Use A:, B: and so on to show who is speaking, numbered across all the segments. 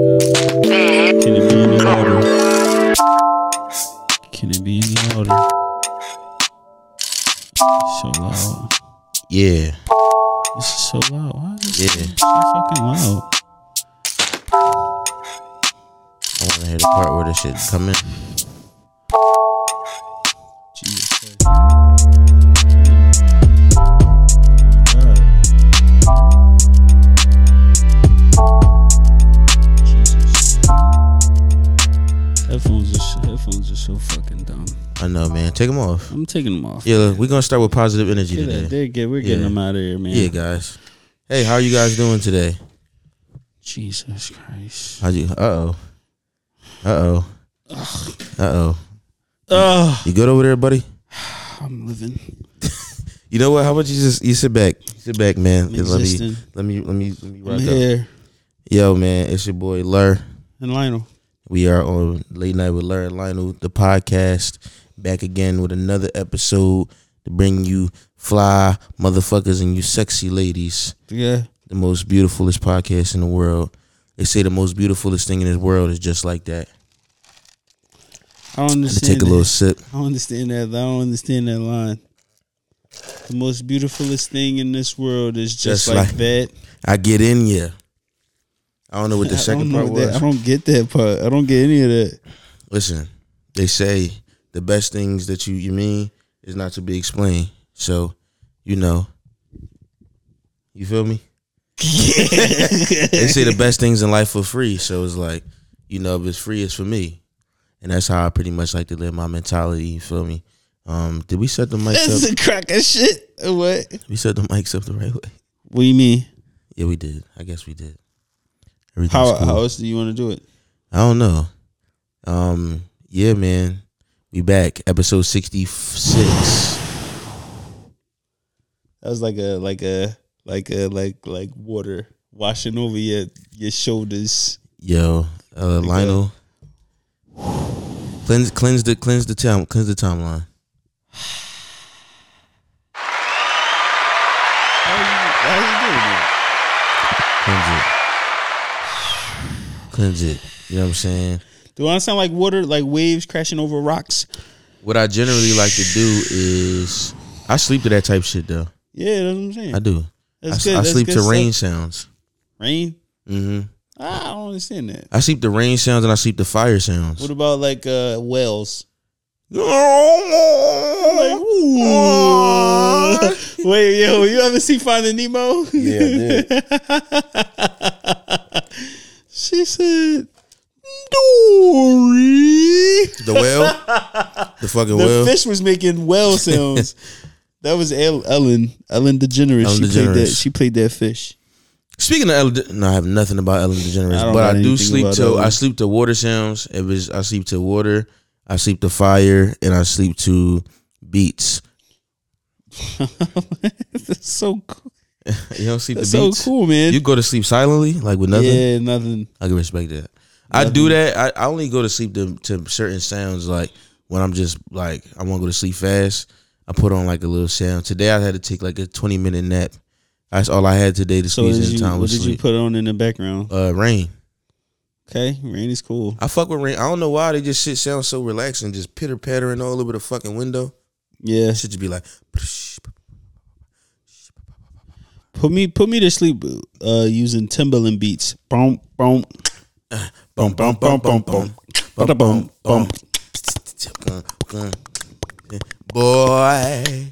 A: Can it be any louder? Can it be any louder? So loud.
B: Yeah.
A: This is so loud. Why is this
B: Yeah.
A: so fucking loud?
B: I want to hear the part where the shit come in.
A: Jesus Christ. God. Jesus. Headphones are, s- headphones are so fucking dumb.
B: I know, man. Take them off.
A: I'm taking them off.
B: Yeah, we're gonna start with positive energy
A: Yeah,
B: today.
A: they get, we're getting
B: Yeah.
A: them out of here, man.
B: Yeah, guys. Hey, how are you guys doing today?
A: Jesus Christ.
B: How you? Uh oh. Uh oh. Uh oh.
A: Oh,
B: You good over there, buddy?
A: I'm living.
B: You know what? How about you just you sit back, sit back, man.
A: I'm
B: and let me
A: existing.
B: let me let me let me
A: I'm
B: rock up.
A: here.
B: Yo, man, it's your boy Lur.
A: And Lionel.
B: We are on Late Night with Larry Lionel, the podcast, back again with another episode to bring you fly motherfuckers and you sexy ladies,
A: Yeah.
B: the most beautifulest podcast in the world. They say the most beautifulest thing in this world is just like that.
A: I don't
B: To
A: understand.
B: take a
A: that.
B: little sip.
A: I don't understand that. I don't understand that line. The most beautifulest thing in this world is just,
B: Just
A: like,
B: like-
A: that.
B: I get in ya. I don't know what the
A: I
B: second
A: don't know
B: part
A: that.
B: was.
A: I don't get that part. I don't get any of that.
B: Listen, they say the best things that you you mean is not to be explained. So, you know, you feel me? they say the best things in life are free. So it's like, you know, if it's free, it's for me, and that's how I pretty much like to live my mentality. You feel me? Um, did we set the mics
A: That's
B: up?
A: a crack of shit. or What?
B: We set the mics up the right way.
A: What do you mean?
B: Yeah, we did. I guess we did. Everything's
A: How
B: cool.
A: how else do you want to do it?
B: I don't know. Um, yeah, man. We back. Episode sixty six.
A: That was like a like a like a like like water washing over your your shoulders.
B: Yo, uh Lionel. Cleanse cleanse the cleanse the time cleanse the timeline.
A: How you, how you doing that?
B: Cleanse it. Cleanse it. You know what I'm saying?
A: Do I sound like water, like waves crashing over rocks?
B: What I generally like to do is I sleep to that type shit though.
A: Yeah, that's what I'm saying.
B: I do. I,
A: That's
B: s-
A: good.
B: I
A: that's
B: sleep
A: good
B: to
A: stuff.
B: rain sounds.
A: Rain.
B: hmm
A: Ah, I don't understand that.
B: I sleep to rain sounds and I sleep to fire sounds.
A: What about like uh whales? Wait, yo, you ever see Finding Nemo?
B: Yeah,
A: she said, "Dory."
B: The whale? The fucking
A: The
B: whale?
A: fish was making whale sounds. that was El- Ellen. Ellen DeGeneres.
B: Ellen
A: she played that.
B: DeGeneres.
A: She played that fish.
B: Speaking of Ellen, De- no, I have nothing about Ellen DeGeneres,
A: I don't know
B: but I do
A: anything
B: sleep
A: about
B: to
A: Ellen.
B: I sleep to water sounds. It was I sleep to water, I sleep to fire, and I sleep to beats.
A: That's so cool.
B: You don't sleep to
A: That's so
B: beats.
A: cool, man.
B: You go to sleep silently, like with nothing.
A: yeah, nothing.
B: I can respect that. I do that. I, I only go to sleep to, to certain sounds, like when I'm just like I want to go to sleep fast. I put on like a little sound. Today I had to take like a 20 minute nap. That's all I had today to
A: So what
B: squeeze
A: did,
B: in
A: you,
B: time
A: what
B: with
A: did you
B: sleep.
A: put on in the background?
B: uh, rain.
A: Okay, rain is cool.
B: I fuck with rain. I don't know why they just shit sounds so relaxing, just pitter pattering all over the fucking window.
A: Yeah,
B: That shit just be like,
A: put me put me to sleep uh, using Timbaland beats. Boom, boom,
B: bum bum bum bum bum bum bum bum. Boy,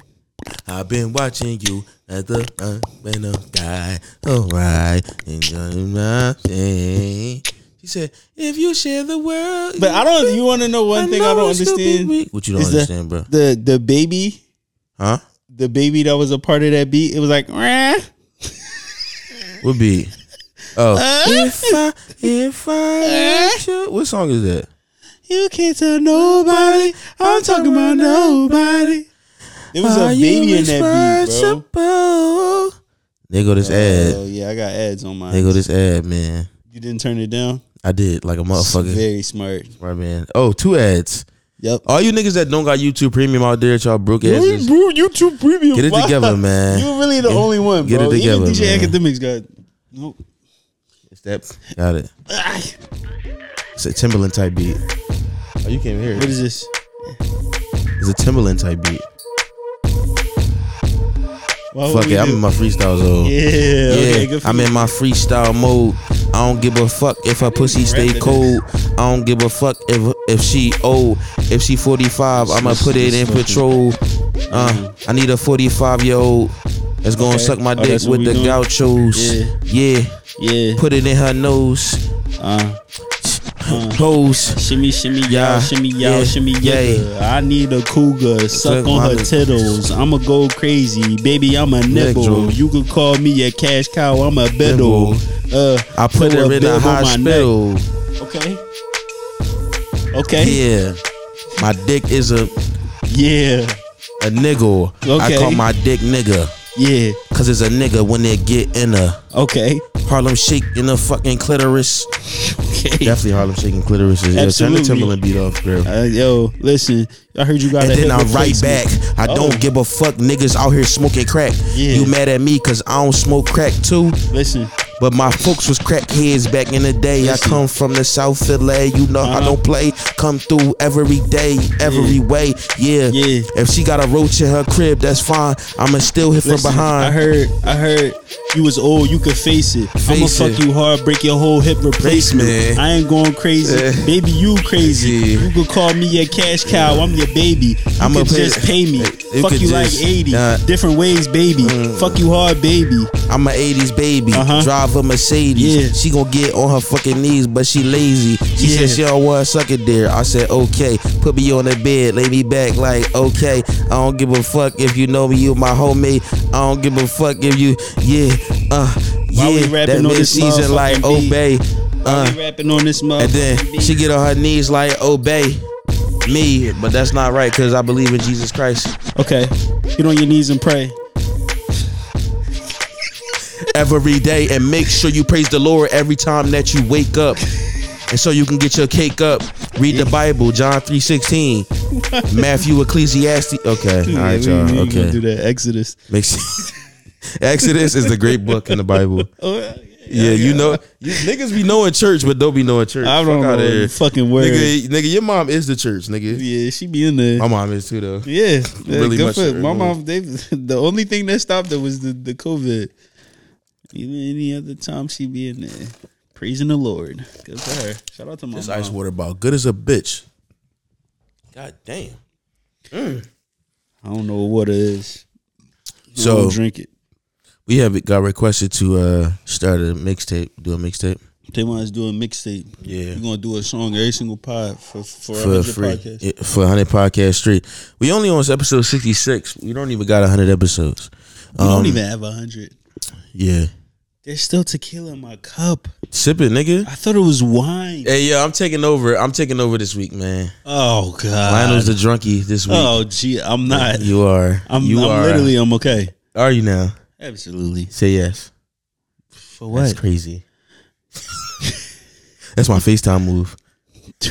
B: I've been watching you at the when I die. All right, enjoy my thing. She said, "If you share the world,
A: But I don't. You want to know one thing I
B: know
A: don't
B: it's gonna be
A: understand?
B: weak." What you don't
A: is the-
B: understand, bro?
A: The the baby,
B: Huh?
A: the baby that was a part of that beat. It was like, "Rah."
B: What beat? Oh, if I, if I, let you- what song is that?
A: you can't tell nobody. I'm talking about nobody. There was a
B: Are you
A: baby in that beat, bro.
B: responsible? There go this ad.
A: Oh yeah, I got ads on mine.
B: There go this ad, man.
A: You didn't turn it down.
B: I did like a motherfucker.
A: Very smart.
B: Right, man. Oh, two ads.
A: Yep.
B: All you niggas that don't got YouTube Premium out there, at y'all broke
A: Really,
B: asses.
A: bro, YouTube Premium.
B: Get it
A: Wow.
B: together, man.
A: You really the only one,
B: get it
A: bro.
B: together,
A: Even DJ
B: man.
A: Academics got. Nope.
B: It's that. Got it.
A: Ah,
B: It's a Timberland type beat. Oh, you can't hear
A: What
B: it.
A: is this?
B: It's a Timberland type beat.
A: Why would
B: Fuck
A: we
B: it, I'm
A: do-
B: in my freestyle zone.
A: Oh, Yeah,
B: Yeah,
A: okay, good for
B: I'm
A: you.
B: in my freestyle mode. I don't give a fuck if her pussy stay
A: rapping.
B: cold. I don't give a fuck if if she old. If she 45, I'ma
A: This-
B: put it
A: this
B: in
A: fucking-
B: patrol. Uh, I need a 45 year old that's gonna
A: Okay.
B: suck my
A: Oh,
B: dick
A: that's what
B: with
A: we
B: the
A: doing?
B: gauchos.
A: Yeah.
B: Yeah.
A: Yeah.
B: put it in her nose.
A: Uh,
B: Pose.
A: shimmy, shimmy, y'all,
B: Yeah.
A: shimmy, y'all,
B: Yeah.
A: shimmy,
B: Yeah.
A: yeah. I need a cougar, suck
B: Suck
A: on
B: my
A: her
B: dick.
A: tittles. I'ma go crazy, baby. I'm a nibble.
B: Nigga.
A: You could call me a cash cow. I'm a biddle. Uh,
B: I put
A: throw
B: her in
A: bib
B: a
A: on my neck.
B: hospital.
A: Okay. Okay.
B: Yeah. My dick is a,
A: Yeah.
B: a niggle. I
A: Okay.
B: call my dick nigga.
A: Yeah.
B: Cause it's a nigga when they get in a
A: Okay.
B: Harlem shake in a fucking clitoris.
A: Okay.
B: Definitely Harlem shaking clitoris. Yeah, turn the
A: Absolutely.
B: Timberland beat off, girl.
A: Uh, yo, listen. I heard you got
B: And
A: a
B: then
A: hip
B: I'm right
A: replacement.
B: back. I
A: Oh.
B: don't give a fuck. Niggas out here smoking crack.
A: Yeah.
B: You mad at me cause I don't smoke crack too.
A: Listen,
B: But my folks was crackheads back in the day. I
A: Listen.
B: come from the South LA. You know I
A: Uh-huh.
B: don't play. Come through every day, every way. Yeah.
A: Yeah.
B: If she got a roach in her crib, that's fine. I'ma still hit
A: listen.
B: from behind.
A: I heard, I heard you was old. You could face it. I'ma
B: Face
A: fuck
B: it.
A: you hard, break your whole hip replacement.
B: Replacement.
A: I ain't going crazy,
B: Yeah.
A: baby. You crazy.
B: Yeah.
A: You could call me your cash cow. I'm your baby. You
B: I'ma
A: could
B: pay-
A: just pay me.
B: You
A: fuck
B: could
A: you
B: just- uh,
A: like eighty
B: Nah.
A: different ways, baby. Fuck you hard, baby.
B: I'm a 80s baby.
A: Uh-huh.
B: Drive a Mercedes.
A: Yeah.
B: She gon' get on her fucking knees, but she lazy. She
A: Yeah.
B: said she don't want to suck it there. I said, okay. Put me on the bed, lay me back like, okay. I don't give a fuck if you know me, you my homie. I don't give a fuck if you, yeah, uh,
A: Why we
B: yeah.
A: rapping
B: that
A: on this
B: mid-season like,
A: motherfucking
B: obey.
A: I
B: Uh,
A: be rapping on this motherfucking
B: and then
A: beat.
B: she get on her knees like, obey me. But that's not right because I believe in Jesus Christ.
A: okay, get on your knees and pray.
B: every day and make sure you praise the Lord every time that you wake up. And so you can get your cake up. Read the Bible, John 3:16, Matthew Ecclesiastes. Okay. All right,
A: we- we
B: y'all.
A: ain't gonna Do
B: Okay.
A: that Exodus.
B: Make sure. Exodus is the great book in the Bible.
A: Oh,
B: Yeah, you know, you, niggas be knowing church, but don't be knowing church.
A: I don't
B: Fuck
A: know
B: outta
A: the
B: here.
A: fucking word.
B: Nigga, nigga, your mom is the church, nigga.
A: Yeah, she be in there.
B: My mom is too, though.
A: Yeah, yeah,
B: Really
A: good
B: much
A: for
B: better,
A: my
B: no.
A: mom. They the only thing that stopped her was the the COVID. Even any other time she be in there praising the Lord. Good for her. Shout out to my
B: This
A: mom.
B: ice water bottle, good as a bitch. God damn.
A: I don't know what it is. I
B: So-
A: don't drink it.
B: We have got requested to uh start a mixtape, do a mixtape.
A: They want us to do a mixtape.
B: Yeah.
A: we're gonna do a song every single pod for for,
B: for
A: 100
B: free
A: podcasts.
B: yeah, for 100 podcast street. We only on episode 66. We don't even got 100 episodes.
A: We
B: Um,
A: don't even have a hundred.
B: Yeah,
A: There's still tequila in my cup.
B: sip it, nigga.
A: I thought it was wine.
B: Hey, yeah, I'm taking over. I'm taking over this week, man.
A: Oh God.
B: Lionel's the drunkie this week.
A: oh gee, I'm not.
B: You are.
A: I'm,
B: you
A: I'm
B: are.
A: literally. I'm okay.
B: Are you now?
A: Absolutely.
B: Say yes.
A: For
B: That's crazy. That's my FaceTime move.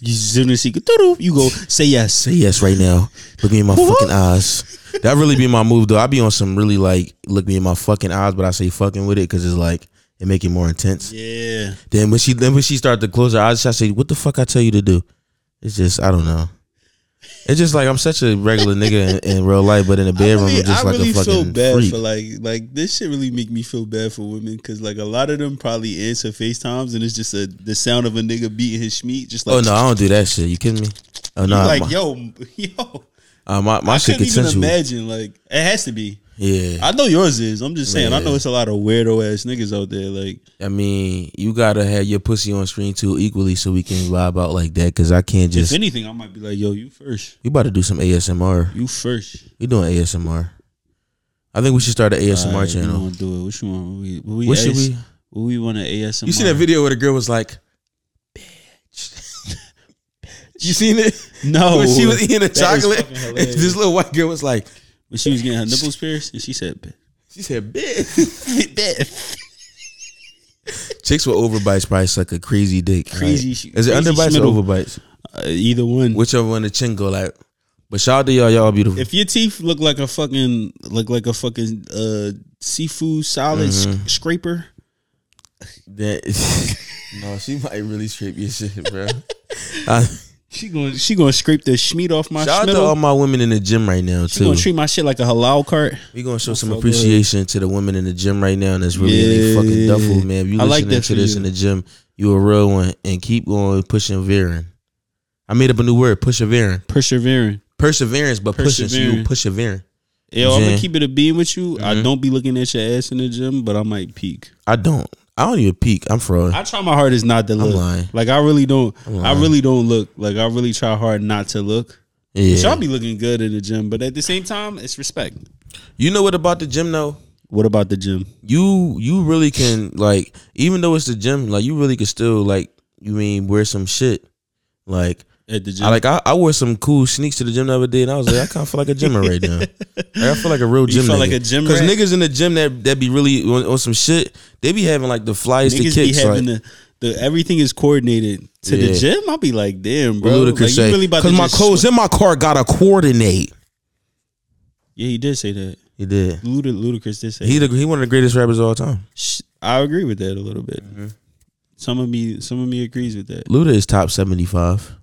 A: you zoom and see, doo-doo, you go say yes.
B: Say yes right now. Look me in my fucking eyes. That really be my move though. I be on some really like look me in my fucking eyes, but I say fucking with it because it's like it make it more intense.
A: Yeah.
B: Then when she then when she started to close her eyes, I said, "What the fuck I tell you to do?" It's just I don't know. It's just like I'm such a regular nigga in, in real life, but in the bedroom, I'm just
A: I
B: like
A: really
B: a fucking
A: feel bad
B: freak.
A: for like like this shit really make me feel bad for women because like a lot of them probably answer FaceTimes and it's just a the sound of a nigga beating his schmeat just like
B: oh no, I don't do that shit. You kidding me? Oh
A: you
B: no, my,
A: like yo yo
B: uh, my my
A: I
B: shit
A: couldn't even
B: consensual.
A: imagine like it has to be
B: Yeah,
A: I know yours is I'm just saying I
B: Yeah.
A: know it's a lot of weirdo ass niggas out there like
B: I mean, you gotta have your pussy on screen too equally, so we can vibe out like that. Because I can't
A: if
B: just.
A: anything I might be like yo you first
B: we about to do some ASMR.
A: you first
B: We doing ASMR. I think we should start an ASMR
A: Alright, we
B: channel.
A: gonna do it what you want we, what we
B: What should
A: ask-
B: we?
A: what we want to ASMR
B: You seen that video where the girl was like, "Bitch." you seen it?
A: No,
B: when she was eating the
A: That is
B: chocolate,
A: fucking
B: and
A: hilarious.
B: this little white girl was like,
A: when she was getting her nipples pierced, and she said, "Bitch."
B: "She said, bitch." Chicks with overbites probably suck a crazy dick.
A: Crazy-
B: Is
A: crazy
B: it underbites
A: schmiddle.
B: or overbites?
A: Uh, either one.
B: Whichever one the chin go like. But shout out to y'all, y'all beautiful.
A: If your teeth look like a fucking look like a fucking uh seafood salad sc-
B: Mm-hmm.
A: scraper,
B: That- no, she might really scrape your shit, bro. I-
A: she going she going to scrape the schmeat off my
B: shout out to all
A: schmiddle.
B: my women in the gym right now
A: She
B: too.
A: going to treat my shit like a halal cart.
B: we gonna show some
A: so good.
B: appreciation to the women in the gym right now, and that's really
A: Yeah.
B: fucking duffel, man. If you
A: I
B: listening
A: like that for
B: to this
A: you.
B: in the gym, you a real one, and keep going, persevering. I made up a new word, persevering,
A: Persevering.
B: perseverance, but pushing, so
A: Persevering.
B: you persevering.
A: Yo, I'm
B: Yeah.
A: gonna keep it a beam with you. I
B: Mhm.
A: don't be looking at your ass in the gym, but I might peek.
B: I don't. I don't even peek. I'm fraud.
A: I try my hardest not to
B: I'm
A: look.
B: lying.
A: Like I really don't.
B: I'm
A: I
B: lying.
A: really don't look. Like I really try hard not to look.
B: Yeah.
A: So Y'all be looking good in the gym, but at the same time, it's respect.
B: you know what about the gym though?
A: What about the gym?
B: you you really can like even though it's the gym like you really can still like you mean wear some shit like
A: At the gym,
B: I like I, I wore some cool sneaks to the gym the other day and I was like I kind of feel like a gymmer right now like, I feel like a real
A: You
B: gym
A: feel
B: nigga.
A: like a gym
B: because
A: rat?
B: niggas in the gym that that be really on, on some shit they be having like the flyest to
A: niggas
B: kicks
A: be
B: like
A: having the, the everything is coordinated to
B: Yeah.
A: the gym. I'll be like, damn, bro,
B: ludicrous
A: like,
B: say,
A: you really about to
B: my
A: just
B: clothes in my car gotta coordinate
A: Yeah, he did say that.
B: he did
A: Lud- Ludacris did say.
B: he the, he one of the greatest rappers of all time
A: Sh- I agree with that a little bit. Some of me, some of me agrees with that.
B: Luda is top seventy five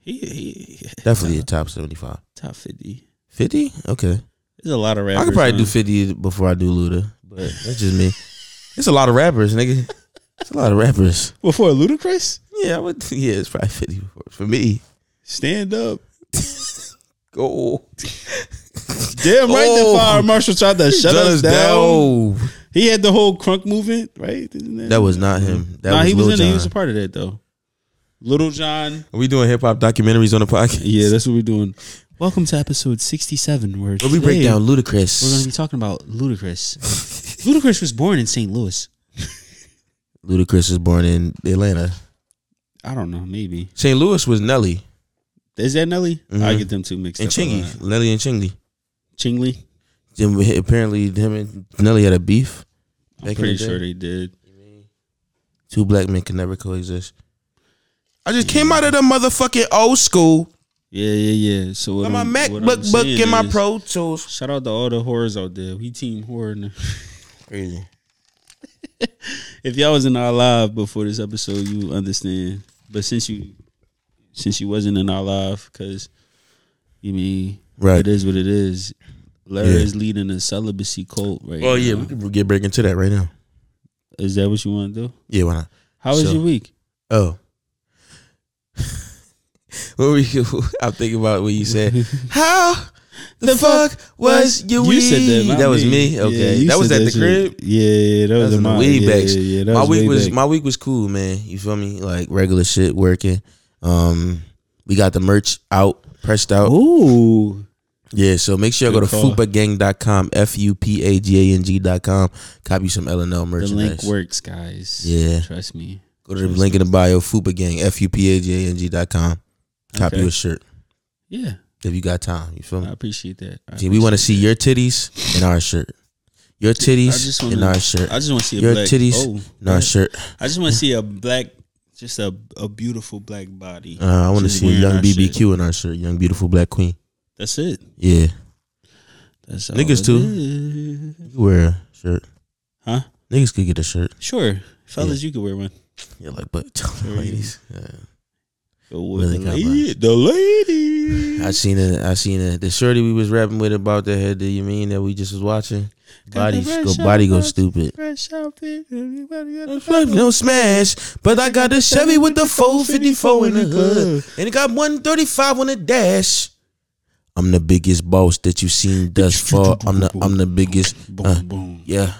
A: He, he
B: definitely a top seventy five
A: top fifty.
B: 50? okay
A: There's a lot of rappers.
B: I could probably do
A: man.
B: 50 before I do Luda, but that's just me. It's a lot of rappers, nigga. It's a lot of rappers.
A: before Ludacris.
B: Yeah, I would. Yeah, it's probably 50 before, for me.
A: Stand up. Uh,
B: Go.
A: Damn right,
B: Oh.
A: the fire marshal tried to shut, us, down. He had the whole crunk movement, right? Isn't
B: That was not him. That
A: nah,
B: was
A: he was in
B: Lil
A: it. He was a
B: Jon.
A: part of that though. Little John.
B: Are we doing hip hop documentaries on the podcast?
A: Yeah, that's what we're doing. Welcome to episode sixty-seven, where
B: Where we break
A: today
B: down
A: We're going to
B: Ludacris.
A: be talking about Ludacris. Ludacris was born in St. Louis.
B: Ludacris was born in Atlanta.
A: I don't know, maybe
B: St. Louis was Nelly
A: is that Nelly?
B: Mhm.
A: I get them two mixed
B: and
A: up.
B: Chingy.
A: Uh,
B: Nelly and Chingy.
A: Chingy.
B: Then we- apparently him and Nelly had a beef.
A: I'm
B: Back in
A: pretty
B: the day.
A: sure they did.
B: Two black men can never coexist. I just came out of the motherfucking old school.
A: Yeah, yeah, yeah. So what
B: Got my
A: I'm- Mm, what I'm
B: MacBook book
A: saying
B: and my
A: is-
B: Pro Tools.
A: Shout out to all the horrors out there. We team horror. now.
B: Crazy.
A: If y'all was in our live before this episode, you understand. But since you, since you wasn't in our live, because you mean
B: Right.
A: it is what it is. Larry
B: Yeah.
A: is leading a celibacy cult right
B: Oh
A: now.
B: yeah, we could get break into that right now.
A: Is that what you want to do?
B: Yeah, why not?
A: How was
B: So-
A: your week?
B: Oh. what were you I'm thinking about what you said. How the,
A: The
B: fuck,
A: fuck
B: was your week?
A: not
B: was me.
A: Yeah,
B: Okay.
A: you
B: that was
A: said
B: at the
A: shit.
B: crib.
A: Yeah, yeah, that,
B: That
A: was,
B: was
A: in
B: in the
A: my
B: way
A: yeah,
B: back.
A: Yeah, yeah, that
B: my
A: was
B: week
A: way
B: was
A: back.
B: my week was cool, man. You feel me? Like regular shit working. Um we got the merch out, pressed out.
A: Ooh,
B: Yeah, so make sure you go to
A: Good call.
B: fupagang.com, F U P A G A N G.com. Copy some LNL
A: the
B: merchandise.
A: link works, guys.
B: Yeah.
A: trust me.
B: Go to the link in the bio, Fupa Gang, F U P A G A N G dot com. Copy
A: Okay.
B: your shirt
A: Yeah,
B: if you got time. You feel
A: I
B: me?
A: appreciate that. I
B: See, we want to
A: appreciate
B: see your titties in our shirt. Your titties
A: just wanna-
B: in our shirt.
A: that. I just want to see a
B: Your
A: black,
B: titties
A: Oh,
B: In our shirt.
A: I just want to see a black, just a a beautiful black body.
B: Uh, I want to
A: Just
B: see a
A: wearing
B: young
A: our shit.
B: BBQ in our shirt. Young beautiful black queen.
A: That's it.
B: Yeah,
A: That's all
B: Niggas
A: it
B: too.
A: is.
B: you can wear a shirt.
A: huh?
B: Niggas could get a shirt.
A: Sure, fellas, you could wear one.
B: You're like, but ladies. Yeah.
A: Go with
B: Really
A: the,
B: got
A: lady, the lady.
B: I seen it. I seen it. The shorty we was rapping with about that head. That you mean that we just was watching. Body go, body go stupid.
A: Fresh outfit, everybody got a
B: Fluff No smash, but I got a Chevy with the 454 in the hood, and it got 135 on the dash. I'm the biggest boss that you've seen thus far. I'm the I'm the biggest.
A: Boom,
B: Uh,
A: boom.
B: yeah,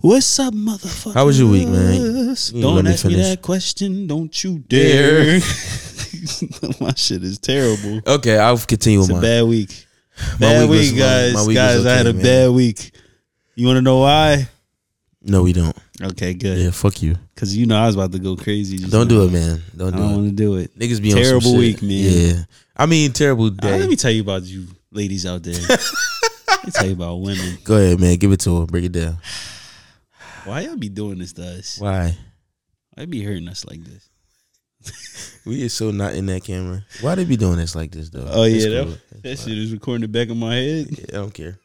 A: What's up, motherfucker?
B: How was your week, man? You didn't let
A: Don't
B: me
A: ask me
B: finish.
A: that question. Don't you dare. My shit is terrible.
B: okay. I'll continue with
A: It's a
B: mine.
A: bad week. Bad
B: week was-
A: week,
B: Oh, my-
A: guys.
B: my week was
A: guys, I had
B: okay,
A: a
B: man.
A: bad week. You want to know why?
B: No, we don't.
A: Okay, good.
B: Yeah, fuck you.
A: Because you know I was about to go crazy. just
B: Don't
A: now.
B: do it, man. Don't
A: I don't
B: do it.
A: want to do it.
B: Niggas be on some
A: Terrible
B: shit.
A: week, man.
B: Yeah, I mean terrible
A: Ah, let
B: day.
A: me tell you about you ladies out there. let me tell you about women.
B: Go ahead, man. Give it to her. Break it down.
A: Why y'all be doing this to us?
B: Why?
A: Why y'all be hurting us like this?
B: We is so not in that camera. Why they be doing this like this though?
A: Oh
B: It's
A: yeah, that,
B: cool.
A: that shit is recording the back of my head.
B: Yeah, I don't care.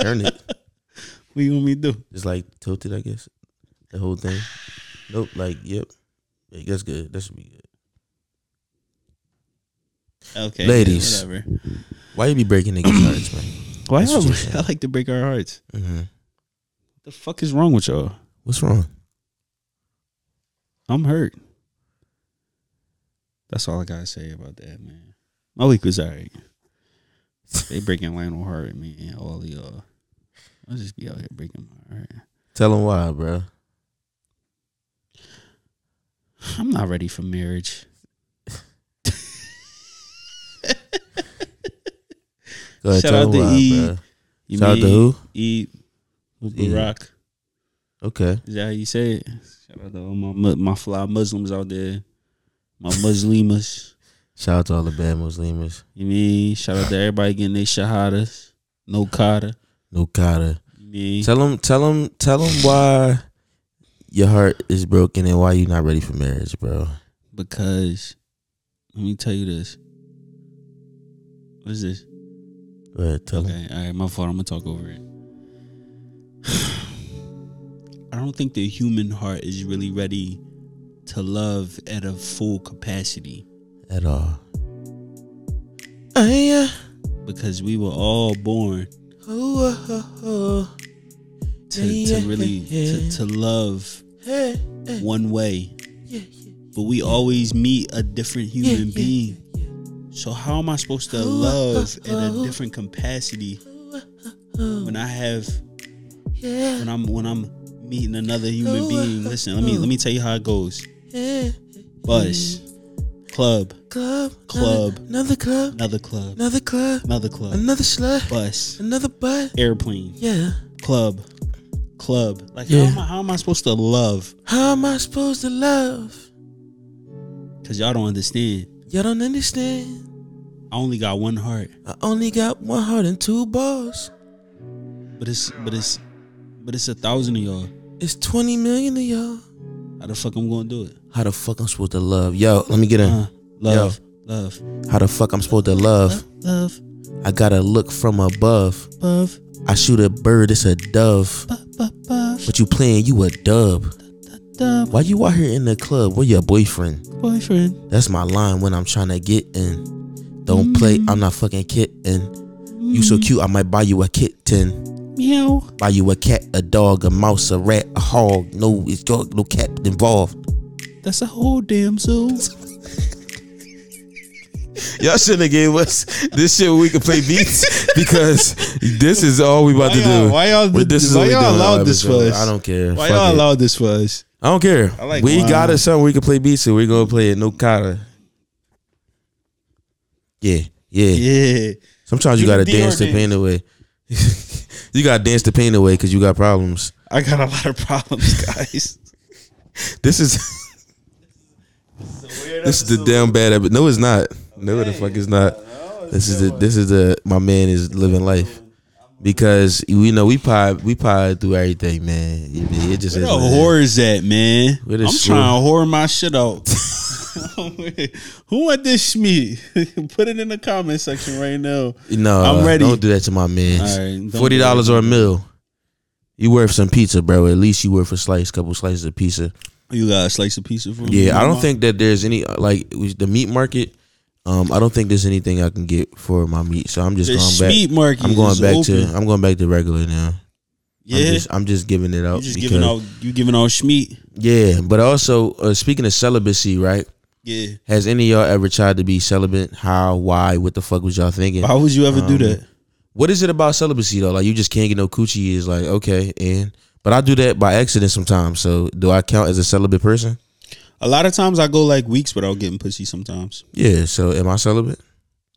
B: Turn it.
A: What you want me to do?
B: Just like tilted, I guess. The whole thing. Nope. Like, yep. Yeah, that's good. That should be good.
A: Okay,
B: Ladies.
A: yeah, whatever.
B: Why you be breaking niggas' hearts, man?
A: Why
B: That's
A: y'all?
B: what you said.
A: I like to break our hearts.
B: Mm-hmm.
A: The fuck is wrong with y'all?
B: What's wrong?
A: I'm hurt. That's all I gotta say about that, man. My week was alright. they breaking Lionel Hart, man. All of y'all. I'll just be out here breaking my heart.
B: Tell them why, bro.
A: I'm not ready for marriage.
B: Go ahead,
A: Shout
B: tell
A: out
B: them
A: to
B: why,
A: E.
B: bruh. Shout out to who?
A: E. with
B: E.
A: Barack.
B: Okay.
A: Is that how you say it? Shout out to all my mu- my fly Muslims out there, my Muslimas.
B: Shout out to all the bad Muslims.
A: You mean shout out to everybody getting their shahadas, no kata.
B: No kata.
A: You mean
B: Tell them, tell them, tell them why your heart is broken and why you not ready for marriage, bro.
A: because let me tell you this. What is this?
B: Go ahead, tell them.
A: Okay, all right, my fault. I'm gonna talk over it. I don't think the human heart is really ready to love at a full capacity.
B: At all. Oh, yeah.
A: because we were all born
B: Oh, oh, oh.
A: to, to really to, to love
B: Hey, hey,
A: one way
B: yeah, yeah,
A: but we always meet a different human
B: yeah, Oh,
A: being
B: yeah, yeah.
A: so how am i supposed to love
B: uh,
A: at a different capacity when i have
B: oh, Yeah,
A: when i'm when i'm meeting another
B: Oh, uh,
A: human being listen let me let me tell you how it goes
B: yeah.
A: bus club
B: Club.
A: Club.
B: Another, another club.
A: another club
B: Another club.
A: another club
B: Another slut.
A: bus
B: Another butt.
A: airplane
B: Yeah.
A: club club like
B: Yeah.
A: how, am I, how am i supposed to love
B: How am I supposed to love?
A: because y'all don't understand
B: Y'all don't understand.
A: i only got one heart
B: I only got one heart and two balls.
A: But it's but it's but it's a thousand of y'all.
B: It's 20 million of y'all.
A: How the fuck I'm gonna do it?
B: How the fuck I'm supposed to love? Yo, let me get in.
A: Uh, love, love,
B: How the fuck I'm supposed to love?
A: love,
B: I gotta look from above.
A: love,
B: I shoot a bird, it's a dove.
A: love,
B: But you playing, you a dub.
A: love,
B: Why you out here in the club? Where your boyfriend?
A: boyfriend.
B: That's my line when I'm trying to get in. Don't play, I'm not fucking kitten. You so cute, I might buy you a kitten.
A: Meow.
B: Buy you a cat, a dog, a mouse, a rat, a hog. No, it's dog, no cat involved.
A: That's a whole damn zoo.
B: Y'all shouldn't have gave us this shit where we could play beats because this is all we about
A: Why y'all- why y'all
B: But
A: did- why
B: what we
A: y'all
B: doing
A: allowed
B: all
A: this
B: episode.
A: for us?
B: I don't care.
A: Why
B: Fuck
A: y'all
B: it.
A: allowed this for us?
B: I don't care.
A: I like
B: we
A: wine.
B: got us something we can play beats and we're gonna play it. No kata. Yeah, yeah.
A: Yeah.
B: Sometimes you
A: Do the
B: gotta
A: DR
B: dance the
A: dance.
B: pain away. you gotta dance the pain away because you got problems.
A: I got a lot of problems, guys.
B: This is this is the damn bad habit. No, it's not. No, the fuck is not. This is the this is the my man is living life because you know we pod we pod through everything, man. It, it just
A: Where
B: is
A: the
B: what it is.
A: whore is at, man? I'm
B: Where the
A: trying
B: shrew-
A: to whore my shit out. Who want this shmeat? Put it in the comment section right now.
B: No,
A: I'm ready.
B: Don't do that to my man.
A: All right, don't
B: Forty dollars or a meal. You worth some pizza, bro. At least you worth a slice, couple slices of pizza.
A: You got a slice of pizza from?
B: Yeah, I don't think that there's any like with the meat market. Um, I don't think there's anything I can get for my meat, so I'm just
A: the
B: going back.
A: meat market.
B: I'm going
A: is
B: back
A: open.
B: to I'm going back to regular now.
A: yeah.
B: I'm just, I'm just giving it out.
A: you just
B: because-
A: giving out. You giving out schmeat.
B: Yeah, but also uh, speaking of celibacy, right?
A: Yeah.
B: Has any of y'all ever tried to be celibate? How? Why? What the fuck was y'all thinking?
A: How would you ever do
B: Um,
A: that?
B: What is it about celibacy though? Like you just can't get no coochie. Is like okay, and but I do that by accident sometimes. So do I count as a celibate person?
A: A lot of times I go like weeks without getting pussy. Sometimes
B: Yeah. So am I celibate?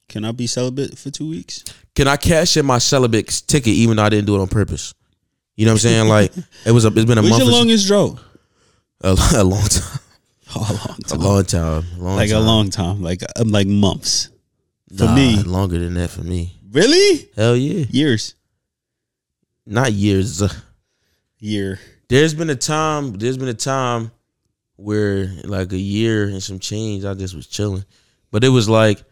A: can I be celibate for two weeks?
B: Can I cash in my celibate ticket even though I didn't do it on purpose? You know what I'm saying? Like it was a, it's been a
A: What's
B: month,
A: your
B: or so-
A: longest drought?
B: a, a long time,
A: Oh, a long
B: a
A: time.
B: long time, long
A: like
B: time.
A: a long time. Like uh, like months. For
B: Nah,
A: me,
B: longer than that for me.
A: really
B: Hell yeah,
A: years.
B: not years.
A: Year.
B: There's been a time. There's been a time where like a year and some change, I just was chilling. But it was like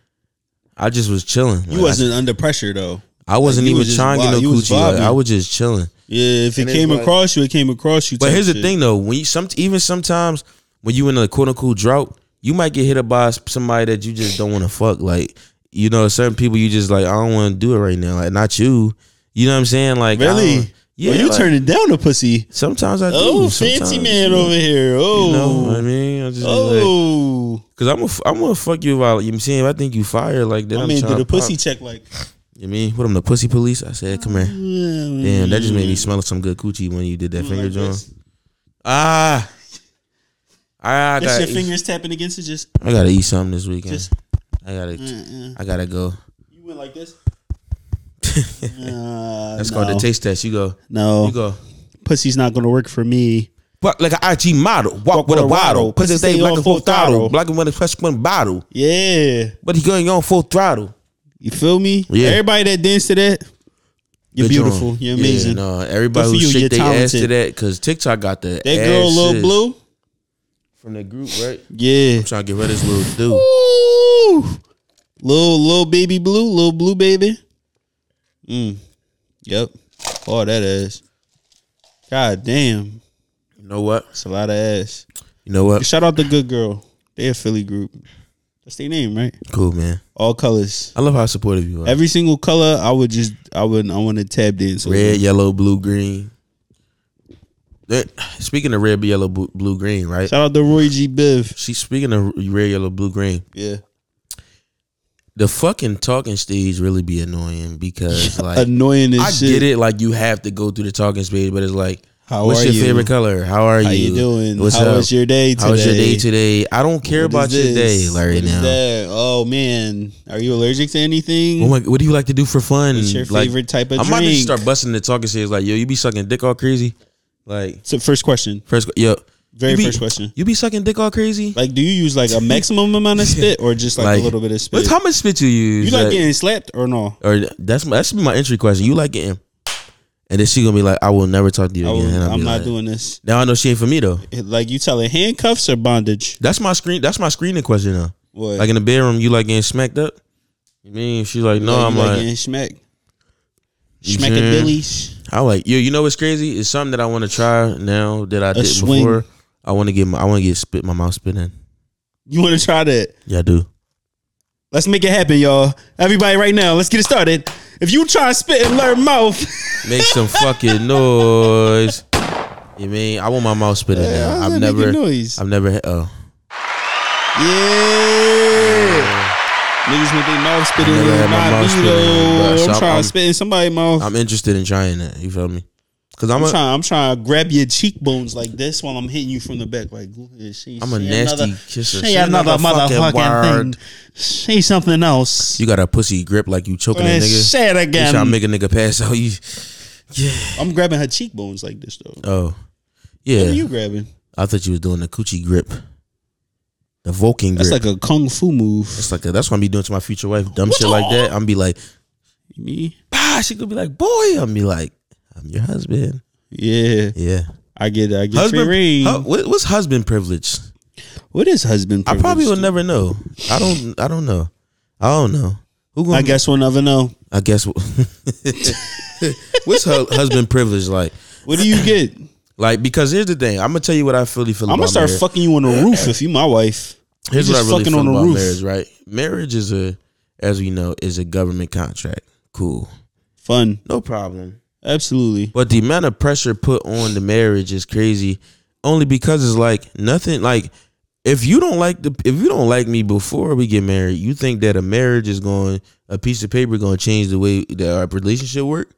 B: I just was chilling. Like,
A: You wasn't under pressure though.
B: I, I wasn't
A: you was
B: even
A: just
B: trying to get
A: vi-
B: no
A: you was
B: coochie. Like,
A: vibing.
B: I was just chilling.
A: Yeah, if it
B: And it's
A: came
B: like-
A: across you, it came across you.
B: But
A: type
B: here's the
A: shit.
B: thing though, when you some even sometimes when you in a quote unquote drought, you might get hit up by s- somebody that you just don't want to fuck. Like you know, certain people you just like I don't want to do it right now. Like not you. You know what I'm saying? Like I
A: Really?
B: don't- Yeah.
A: well, you
B: like,
A: turning down the pussy.
B: Sometimes I do.
A: Oh, fancy
B: sometimes,
A: man
B: you know,
A: over here.
B: You know
A: Oh,
B: what I mean? I just be like,
A: oh.
B: cause I'm gonna, f- I'm gonna fuck you if I, you know what I'm saying? If I think you fire, like then
A: I
B: I'm
A: mean, do
B: tryna
A: the pussy
B: Pop.
A: check like?
B: You mean what? I'm the pussy police? I said, come
A: Mm.
B: here. Damn, that just made me smell some good coochie when you did that finger,
A: Like
B: John.
A: this.
B: Ah, I, I
A: That's
B: gotta,
A: your
B: eat-
A: fingers tapping against it. Just,
B: I gotta eat something this weekend.
A: just.
B: I gotta,
A: uh-uh.
B: I gotta go.
A: You went like this. Nah,
B: That's
A: no. Oh.
B: called the taste test. You go,
A: No,
B: you go.
A: pussy's not gonna work for me.
B: But like an IG model, walk, with a waddle, pussy stay like a full throttle, black and white press one bottle.
A: Yeah,
B: But he going on full throttle.
A: you feel me?
B: Yeah.
A: Everybody that danced to that, you're
B: Good job.
A: beautiful. You're
B: Yeah,
A: amazing.
B: no,
A: Good
B: everybody
A: for
B: who
A: you. You're
B: shake their ass to
A: talented.
B: that because TikTok got the
A: That girl,
B: ass
A: little
B: shit.
A: blue.
B: from the group, right?
A: Yeah.
B: Trying to get rid of this little dude.
A: Ooh, little little baby blue, little blue baby. Mm. Yep. Oh, that ass. God damn,
B: You know what?
A: it's a lot of ass.
B: You know what?
A: Shout out the good girl. They a Philly group. That's their name, right?
B: Cool, man.
A: All colors.
B: I love how supportive you are.
A: Every single color, I would just, I would, I want to tab dance. over.
B: red, yellow, blue, green. That- Speaking of red, yellow, blue, blue green, right?
A: Shout out to Roy G. Biv.
B: She's speaking of red, yellow, blue, green.
A: Yeah.
B: The fucking talking stage really be annoying because like
A: Annoying as
B: I
A: shit.
B: get it, like you have to go through the talking stage, but it's like,
A: How
B: what's
A: are
B: your
A: you?
B: favorite color? How are
A: How
B: you?
A: you doing?
B: What's
A: How
B: up?
A: was your day today?
B: How was your day today? I don't care about your day like, right now.
A: Oh man, are you allergic to anything?
B: Oh my, what do you like to do for fun?
A: What's your
B: Like,
A: favorite type of
B: I might
A: drink?
B: just start busting the talking stage. Like, yo, you be sucking dick all crazy. Like,
A: so first question,
B: first, yo,
A: very
B: you be-
A: first question.
B: you be sucking dick all crazy.
A: Like, do you use like a maximum amount of spit or just like,
B: Like,
A: a little bit of spit?
B: What, how much spit you use?
A: you like
B: Like,
A: getting slapped or no?
B: or that's my, that should be my entry question. You like getting, and then she gonna be like, I will never talk to you
A: I
B: again. And I'll
A: am
B: be
A: not
B: like,
A: doing this.
B: Now I know she ain't for me though.
A: Like you telling handcuffs or bondage?
B: That's my screen. That's my screening question though.
A: What?
B: Like in the bedroom, you like getting smacked up. You mean she's like, no,
A: You
B: I'm
A: like
B: like,
A: getting smack,
B: You
A: smacking
B: can.
A: billies.
B: I like yo. You know what's crazy? It's something that I want to try now that I did
A: swing.
B: before. I want to get my I want to get spit my mouth spit in.
A: You want to try that?
B: Yeah, I do.
A: Let's make it happen, y'all. Everybody, right now, let's get it started. If you try to spit and learn mouth,
B: Make some fucking noise. You mean I want my mouth spit in now.
A: how's
B: I've
A: that making
B: never,
A: noise?
B: I've never. Oh,
A: Yeah. Niggas with their mouth spitting
B: I
A: in
B: never had my
A: my
B: mouth spit in it, bruh.
A: video.
B: So
A: I'm
B: I'm-
A: trying
B: I'm-
A: to spit in somebody's mouth. I'm,
B: I'm interested in trying that. You feel me? Cause I'm, a
A: trying. I'm trying to grab your cheekbones like this while I'm hitting you from the back. Like she,
B: I'm a
A: she
B: nasty
A: another,
B: kisser.
A: Say
B: She
A: another,
B: another fucking
A: motherfucking
B: word.
A: thing. Say something else.
B: you got a pussy grip like you choking a
A: Let's
B: nigga.
A: say it
B: You
A: again.
B: trying to make a nigga pass out? You,
A: I'm grabbing her cheekbones like this though.
B: oh,
A: What are
B: yeah.
A: you grabbing?
B: I thought you was doing the coochie grip, the Vulcan grip.
A: That's like a kung fu move.
B: It's like a, that's what I be doing to my future wife. Dumb shit like that. I'm be like,
A: Me?
B: bah. She gonna be like, boy. I'm be like, I'm your husband.
A: Yeah,
B: Yeah.
A: I get. I get
B: Husband.
A: free ring.
B: hu- what, what's husband privilege?
A: what is husband?
B: I
A: Privilege?
B: probably will never know. I don't. I don't know. I don't know. Who gonna?
A: I guess we'll never know.
B: I guess. what's hu- husband privilege like?
A: What do you get?
B: Like because here's the thing. I'm gonna tell you what I really feel.
A: I'm
B: about
A: gonna start
B: marriage.
A: fucking you on the roof if you my wife.
B: Here's
A: you
B: what I
A: just
B: really
A: fucking
B: feel
A: on the
B: about
A: roof.
B: marriage. Right? Marriage is a, as we know, is a government contract. Cool.
A: Fun,
B: No problem.
A: absolutely.
B: But the amount of pressure put on the marriage is crazy. Only because it's like nothing like if you don't like the if you don't like me before we get married, you think that a marriage is going a piece of paper going to change the way that our relationship work?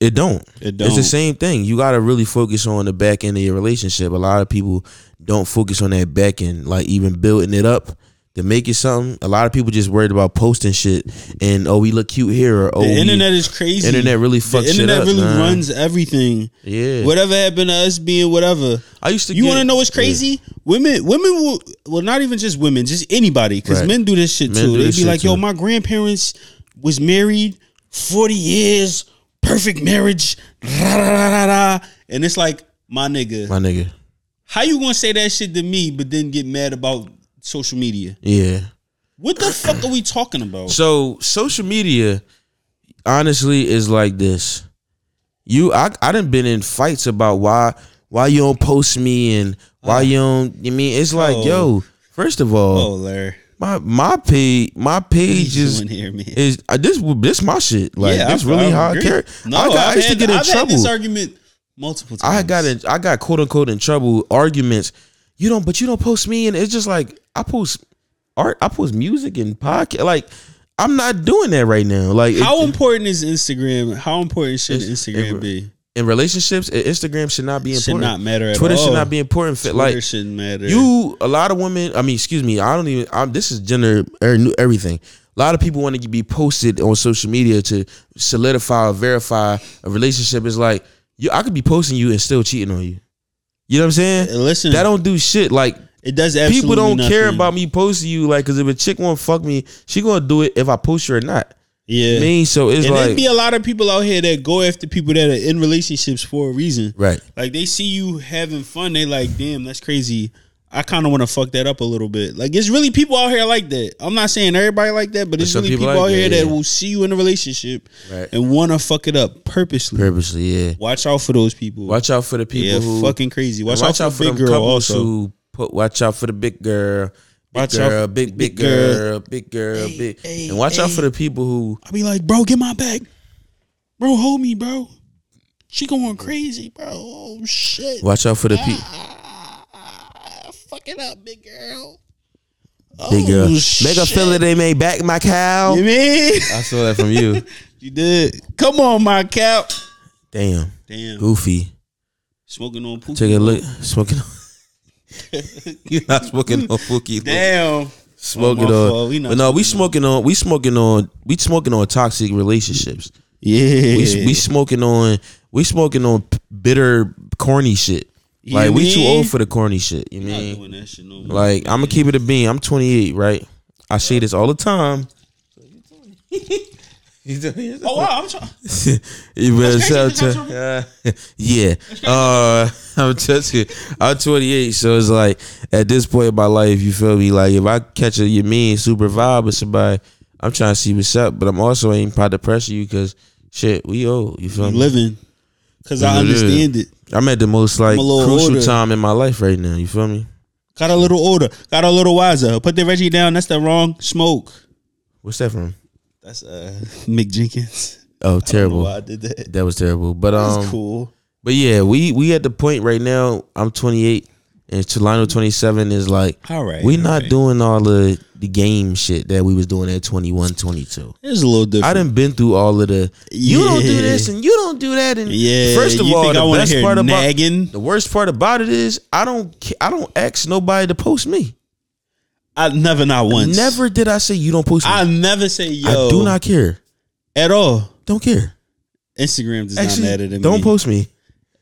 B: It don't.
A: It
B: It's
A: don't.
B: the same thing. You got to really focus on the back end of your relationship. A lot of people don't focus on that back end, like even building it up to make it something. A lot of people just worried about posting shit and oh we look cute here or oh
A: The
B: we-
A: internet is crazy.
B: Internet really
A: the
B: fucks shit
A: internet
B: up,
A: really
B: man.
A: runs everything.
B: Yeah.
A: Whatever happened to us being whatever.
B: I used to.
A: You
B: get-
A: want to know what's crazy? Women, women will, well, not even just women, just anybody, because
B: Right.
A: men do this shit
B: Men
A: too.
B: do
A: They
B: this
A: be
B: shit
A: like, "Yo,
B: too.
A: my grandparents was married forty years, perfect marriage, da, da, da, da, da." and it's like, my nigga,
B: My nigga.
A: How you gonna say that shit to me, but then get mad about social media?
B: Yeah.
A: What the fuck are we talking about?
B: So social media, honestly, is like this. You, I, I done been in fights about why, why you don't post me and why you don't. You mean it's like,
A: Oh.
B: yo, first of all,
A: Oh, Larry,
B: my my page, my
A: you
B: page is
A: doing here, man?
B: is uh, this this my shit. Like
A: Yeah,
B: this
A: I-
B: really
A: I
B: hard.
A: agree.
B: Carry.
A: No,
B: I, got, I
A: I've
B: used
A: had,
B: to get in
A: I've
B: trouble.
A: Had this argument multiple times.
B: I got in, I got quote unquote in trouble arguments. You don't, but you don't post me, and it's just like I post art, I post music and podcast. Like I'm not doing that right now. Like it-
A: How important is Instagram? How important should
B: It's-
A: Instagram
B: it-
A: be?
B: in relationships, i- Instagram should not be
A: Should
B: important.
A: not matter at
B: Twitter
A: all.
B: should not be important. Fit-
A: Twitter
B: like
A: shouldn't matter.
B: you, a lot of women. I mean, excuse me. I don't even. I'm, this is gender er, new- everything. A lot of people want to be posted on social media to solidify or verify a relationship. It's like you, I could be posting you and still cheating on you. You know what I'm saying?
A: listen.
B: That don't do shit. Like
A: it does absolutely
B: people don't care
A: nothing.
B: about me posting you. Like, cause if a chick won't fuck me, she gonna do it if I post her or not.
A: Yeah.
B: mean, so it's
A: and there
B: like
A: be a lot of people out here that go after people that are in relationships for a reason.
B: right.
A: Like they see you having fun, they like, damn, that's crazy. I kind of want to fuck that up a little bit. Like it's really people out here like that. I'm not saying everybody like that, but it's
B: some
A: really people,
B: people like
A: out
B: that,
A: here that
B: yeah.
A: will see you in a relationship
B: Right.
A: and want to fuck it up purposely.
B: Purposely, yeah.
A: Watch out for those people.
B: Watch out for the people
A: yeah,
B: who
A: fucking crazy. Watch, out for the big
B: them
A: girl
B: couples
A: also.
B: who put watch out for the big girl. Big
A: Watch out
B: girl,
A: for-
B: big
A: big
B: big
A: girl.
B: girl, big girl,
A: Hey,
B: big
A: hey,
B: and watch out
A: hey.
B: for the people who
A: I be like, bro, get my back, bro. Hold me, bro. She going crazy, bro. Oh shit.
B: watch out for the people
A: Ah, fuck it up, big girl. Oh,
B: big girl. Make her
A: shit.
B: feel that they may back my cow.
A: You mean?
B: I saw that from you.
A: You did. Come on, my cap.
B: Damn.
A: Damn.
B: Goofy.
A: Smoking on poop.
B: Take a look. Smoking on You're not smoking on Pookie. look.
A: Damn.
B: Smoking
A: Oh, my
B: on
A: fault. We not
B: But no, we smoking on we smoking on we smoking on toxic relationships.
A: Yeah.
B: We, we smoking on we smoking on p- bitter corny shit.
A: You
B: Like we
A: mean?
B: too old for the corny shit. You mean?
A: doing that shit no more.
B: Like I'm gonna keep it a bean. I'm 28, right? I say this all the time. You doing-
A: oh wow, I'm trying.
B: You better
A: crazy,
B: sell
A: that's not
B: to- uh, yeah. Uh, I'm just I'm 28, so it's like at this point in my life, you feel me? Like if I catch a you mean super vibe with somebody, I'm trying to see what's up, but I'm also ain't about to pressure you because shit, we old. You feel
A: I'm
B: me?
A: living because I
B: Yeah, it is.
A: understand it.
B: I'm at the most like
A: I'm a little
B: crucial
A: older.
B: time in my life right now. You feel me?
A: Got a little older. Got a little wiser. Put the Reggie down. That's the wrong smoke.
B: What's that from?
A: That's uh Mick Jenkins.
B: Oh,
A: I don't know
B: terrible.
A: why I did that.
B: That was terrible. But
A: That's
B: um,
A: cool.
B: but yeah, we we at the point right now. I'm 28, and Chelino 27 is like
A: All right.
B: we
A: all
B: not
A: right.
B: doing all the the game shit that we was doing at 21, 22.
A: It's a little different.
B: I done been through all of the you don't do
A: Yeah.
B: this and you don't do that and
A: Yeah.
B: First of
A: you
B: all,
A: think I
B: the
A: wanna
B: best
A: hear
B: part about
A: nagging.
B: the worst part about it is I don't ca- I don't ask nobody to post me.
A: I never not once.
B: Never did I say you don't post me.
A: I never say yo.
B: I do not care.
A: at all.
B: Don't care.
A: Instagram does
B: Actually,
A: not matter than
B: don't
A: me.
B: post me.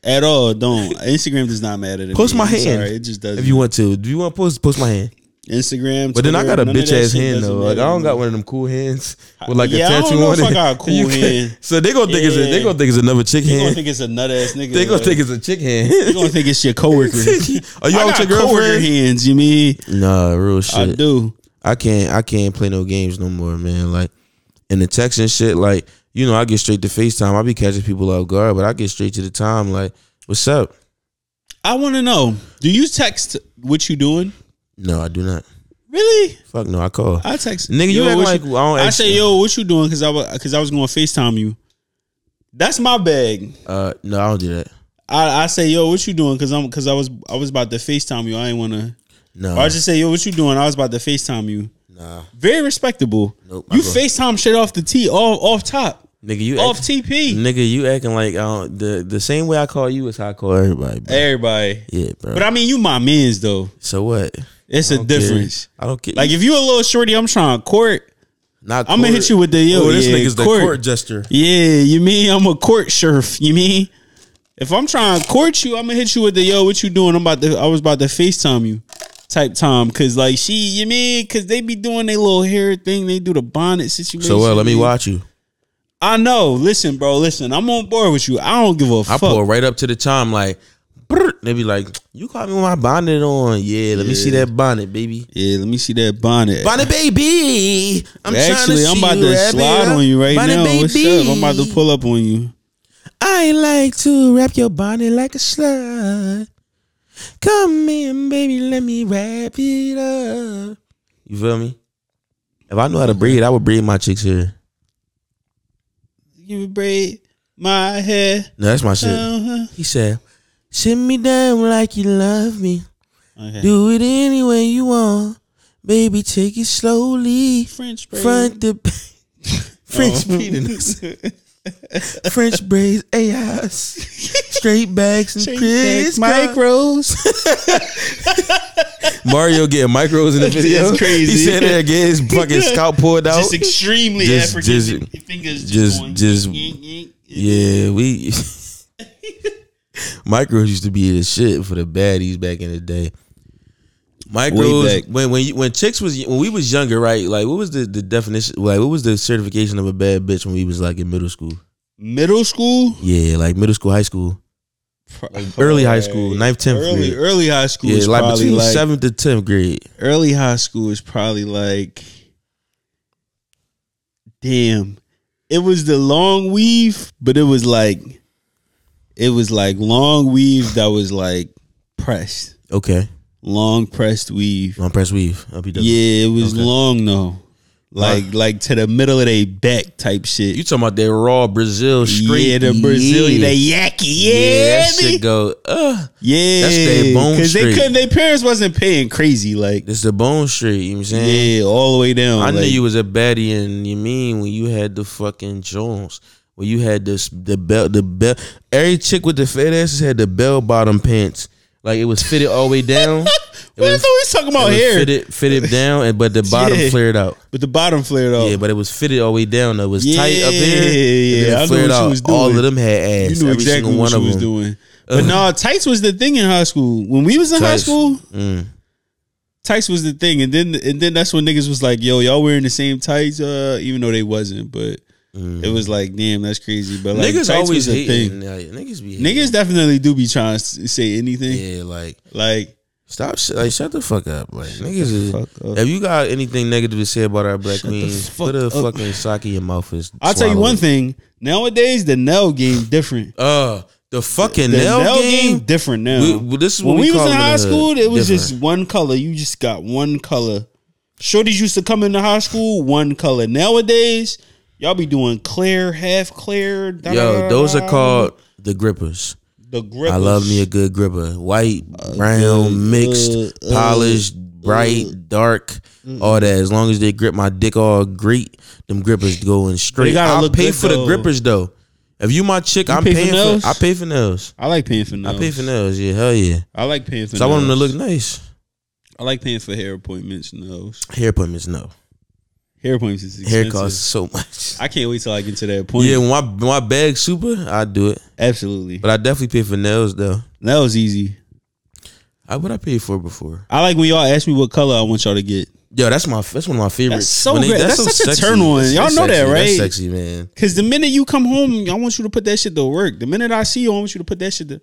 A: at all. Don't Instagram does not matter than
B: Post
A: me.
B: my
A: I'm
B: hand
A: Sorry, it just doesn't.
B: If you want to, do you want to post post my hand?
A: Instagram,
B: But then I
A: Twitter,
B: got a
A: none of
B: bitch
A: that
B: ass
A: shit
B: hand though.
A: doesn't
B: Like I
A: matter
B: don't
A: to
B: got
A: me.
B: one of them cool hands with like
A: Yeah,
B: a
A: I don't
B: tattoo
A: know
B: on
A: if
B: it.
A: I got a cool
B: You
A: hand.
B: So they gonna think it's a, they
A: Yeah.
B: gonna think it's another chick
A: They gonna
B: hand.
A: think it's a nut ass nigga.
B: They gonna think it's a chick hand.
A: They gonna think it's your coworker.
B: Are you
A: I
B: out with
A: got
B: your
A: coworker
B: girlfriend?
A: hands. You mean
B: Nah, real
A: I
B: shit.
A: do?
B: I can't I can't play no games no more, man. Like in the text and shit, like you know I get straight to Facetime. I be catching people off guard, but I get straight to the time. Like what's up?
A: I want to know. Do you text what you doing?
B: No, I do not.
A: Really?
B: Fuck no, I call.
A: I text
B: Nigga, you
A: Yo,
B: act
A: what
B: like I don't
A: I
B: ask
A: say,
B: you.
A: yo, what you doing? Because I was because I was going to Facetime you. That's my bag.
B: Uh, no, I don't do that.
A: I, I say, yo, what you doing? Because I'm because I was I was about to Facetime you. I ain't want to.
B: No,
A: Or I just say, yo, what you doing? I was about to Facetime you.
B: nah,
A: Very respectable.
B: Nope, I
A: you
B: go-
A: Facetime shit off the tee, off off top,
B: nigga, you
A: off
B: act-
A: TP.
B: Nigga, you acting like I don't, the the same way I call you is how I call everybody. Bro.
A: Everybody.
B: yeah, bro.
A: But I mean, you my man's though.
B: so what?
A: It's a
B: Don't care.
A: difference.
B: I don't care.
A: Like if you a little shorty, I'm trying to court.
B: Not
A: I'ma
B: court.
A: hit you with the, yo,
B: Oh, this
A: yeah,
B: nigga's
A: court.
B: the court gesture.
A: Yeah, you mean I'm a court sheriff. You mean if I'm trying to court you, I'm gonna hit you with the yo, what you doing? I'm about to, I was about to Facetime you, type time, cause like she, you mean, cause they be doing their little hair thing, they do the bonnet situation.
B: So what? Let me
A: man.
B: watch you.
A: I know. Listen, bro. Listen, I'm on board with you. I don't give a
B: I
A: fuck.
B: pull right up to the time like. "Bah, brrr, They be like, you caught me with my bonnet on. Yeah, let me see that bonnet, baby.
A: Yeah, let me see that bonnet.
B: Bonnet, baby. I'm trying
A: Actually,
B: to
A: I'm
B: see
A: about
B: you,
A: to
B: wrap it
A: slide
B: up.
A: on you right
B: bonnet,
A: now.
B: Baby.
A: What's up? I'm about to pull up on you.
B: I like to wrap your bonnet like a slut. Come in, baby, let me wrap it up. You feel me? If I knew how to breed, I would breed my chicks here.
A: You braid my hair.
B: No, that's my shit.
A: Uh-huh.
B: He said, "Sit me down like you love me.
A: Okay.
B: Do it any way you want, baby. Take it slowly,
A: French Oh. braid.
B: front to back, French
A: Oh.
B: penis, French braids, AIs, straight backs, and
A: Straight
B: criss
A: back micros.
B: Mario getting micros in the video.
A: It's crazy.
B: He said that again. His fucking scalp pulled out.
A: just extremely
B: Just-
A: African.
B: just-
A: Your fingers just,
B: just-
A: going
B: just-
A: yank, yank, yank.
B: yeah, we. micros used to be the shit for the baddies back in the day.
A: Way
B: Micros
A: back.
B: when when you, when chicks was when we was younger, right? Like, what was the the definition? Like, what was the certification of a bad bitch when we was like in middle school?
A: Middle school,
B: Yeah, like middle school, high school, early high school, ninth, tenth
A: early
B: grade.
A: early high school
B: yeah,
A: is
B: like
A: probably
B: between
A: like
B: seventh to tenth grade.
A: early high school is probably like damn it was the long weave but it was like it was like long weave that was like pressed
B: Okay,
A: long pressed weave
B: long press weave. LPW.
A: yeah it was
B: Okay.
A: long though like like to the middle of their back type shit
B: You talking about that raw Brazil straight?
A: yeah the brazilian
B: Yeah.
A: they yacky
B: Yeah,
A: yeah
B: that shit go. Uh,
A: yeah
B: That's they bone
A: because they
B: straight.
A: couldn't their parents wasn't paying crazy like
B: this the bone straight. You know what I'm saying?
A: yeah all the way down
B: I knew
A: like-
B: you was a baddie, and you mean when you had the fucking Jones, when you had this the belt, the belt. Every chick with the fat asses had the bell bottom pants. Like it was fitted all the way down. It
A: What
B: was,
A: is always talking
B: it
A: about
B: was
A: hair?
B: fitted, fitted down, and but the bottom
A: Yeah.
B: flared out.
A: But the bottom flared off.
B: Yeah, but it was fitted all the way down. though. It was tight up
A: Yeah,
B: here.
A: yeah, I
B: and then
A: know
B: it flared
A: what you
B: out.
A: was
B: All
A: doing.
B: of them had ass.
A: you knew
B: Every
A: exactly
B: single
A: what
B: one
A: she
B: of
A: was
B: them.
A: doing. But no, tights was the thing in high school. When we was in high
B: Tights.
A: school,
B: Mm.
A: tights was the thing. And then and then that's when niggas was like, yo, y'all wearing the same tights, uh, even though they wasn't. But it was like, damn, that's crazy. But like
B: Mm. niggas
A: tights
B: always
A: was a
B: hating.
A: thing.
B: Like, niggas be hating.
A: Niggas definitely do be trying to s- say anything.
B: Yeah, like
A: Like
B: stop. sh- Like shut the fuck up. Like niggas. Is,
A: fuck up.
B: If you got anything negative to say about our black queens,
A: fuck
B: put a
A: up.
B: fucking sock in your mouth. And
A: I'll tell you
B: swallow
A: one
B: it.
A: thing. Nowadays the nail game different.
B: Uh, the fucking
A: The
B: nail,
A: nail
B: game.
A: game different now.
B: We- well, this is
A: when
B: what
A: we,
B: we
A: was
B: call
A: in
B: it in
A: high
B: the
A: school,
B: hood.
A: it was just
B: Different.
A: one color. You just got one color. Shorties used to come into high school one color. Nowadays, y'all be doing clear, half clear. da- da- da-
B: Yo, those
A: da-
B: are called the grippers.
A: the grippers.
B: I love me a good gripper. White, brown, mixed,
A: uh, uh, mm.
B: polished, bright, dark, all that. As long as they grip my dick all great, them grippers going straight.
A: gotta
B: I'll
A: look
B: pay
A: good,
B: for
A: though.
B: the grippers though. If you my chick, I'm
A: pay for
B: paying for,
A: nails?
B: I pay for nails.
A: I like paying for
B: I
A: nails.
B: pay for nails. Yeah, hell yeah.
A: I like paying for.
B: So I want them to
A: nails.
B: look nice.
A: I like paying for hair appointments. Nose
B: Hair appointments, no.
A: hair appointments is
B: Hair
A: expensive.
B: costs so much.
A: I can't wait till I get to that
B: Yeah,
A: appointment.
B: when my when my bag super, I do it.
A: Absolutely,
B: But I definitely pay for nails though.
A: that was easy.
B: I what I paid for before.
A: I like when y'all ask me what color I want y'all to get.
B: Yo, that's my that's one of my
A: That's
B: favorites.
A: so
B: When
A: great. That's such a turn on.
B: That's
A: Y'all know
B: so
A: that,
B: sexy.
A: right?
B: That's sexy, man.
A: Cause the minute you come home, I want you to put that shit to work. The minute I see you, I want you to put that shit to.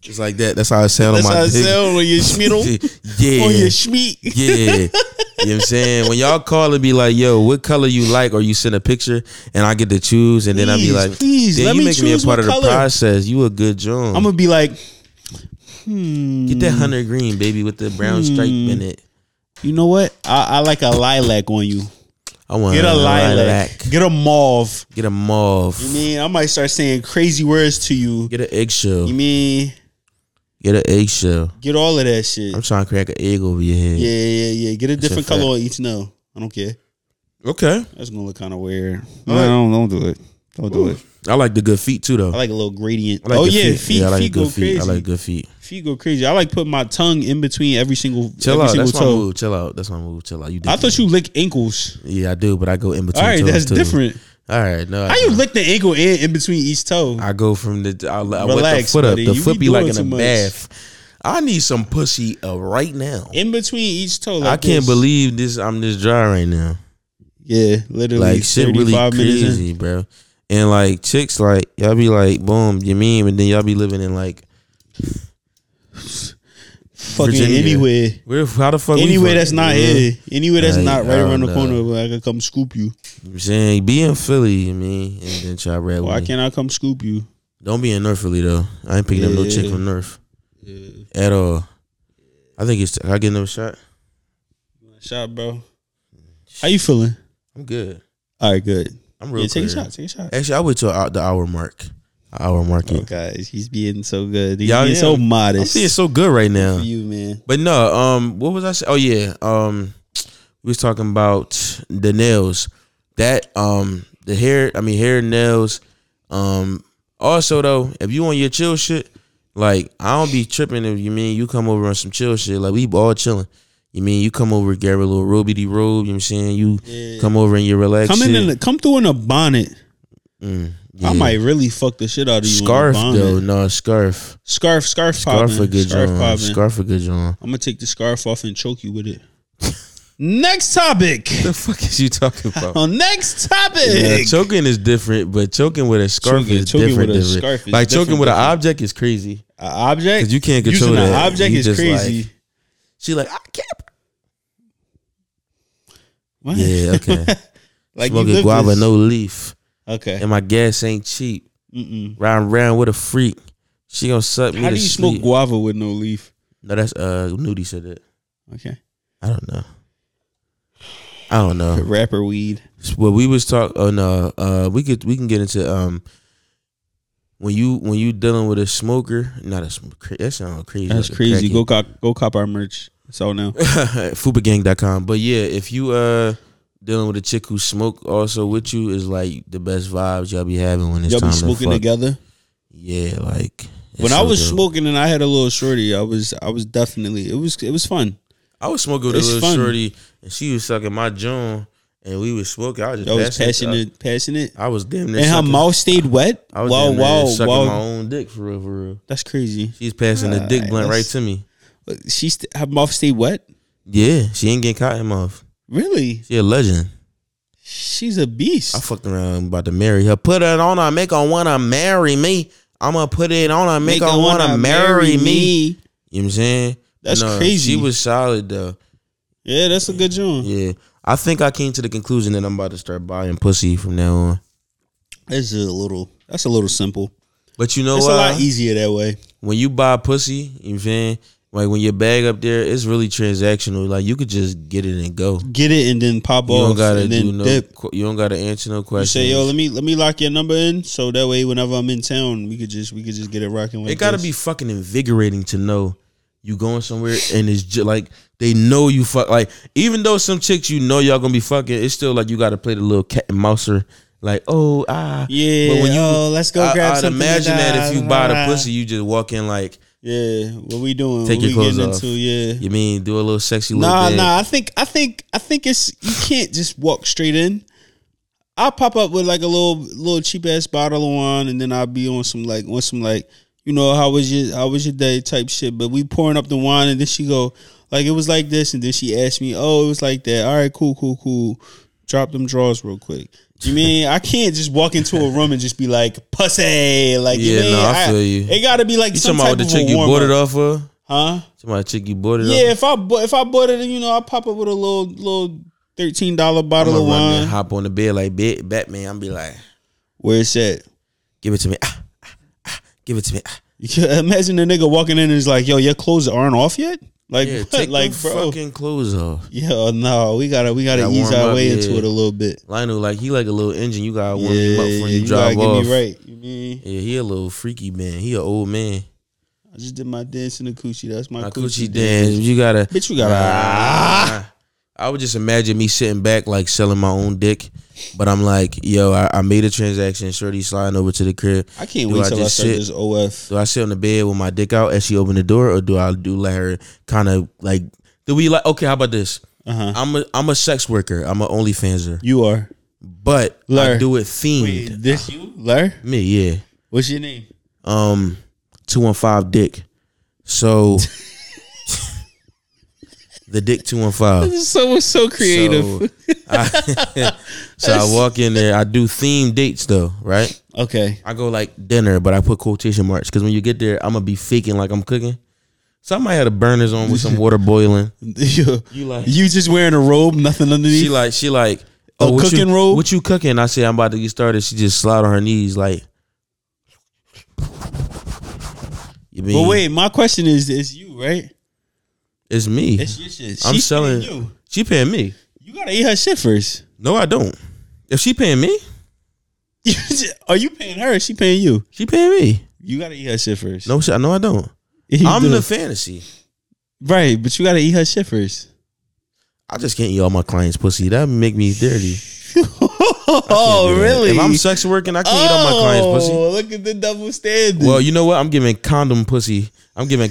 B: Just like that. That's how I sound
A: That's
B: on my
A: how it
B: dick.
A: sound on your schmiddle,
B: yeah.
A: on your schmeat.
B: yeah. You know what I'm saying? When y'all call and be like, yo, what color you like, or you send a picture and I get to choose, and then I be
A: Please,
B: like,
A: please,
B: "Damn,
A: let
B: you
A: me
B: making me a
A: choose
B: part
A: what
B: of the
A: color."
B: process. You a good John.
A: I'm gonna be like, hmm,
B: get
A: Mm.
B: that hunter green, baby, with the brown stripe in it.
A: you know what? I, I like a lilac on you.
B: I want
A: Get a lilac.
B: Uh, lilac.
A: Get a mauve.
B: Get a mauve.
A: You mean I might start saying crazy words to you.
B: Get an eggshell.
A: You mean
B: Get an eggshell.
A: get all of that shit?
B: I'm trying to crack an egg over your head.
A: Yeah, yeah, yeah. Get a different
B: a
A: color
B: fact.
A: on each nail. I don't care.
B: Okay.
A: That's gonna look kind of weird. No, don't, don't do it. Don't do it.
B: I like the good feet too, though.
A: I like a little gradient.
B: I like
A: oh
B: good
A: yeah, feet,
B: I like
A: feet
B: good
A: go
B: feet.
A: crazy.
B: I like good feet.
A: Feet go crazy. I like putting my tongue in between every single every
B: Chill out.
A: single
B: That's my
A: toe.
B: move. Chill out. That's my move. Chill out. You.
A: I
B: dickhead.
A: thought you lick ankles.
B: Yeah, I do, but I go in between.
A: All right,
B: toes,
A: that's
B: too.
A: different.
B: All right, no.
A: How you lick the ankle in in between each toe?
B: I go from the. I, I went the
A: Relax,
B: foot up.
A: buddy.
B: The
A: You
B: foot
A: be
B: be like
A: doing
B: in a
A: too much.
B: bath. I need some pussy uh, right now.
A: In between each toe. Like
B: I can't
A: this.
B: believe this. I'm this dry right now.
A: Yeah, literally.
B: Like shit, really
A: 35 minutes in.
B: crazy, bro. And like chicks, like y'all be like, boom, you mean, and then y'all be living in like
A: Fucking
B: Virginia.
A: anywhere.
B: where? How the fuck? we
A: Anywhere
B: from?
A: that's not
B: You know?
A: here. Anywhere that's
B: Like,
A: not right
B: I
A: around the
B: don't
A: corner
B: know.
A: where I could come scoop you.
B: I'm saying be in Philly, you mean, and then try red.
A: Why
B: Wing.
A: can't Oh, I come scoop you?
B: Don't be in North Philly though. I ain't picking up no chick
A: Yeah.
B: from North at all. I think it's. I get another shot.
A: Shot, bro. How you feeling?
B: I'm good.
A: All right, good.
B: I'm real.
A: Yeah, take a
B: clear.
A: shot. Take a shot.
B: Actually, I wait till out the hour mark. Hour market.
A: Oh, guys, he's being so good. He's
B: Y'all-
A: being
B: yeah.
A: so
B: I'm
A: modest.
B: feeling so good right
A: for
B: now.
A: you, man.
B: But no, um, what was I say? Oh yeah, um, we was talking about the nails. That um, the hair. I mean, hair nails. Um, also though, if you on your chill shit, like I don't be tripping. If you mean you come over on some chill shit, like we all chilling. You mean you come over, Gary, little roby de robe. You know what I'm saying you
A: Yeah.
B: come over and you relax.
A: Come in,
B: shit.
A: in the, come through in a bonnet. I
B: Mm, yeah.
A: might really fuck the shit out of you. in a
B: scarf
A: bonnet.
B: though. No scarf.
A: Scarf, scarf,
B: Scarf a
A: popping.
B: good
A: Scarf
B: John.
A: popping.
B: Scarf a good John.
A: I'm gonna take the scarf off and choke you with it. next topic.
B: The fuck is you talking about?
A: On next topic.
B: Yeah, choking is different, but choking with a scarf
A: Choking-
B: is
A: choking
B: different.
A: with a
B: different.
A: scarf is
B: like choking
A: different,
B: with an
A: different.
B: object is crazy
A: A object.
B: because you can't control
A: Using an
B: that.
A: object
B: You
A: is
B: just
A: crazy.
B: Like, she like I can't.
A: What?
B: Yeah, okay.
A: like you
B: Smoking
A: live
B: guava,
A: this.
B: no leaf,
A: Okay.
B: and my gas ain't cheap.
A: Mm-mm.
B: Riding around with a freak, she gonna suck me
A: How
B: to
A: do you
B: sleep.
A: smoke guava with no leaf?
B: no, that's uh, Nudie said that.
A: Okay.
B: I don't know. I don't know.
A: Rapper weed.
B: Well, we was talk. Oh no, uh, we could we can get into um when you when you dealing with a smoker, not a smoker. That sounds crazy.
A: That's
B: like a
A: crazy.
B: crackhead.
A: Go cop. Go cop our merch. It's all now.
B: Fubagang.com. But yeah, if you uh dealing with a chick who smoke also with you is like the best vibes y'all be having when it's
A: Y'all
B: time
A: be
B: to
A: smoking
B: fuck.
A: together.
B: Yeah, like it's
A: When
B: so
A: I was
B: dope.
A: smoking and I had a little shorty, I was I was definitely it was it was fun.
B: I was smoking with a
A: It's
B: little
A: fun.
B: shorty, and she was sucking my joint, and we was smoking. I was just
A: I was
B: passing it up.
A: passionate, passionate,
B: I was damn near.
A: and her
B: sucking-
A: mouth stayed wet.
B: I was
A: Wow,
B: damn near
A: wow,
B: sucking my
A: wow!
B: own dick for real, for real.
A: That's crazy.
B: She's passing the dick
A: Alright,
B: blunt right
A: that's-
B: to me.
A: She st- her mouth stayed wet.
B: Yeah, she ain't getting caught in mouth.
A: Really?
B: She a legend.
A: She's a
B: I
A: beast.
B: fucked around. I'm about to marry her. Put it on her. Make her wanna marry me. I'ma put it on her. Make, her wanna, marry me. You know what I'm saying?
A: That's
B: No,
A: crazy.
B: She was solid though.
A: Yeah, that's a good joint.
B: Yeah. I think I came to the conclusion that I'm about to start buying pussy from now on.
A: That's a little. That's a little simple.
B: But you know
A: It's
B: what?
A: a lot e- easier that way.
B: when you buy pussy, you know what I'm saying? Like when your bag up there, it's really transactional. Like you could just get it and go.
A: Get it and then pop
B: You don't
A: off
B: gotta
A: and then
B: do no.
A: dip.
B: qu- You don't gotta answer no
A: You
B: questions.
A: say, yo, let me let me lock your number in, so that way whenever I'm in town, we could just we could just get it rocking. Like
B: It gotta
A: this.
B: be fucking invigorating to know you going somewhere and it's just like they know you fuck. Like even though some chicks you know y'all gonna be fucking, it's still like you gotta play the little cat and mouser. Like oh ah
A: Yeah.
B: But when you-
A: oh, let's go
B: I,
A: grab
B: would
A: something.
B: imagine that if you buy
A: da-
B: the pussy, you just walk in like
A: Yeah. What we doing?
B: Take
A: what
B: your
A: we
B: clothes
A: getting
B: off.
A: into? Yeah.
B: you mean do a little sexy little
A: Nah,
B: thing.
A: nah. I think I think I think it's you can't just walk straight in. I'll pop up with like a little little cheap ass bottle of wine, and then I'll be on some like on some like you know how was your how was your day type shit. But we pouring up the wine, and then she go like it was like this, and then she asked me, oh, it was like that. All right, cool, cool, cool. Drop them drawers real quick. You mean I can't just walk into a room and just be like pussy? Like you
B: Yeah,
A: mean,
B: no, I feel you.
A: It gotta be like
B: You
A: some
B: talking
A: type
B: about the
A: of
B: chick
A: a
B: you bought
A: warm
B: it
A: up,
B: off of?
A: huh?
B: Somebody chick you bought it
A: Yeah,
B: off.
A: if I bu- if I bought it, you know, I pop up with a little little thirteen dollar
B: I'm
A: bottle
B: gonna
A: of
B: run there,
A: wine.
B: hop on the bed like Bat- Batman. I'm be like,
A: Where it's at.
B: give it to me. Ah, ah, ah, give it to me. Ah.
A: You can imagine a nigga walking in and is like, "Yo, your clothes aren't off yet." Like,
B: Yeah,
A: what?
B: take
A: like,
B: them
A: bro.
B: fucking clothes off.
A: yeah, no, we gotta we gotta
B: Gotta
A: ease
B: warm
A: our
B: up,
A: way
B: yeah.
A: into it a little bit.
B: Lionel, like he like a little engine. You gotta
A: Yeah,
B: warm him up
A: yeah,
B: when
A: you,
B: you drive
A: gotta
B: off.
A: get me right. You mean?
B: Yeah, he a little freaky man. He an old man.
A: I just did my dance in the coochie. That's my,
B: My
A: coochie,
B: coochie dance. You gotta.
A: Bitch, you gotta.
B: Ah. I would just imagine me sitting back like selling my own dick, but I'm like, yo, I, I made a transaction. Shorty sliding over to the crib.
A: I can't
B: Do
A: wait
B: I
A: till I
B: just
A: start
B: sit?
A: this OF.
B: Do I sit on the bed with my dick out as she open the door, or do I do let her kind of like? Do we like? Okay, how about this?
A: Uh huh.
B: I'm a I'm a sex worker. I'm an OnlyFanser,
A: You are.
B: but
A: Lur.
B: I do it themed.
A: this you, Lur?
B: Me, yeah.
A: What's your name?
B: Um, two one five dick. So the Dick Two One Five.
A: So it's so creative.
B: So I, so I walk in there. I do theme dates though, right?
A: okay.
B: I go like dinner, but I put quotation marks because when you get there, I'm gonna be faking like I'm cooking. So I might have the burners on with some water boiling.
A: you
B: like-
A: you just wearing a robe, nothing underneath.
B: She like she like oh
A: A
B: what
A: cooking
B: you,
A: robe?
B: What you cooking? I say I'm about to get started. She just slid on her knees like. You mean,
A: but wait, my question is: It's you, right?
B: it's me.
A: It's your shit.
B: I'm
A: She's
B: selling.
A: paying you.
B: She paying me.
A: You gotta eat her shit first.
B: No, I don't. If she paying me,
A: You just- Are you paying her? or She paying you?
B: she paying me.
A: You gotta eat her shit first.
B: No, she, no, I don't.
A: You
B: I'm
A: do.
B: the fantasy.
A: right, but you gotta eat her shit first.
B: I just can't eat all my clients' pussy. That make me dirty.
A: oh, really?
B: If I'm sex working, I can't eat all my clients' pussy.
A: Oh, Look at the double standard.
B: Well, you know what? I'm giving condom pussy. I'm giving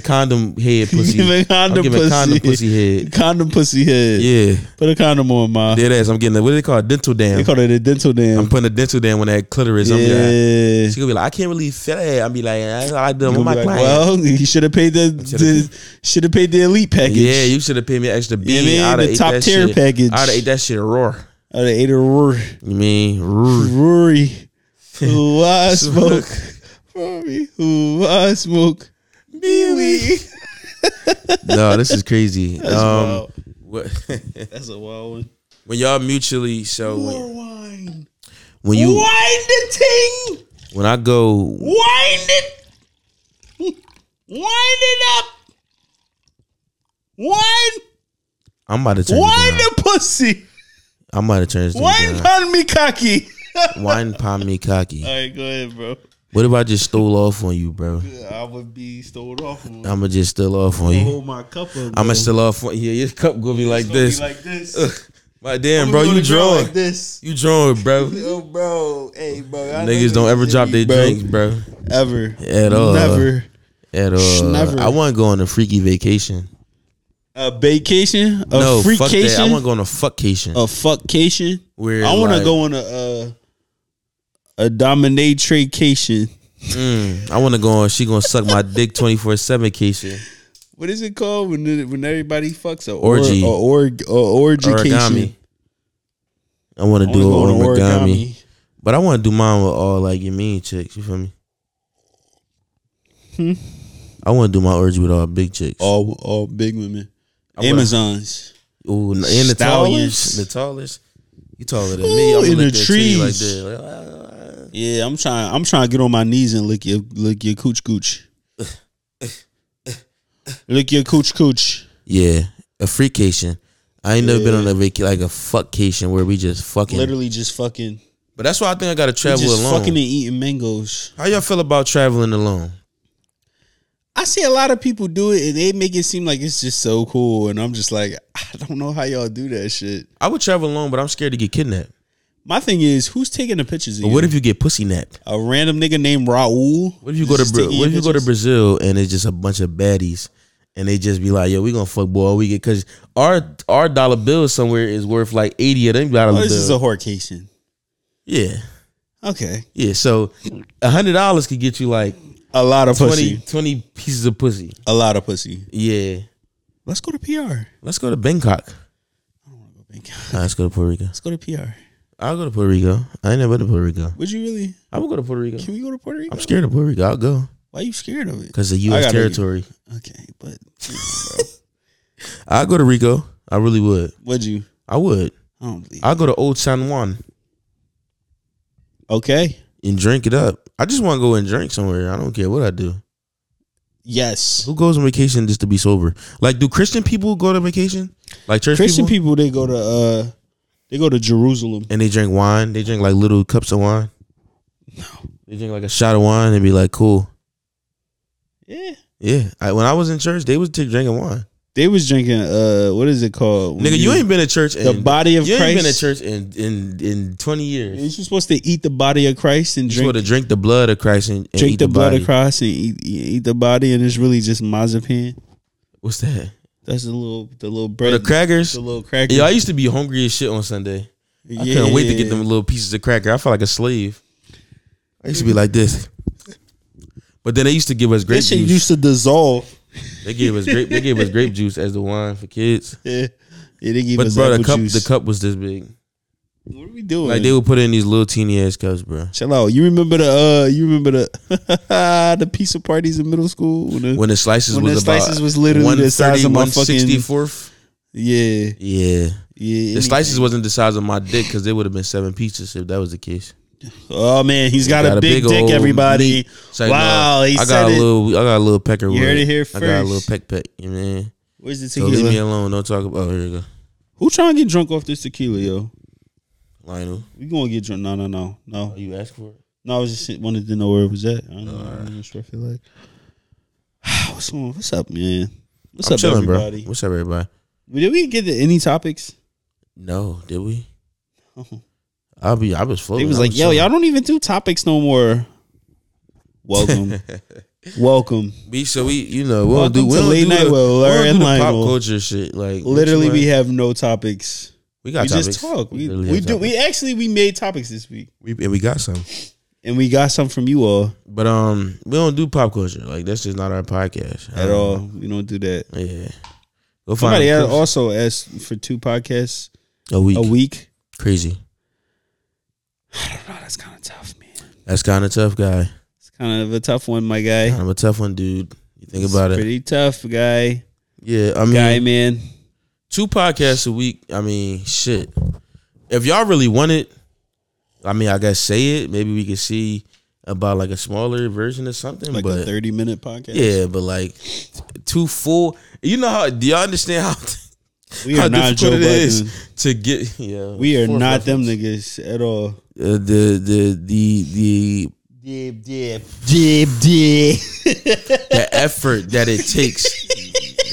B: condom head pussy.
A: Giving condom
B: I'm giving
A: pussy.
B: condom pussy head.
A: condom pussy head.
B: Yeah,
A: Put a condom on my.
B: dead ass. I'm getting a, what do they call it? dental
A: They
B: dam.
A: call it a dental
B: I'm
A: dam.
B: putting a dental dam on that clitoris. I'm gonna,
A: yeah.
B: she gonna be like, I can't really feel that. I'll be like, I, I done
A: Gonna
B: with my
A: be like,
B: client.
A: well, he should have paid the, the should have paid the elite package.
B: yeah, you should have paid me an extra bean.
A: mean,
B: I'd
A: the
B: have ate
A: top
B: that
A: tier
B: shit.
A: package.
B: I'd have ate that shit raw.
A: oh, they ate a Rory.
B: You mean Rrr.
A: Rory, who I smoke. Rory, who I smoke. Billy.
B: no? This is crazy. um,
A: wild.
B: what,
A: That's a wild one.
B: when y'all mutually so when,
A: More wine.
B: when you
A: Wine the ting.
B: when I go
A: Wind it. Wind it up. Wind,
B: I'm about to turn.
A: wind
B: Wine,
A: the pussy.
B: I'm about to turn this
A: Wind
B: wine,
A: on me cocky. All
B: wine palm me cocky.
A: right, go ahead, bro.
B: What if I just stole off on you, bro?
A: I would be stole off. and
B: I'ma just steal off on you.
A: Hold my cup up.
B: I'ma steal off on you. Yeah, your cup gonna be like this.
A: like this.
B: My damn, bro, you drawing.
A: like this.
B: You drawing, bro.
A: Yo, bro. Hey, bro. I know
B: Niggas don't ever
A: this
B: drop
A: nigga,
B: their
A: bro.
B: drinks, bro.
A: ever.
B: At all.
A: Never.
B: At all.
A: Schnever.
B: I want to go on a freaky vacation.
A: A vacation. A
B: no, fuck that. I
A: freakcation.
B: want to go on a fuckcation.
A: a fuckcation.
B: where
A: I want to
B: like,
A: go on a uh, a dominatrixcation.
B: mm, I want to go on. She gonna suck my dick twenty four seven cation.
A: What is it called when the- when everybody fucks a
B: Orgy.
A: or, a org or orgycation?
B: Origami. I want
A: I wanna
B: to do
A: go
B: an
A: on a
B: origami. But I want to do mine with all like your mean chicks. You feel me?
A: Hmm.
B: I want to do my orgy with all big chicks. Oh,
A: All all big women,
B: I wanna-
A: Amazons.
B: Ooh, and the
A: Stylist?
B: tallest. The tallest. You taller than me. I'm
A: Ooh, in
B: in
A: the
B: the trees. Like
A: trees.
B: that.
A: Yeah, I'm trying. I'm trying to get on my knees and lick your lick your cooch cooch. lick your cooch cooch.
B: Yeah, a freakation. I ain't never been on a vacation like a fuckcation where we just fucking.
A: Literally just fucking,
B: But that's why I think I gotta travel
A: just
B: alone.
A: fucking and eating mangoes.
B: How y'all feel about traveling alone?
A: I see a lot of people do it and they make it seem like it's just so cool, and I'm just like, I don't know how y'all do that shit.
B: I would travel alone, but I'm scared to get kidnapped.
A: My thing is, who's taking the pictures of
B: But
A: you?
B: what if you get pussy napped?
A: a random nigga named Raul?
B: What if you go to
A: Just
B: Bra-
A: taking
B: What if
A: your
B: you go to
A: pictures?
B: Brazil and it's just a bunch of baddies, and they just be like, "Yo, we gonna fuck boy all weekend," because our our dollar bill somewhere is worth like eighty of them dollar
A: Oh, this
B: bills.
A: is a horcation.
B: yeah,
A: Okay,
B: yeah. So a hundred dollars could get you like
A: a lot of
B: 20, 20 pieces of pussy.
A: A lot of pussy.
B: Yeah.
A: Let's go to PR.
B: Let's go to Bangkok. Nah, let's go to Puerto Rico.
A: Let's go to PR.
B: I'll go to Puerto Rico. I ain't never been to Puerto Rico.
A: Would you really?
B: I would go to Puerto Rico.
A: Can we go to Puerto Rico?
B: I'm scared of Puerto Rico. I'll go
A: Why are you scared of it?
B: because the
A: I
B: U.S.
A: gotta-
B: territory.
A: Okay, but
B: I'll go to Rico. I really would.
A: would you?
B: I would.
A: I don't believe.
B: I'll go to Old San Juan.
A: Okay.
B: and drink it up. I just want to go and drink somewhere. I don't care what I do.
A: Yes.
B: Who goes on vacation just to be sober? Like, do Christian people go to vacation? Like church
A: Christian people,
B: people,
A: they go to uh, they go to Jerusalem.
B: and they drink wine. They drink like little cups of wine. No, they drink like a shot of wine and be like, "Cool,
A: Yeah.
B: yeah." I, when I was in church, they was t- drinking wine.
A: They was drinking uh, what is it called? When
B: Nigga, you, ain't been to church. In,
A: the body of
B: you
A: Christ.
B: ain't been to church in in in twenty years.
A: You supposed to eat the body of Christ and
B: You
A: drink
B: supposed to drink the blood of Christ and, and
A: drink
B: eat
A: the,
B: the,
A: blood
B: body.
A: of Christ and eat, eat, eat the body, and it's really just mazapan.
B: What's that?
A: That's the little the little
B: Or
A: bread,
B: the crackers.
A: the little cracker.
B: Yeah, I used to be hungry as shit on Sunday. I couldn't wait to get them little pieces of cracker. I felt like a slave. I used to be like this. But then they used to give us grape
A: This shit
B: juice.
A: used to dissolve.
B: They gave us grape. They gave us grape juice as the wine for kids.
A: Yeah, yeah they gave
B: But
A: us
B: bro, the
A: apple
B: cup
A: juice.
B: the cup was this big.
A: What are we doing?
B: Like they would put it in these little teeny ass cups, bro.
A: Chill out. You remember the uh you remember the the pizza parties in middle school? When the-
B: When the slices
A: When
B: was
A: the
B: about
A: slices was literally the size of my fucking-
B: 164th.
A: yeah,
B: Yeah,
A: yeah.
B: the
A: any-
B: slices wasn't the size of my dick because they would have been seven pieces if that was the case.
A: Oh man, he's got, a big, dick,
B: old
A: everybody.
B: meat. It's like,
A: wow,
B: no,
A: he
B: I
A: said
B: got a
A: it.
B: little, I got a little pecker.
A: You heard
B: wood.
A: it here
B: I got a little
A: first.
B: peck peck. You man,
A: Where's the
B: so leave
A: tequila?
B: me alone. Don't talk about. Oh, here you go,
A: Who trying to get drunk off this tequila, yo?
B: Lionel.
A: We gonna get drunk? No, no, no, no.
B: You asked for it.
A: No, I was just wanted to know where it was at. I don't know. I'm not sure. I feel like. What's going? on? What's up, man? What's
B: I'm
A: up,
B: chilling,
A: everybody?
B: bro. What's up, everybody?
A: Did we get to any topics?
B: No, did we?
A: Oh.
B: I'll be. I was floating.
A: They was
B: I
A: like, yo,
B: chilling.
A: y'all don't even do topics no more. Welcome, welcome.
B: We so we you know we don't
A: Welcome
B: do we
A: to
B: don't
A: Late
B: do
A: Night with
B: the, we
A: Larry
B: don't
A: and
B: do the pop
A: Lionel.
B: culture shit like what
A: Literally,
B: you
A: we
B: want.
A: have no topics.
B: we got
A: we
B: topics.
A: just talk. We,
B: literally
A: we
B: have
A: do.
B: topics.
A: We actually we made topics this week,
B: we and we got some
A: and we got some from you all
B: but um we don't do pop culture like that's just not our podcast
A: at
B: Um,
A: all. We don't do that.
B: yeah go find
A: Somebody
B: a
A: else
B: crazy-
A: also asked for two podcasts
B: a week
A: a week.
B: crazy
A: I don't know. That's kind of tough, man.
B: that's kind of tough guy
A: It's kind of a tough one, my guy.
B: I'm a tough one dude you think
A: It's
B: about it
A: Pretty tough guy,
B: yeah I mean
A: guy man.
B: two podcasts a week I mean shit if y'all really want it I mean I guess say it maybe we could see about like a smaller version or something
A: Like
B: but
A: a thirty minute podcast.
B: Yeah, but like two full. You know how? Do y'all understand how,
A: we
B: how
A: are not Joe
B: difficult it
A: Budden.
B: is to get? Yeah,
A: We are
B: fourth
A: not them
B: reference.
A: niggas at all.
B: Uh, the the the the
A: Dip, dip, dip, dip,
B: the effort that it takes.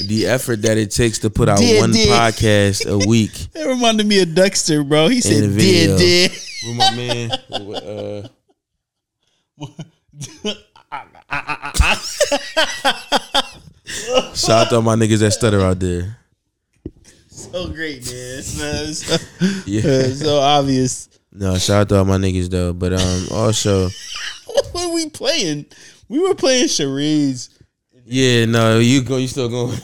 B: The effort that it takes to put out
A: Did,
B: one
A: did.
B: podcast a week.
A: That reminded me of Dexter, bro. He
B: the
A: said,
B: video.
A: "Did, did."
B: With my man, uh, shout out to all my niggas that stutter out there.
A: So Oh, great, man. It's so,
B: Yeah,
A: so obvious.
B: no, shout out to all my niggas though. But um, also,
A: What were we playing? We were playing charades.
B: Yeah, no, you go. You still going.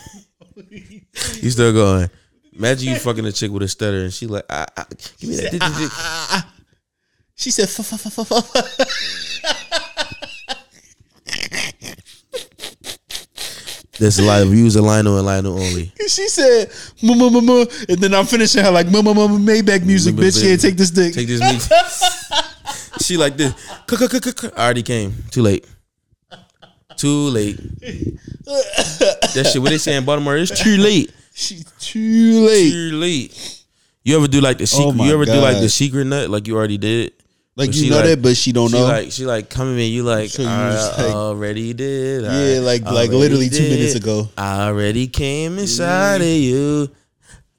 B: you still going. Imagine you fucking a chick with a stutter and she like, ah, ah, give me that. dick, dick, dick."
A: She said, "F- f- f- f- f-
B: That's a lot of views. A Lionel and Lionel only.
A: She said, "Mu mu mu mu," and then I'm finishing her like, "Mu mu mu mu Maybach music,
B: Mu- mu-
A: bitch. Yeah, take this dick."
B: Take this meat. she like this. Cuh, cuh, cuh, cuh, cuh. I already came. Too late. Too late. That shit. What they say in Baltimore? It's too late.
A: She's too late. Oh
B: Too late. You ever do like the secret?
A: my
B: you ever do like the
A: God.
B: secret nut? Like you already did.
A: Like
B: But
A: you
B: she
A: know
B: like-
A: that, but she don't
B: She
A: know.
B: like she like coming in. You like
A: you
B: I
A: just like-
B: already did. I
A: yeah, like like
B: already
A: literally two
B: did.
A: minutes ago.
B: I already came inside of you.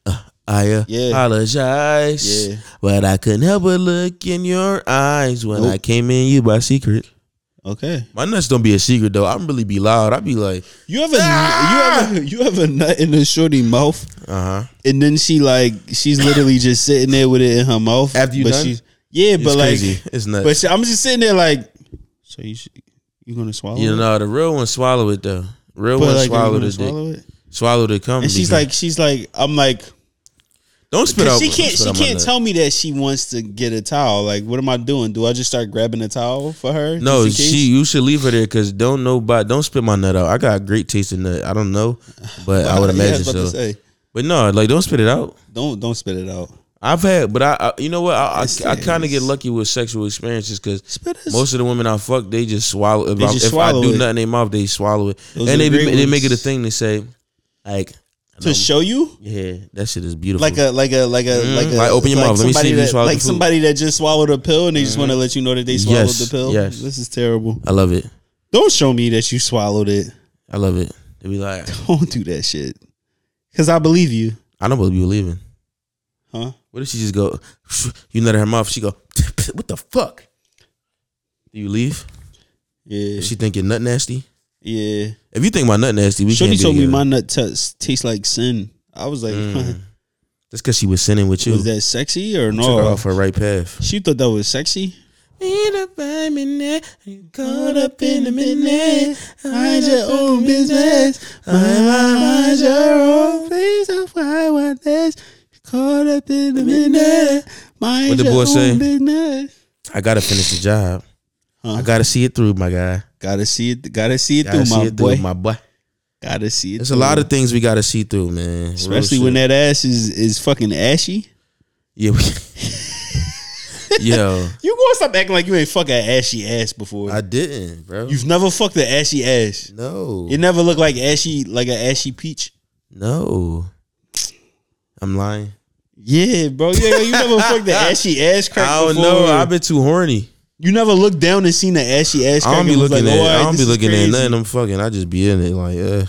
B: Uh, I uh,
A: Yeah.
B: apologize,
A: Yeah.
B: but I couldn't help but look in your eyes when I
A: Nope.
B: came in you by secret.
A: Okay.
B: My nuts don't be a secret though. I'm really be loud. I be like,
A: You have a you have a, you have a nut in a shorty mouth,
B: uh huh.
A: and then she like she's literally just sitting there with it in her mouth
B: After you
A: But
B: done?
A: she's yeah,
B: It's
A: but like,
B: crazy. It's nuts.
A: but she, I'm just sitting there like, so you should, you gonna swallow?
B: you
A: it?
B: know the real one swallow it though. Real
A: But
B: one
A: like, are you
B: swallow
A: gonna
B: the dick.
A: swallow it.
B: Swallow the cum.
A: And she's
B: because-
A: like, she's like, I'm like,
B: don't spit
A: Cause
B: out.
A: she
B: don't
A: can't.
B: spit
A: She
B: out my
A: can't
B: nut.
A: tell me that she wants to get a towel. Like, what am I doing? Do I just start grabbing a towel for her?
B: No,
A: just in case?
B: she. You should leave her there because don't nobody. Don't spit my nut out. I got great taste in nut. I don't know, but I would
A: Yeah,
B: imagine
A: was about to
B: so.
A: say,
B: But no, like don't spit it out.
A: don't don't spit it out.
B: I've had, but I, I you know what? I
A: It's
B: I, I kind of
A: serious.
B: get lucky with sexual experiences because
A: Spit it.
B: most of the women I fuck, they just swallow. If,
A: They
B: I,
A: just
B: if
A: swallow
B: I do
A: it.
B: nothing in their mouth, they swallow it,
A: Those are
B: and they
A: the
B: be,
A: great
B: they make it a
A: ones.
B: thing to say, like,
A: to show you.
B: yeah, that shit is beautiful.
A: Like a like a like a
B: Mhm.
A: like a
B: Like, open your mouth. Let me see
A: somebody
B: if you
A: that-
B: swallowed
A: like
B: the food. Mm-hmm.
A: somebody that just swallowed a pill and they just want to let you know that they swallowed
B: Yes,
A: the pill.
B: yes.
A: This is terrible.
B: I love it.
A: Don't show me that you swallowed it.
B: I love it. They be like,
A: Don't do that shit. Cause I believe you.
B: I don't believe you leaving.
A: Huh?
B: What if she just go? You nut in her mouth. She go, what the fuck? Do you leave?
A: Yeah.
B: If she think your nut nasty,
A: yeah.
B: if you think my nut nasty, we
A: Shorty
B: can't be
A: told me
B: together.
A: my nut test tastes like sin. I was like,
B: Mm. That's because she was sinning with you.
A: was that sexy or
B: Took her
A: no?
B: off her right path.
A: She thought that was sexy.
B: Ain't up by minute, caught up in a minute. Mind your own business, mind, mind your own business. Why want this? Caught up in a minute, mind
A: What the
B: your
A: boy
B: own
A: say?
B: business. I gotta finish the job.
A: Huh?
B: I gotta see it through, my guy.
A: Gotta see it. Gotta see it
B: Gotta
A: through,
B: see
A: my
B: it
A: boy.
B: through, my boy.
A: gotta see it.
B: There's a
A: through.
B: lot of things we gotta see through, man. Real
A: especially
B: shit.
A: when that ass is is fucking ashy.
B: yeah, we, yo,
A: You gonna stop acting like you ain't fuck an ashy ass before?
B: I didn't, bro.
A: You've never fucked an ashy ass.
B: no,
A: It never looked like ashy, like an ashy peach.
B: no, I'm lying.
A: Yeah, bro. Yeah, you never fucked the ashy ass crack.
B: I don't
A: before.
B: know. I've been too horny.
A: You never looked down and seen the ashy ass.
B: I
A: crack
B: don't be
A: and was
B: looking
A: like,
B: at.
A: "Oh,
B: I
A: alright,
B: don't be
A: this is
B: looking
A: crazy."
B: at nothing. I'm fucking. I just be in it like ugh.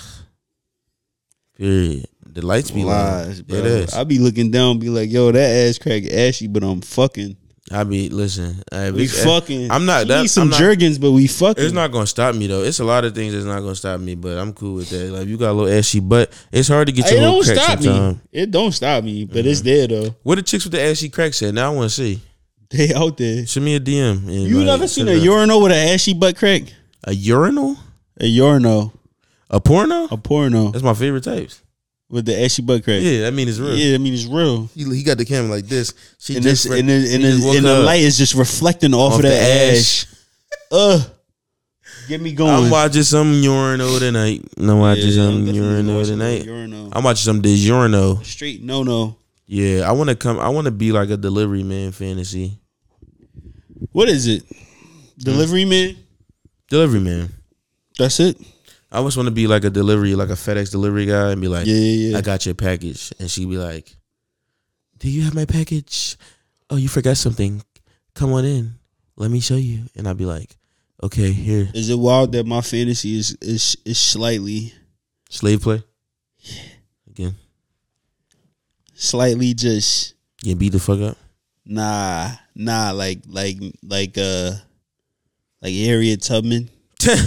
B: Period. The lights be
A: Lies,
B: lies.
A: bro.
B: It is.
A: I be looking down, be like, "Yo, that ass crack ashy," but I'm fucking.
B: I be listen. I
A: We
B: be, eh,
A: fucking.
B: I'm not.
A: She
B: That,
A: need some
B: I'm not-
A: Jergens, but we fucking.
B: It's not gonna stop me though. It's a lot of things that's not gonna stop me, but I'm cool with that. Like you got a little ashy butt. It's hard to get
A: It
B: your little
A: don't
B: crack
A: stop
B: sometimes. Mm-hmm.
A: me. It don't stop me, but it's there though.
B: What the chicks with the ashy cracks at? Now I want to see.
A: They out there.
B: Send me a DM. and,
A: You
B: like,
A: never seen a
B: send
A: urinal with an ashy butt crack?
B: a urinal,
A: A urinal,
B: a porno.
A: a porno
B: That's my favorite types.
A: with the ashy butt crack. Yeah,
B: Yeah, that mean it's real.
A: I mean it's real.
B: He, he got the camera like this. She
A: And this,
B: re-
A: and, the,
B: she
A: and,
B: just
A: the,
B: woke
A: and the
B: up.
A: light is just reflecting off,
B: Off
A: of the,
B: the
A: ash. Ugh, get me going.
B: I'm watching some urinal tonight. No,
A: Yeah,
B: watching
A: I'm
B: some
A: definitely
B: urinal
A: watching a
B: tonight.
A: Urinal.
B: I'm watching some diurno.
A: Straight no no.
B: Yeah, I want to come. I want to be like a delivery man fantasy.
A: What is it? Delivery man.
B: Delivery man.
A: That's it.
B: I just want to be like a delivery, like a FedEx delivery guy, and be like,
A: Yeah yeah yeah.
B: I got your package. And she'd be like, Do you have my package? Oh, you forgot something. Come on in. Let me show you. And I'd be like, Okay, here.
A: Is it wild that my fantasy is is is slightly
B: Slave play. Again.
A: slightly just
B: Yeah, beat the fuck up.
A: Nah, nah, like like like uh like Harriet Tubman.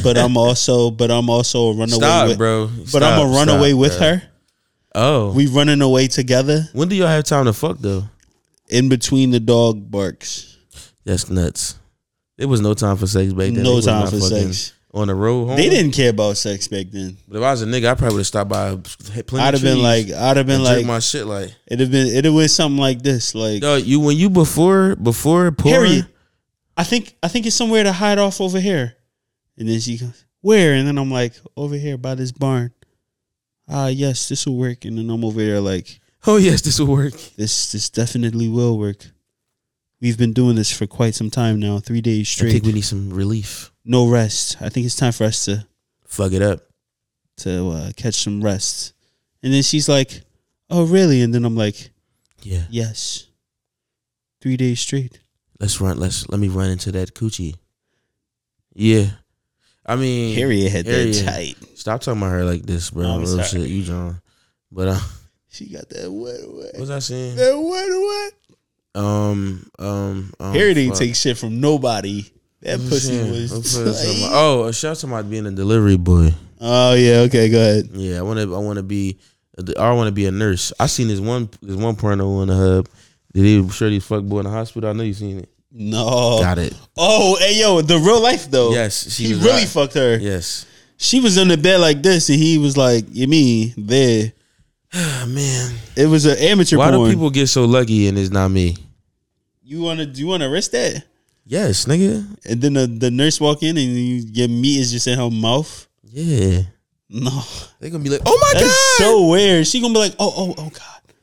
A: But I'm also but I'm also a runaway with,
B: bro.
A: but I'm a runaway with her.
B: Oh.
A: We running away together
B: when do y'all have time to fuck though?
A: in between the dog barks.
B: That's nuts. There was no time for sex back then. They
A: no
B: was
A: time
B: not
A: for
B: fucking Oh.
A: sex.
B: On the road home.
A: They didn't care about sex back then.
B: But if I was a nigga, I probably would have stopped by plenty
A: I'd have been like I'd have been like
B: my shit like
A: it'd have been it'd have been something like this. Like
B: Yo, you when you before before porn,
A: Harriet, I think I think it's somewhere to hide off over here. And then she goes, Where? And then I'm like, over here by this barn. Ah, yes, this will work. And then I'm over there like,
B: Oh yes, this will work.
A: this this definitely will work. We've been doing this for quite some time now, three days
B: I think
A: straight.
B: we need some relief.
A: no rest. I think it's time for us to
B: Fuck it up.
A: to uh, catch some rest. And then she's like, Oh really? And then I'm like,
B: Yeah,
A: Yes. Three days straight.
B: let's run. Let's let me run into that coochie. Yeah, I mean,
A: Harriet had
B: Harriet.
A: that tight.
B: stop talking about her like this, bro.
A: No, I'm
B: Real
A: sorry.
B: shit, you John. But uh,
A: She got that wet wet.
B: what was I saying?
A: That what what?
B: Um, um, um
A: Oh, Harry didn't
B: fuck.
A: take shit from nobody. That
B: What was I
A: pussy
B: saying?
A: was.
B: What was I talking about?
A: like-
B: oh, shout out to my being a delivery boy.
A: oh yeah, okay, go ahead.
B: Yeah, I want to. I want to be. I want to be a nurse. I seen this one. This one porno on the hub. Did he sure these fuck boy in the hospital? I know you seen it.
A: No.
B: Got it.
A: Oh, hey yo, the real life though.
B: Yes, she
A: he
B: was
A: really
B: hot.
A: fucked her.
B: Yes.
A: She was in the bed like this, and he was like, "You mean there?"
B: Oh, man,
A: It was an amateur
B: why
A: porn.
B: do people get so lucky and it's not me?
A: you wanna do you wanna risk that?
B: Yes, nigga.
A: And then the, the nurse walk in, and you, your meat is just in her mouth.
B: Yeah,
A: No,
B: they gonna be like, oh my
A: that's
B: god.
A: so weird. She gonna be like, "Oh, oh, oh, god."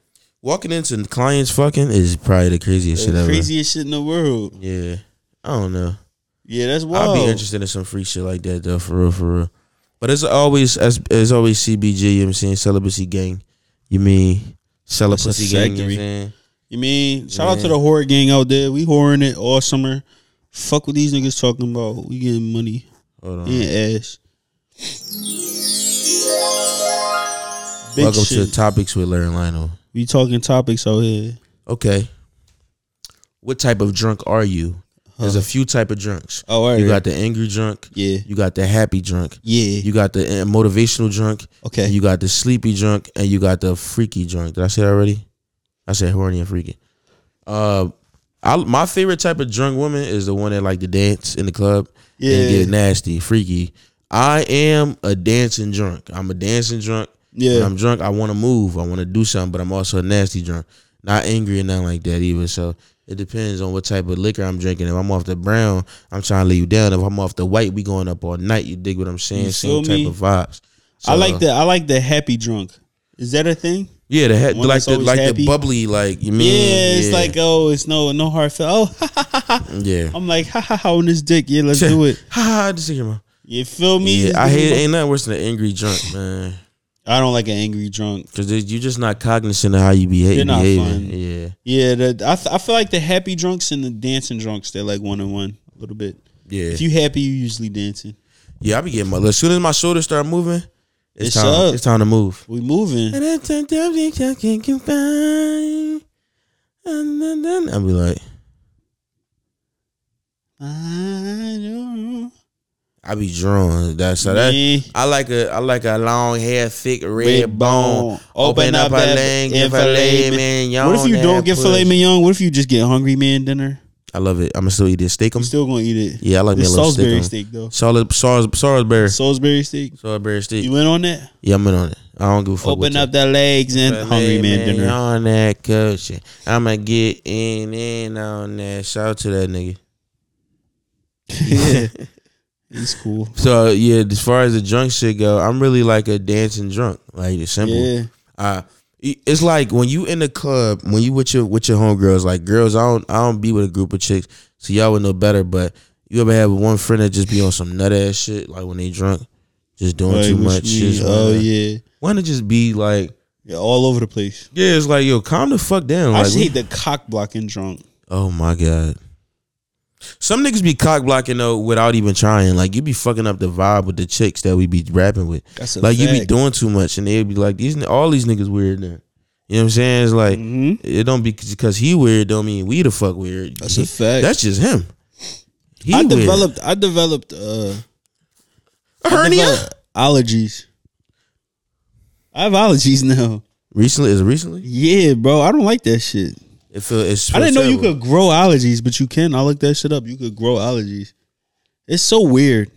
B: Walking into clients fucking is probably the craziest shit
A: the
B: ever.
A: craziest shit in the world.
B: Yeah, I don't know.
A: Yeah, that's
B: I'd
A: wild.
B: be interested in some free shit like that though, for real, for real. But it's always as it's always CBG. You know what I'm saying celibacy gang. You mean celibacy gang? You know what
A: factory.
B: I'm saying?
A: You mean shout out to
B: Yeah.
A: the horror gang out there. We whoring it all summer. Fuck what these niggas talking about. We getting money.
B: Hold on.
A: Yeah, ass. Big
B: Welcome
A: shit.
B: to topics with Larry Lionel.
A: we talking topics out here.
B: Okay. What type of drunk are you? There's a few type of drunks.
A: Oh, all right.
B: You got the angry drunk.
A: yeah,
B: You got the happy drunk.
A: yeah.
B: You got the uh, motivational drunk.
A: okay.
B: You got the sleepy drunk, and you got the freaky drunk. Did I say that already? I said horny and freaky. Uh, I my favorite type of drunk woman is the one that like to dance in the club
A: Yeah.
B: and get nasty, freaky. I am a dancing drunk. I'm a dancing drunk. When
A: Yeah.
B: I'm drunk, I want to move. I want to do something, but I'm also a nasty drunk. Not angry and nothing like that either. So it depends on what type of liquor I'm drinking. If I'm off the brown, I'm trying to lay you down. If I'm off the white, we going up all night. You dig what I'm saying?
A: You
B: Same
A: feel
B: type
A: me?
B: of vibes.
A: I like
B: So-
A: the I like the happy drunk. Is that a thing?
B: Yeah, the he-
A: one
B: like
A: that's
B: the
A: always
B: like
A: happy.
B: the bubbly like you mean.
A: yeah, it's like oh, it's no no hard feel. Oh,
B: yeah.
A: I'm like ha ha ha on this dick. Yeah, let's do it.
B: Ha ha! Just hear my.
A: You feel me?
B: Yeah, I hate. Ain't nothing worse than an angry drunk, man.
A: I don't like an angry drunk.
B: Because you're just not cognizant of how you behave.
A: They're not
B: behaving.
A: fun.
B: Yeah,
A: Yeah, the, I th- I feel like the happy drunks and the dancing drunks they're like one on one a little bit.
B: yeah,
A: If you happy, you usually dancing.
B: yeah. I be getting my. As soon as my shoulders start moving, it's,
A: It's
B: time.
A: up.
B: It's time to move.
A: We moving.
B: And sometimes I can't get by. And then- then I'll be like,
A: I don't know.
B: I be drawn. That's so that.
A: Yeah.
B: I like a I like a long hair, thick red,
A: Red
B: bone.
A: bone.
B: Open,
A: Open
B: up,
A: up
B: a
A: that
B: leg,
A: and
B: get filet
A: filet
B: mignon.
A: What if you don't
B: and
A: get filet
B: puss.
A: mignon? What if you just get hungry man dinner?
B: I love it. I'm gonna still eat this steak. 'em.
A: I'm still gonna eat it.
B: Mm-hmm. yeah, I like me a
A: This
B: little steak.
A: Salisbury
B: 'em.
A: steak though.
B: Solid, Sars, Sarsberry.
A: Salisbury steak.
B: Strawberry steak.
A: You went on that.
B: Yeah, I'm in on it. I don't give a fuck. what
A: Open
B: you-
A: up the legs and hungry man dinner.
B: On that cushion. I'ma get in and on that. Shout out to that nigga.
A: yeah, it's cool.
B: So yeah, as far as the drunk shit go, I'm really like a dancing drunk. Like it's simple.
A: Yeah,
B: Uh, it's like when you in the club, when you with your with your homegirls, like girls, I don't I don't be with a group of chicks, so y'all would know better. But you ever have one friend that just be on some nut ass shit, like when they drunk, just doing
A: Like,
B: too
A: what
B: much.
A: you mean?
B: Just
A: Oh
B: wanna-
A: yeah,
B: wanna just be like,
A: yeah, all over the place.
B: yeah, it's like yo, calm the fuck down.
A: I
B: like,
A: just
B: we-
A: hate the cock blocking drunk.
B: Oh my god. Some niggas be cock blocking though without even trying. Like you be fucking up the vibe with the chicks that we be rapping with.
A: That's a
B: Like you be
A: fact.
B: doing too much, and they be like, "These all these niggas weird." Now. You know what I'm saying? It's like
A: Mhm.
B: it don't be because he weird don't mean we the fuck weird.
A: That's a fact.
B: That's just him. He
A: I
B: weird.
A: developed. I developed. uh
B: a
A: I
B: hernia
A: developed allergies. I have allergies now.
B: recently. Is it recently?
A: Yeah, bro. I don't like that shit.
B: It feel, it's
A: I didn't know you
B: terrible.
A: could grow allergies, but you can. I looked that shit up. You could grow allergies. It's so weird.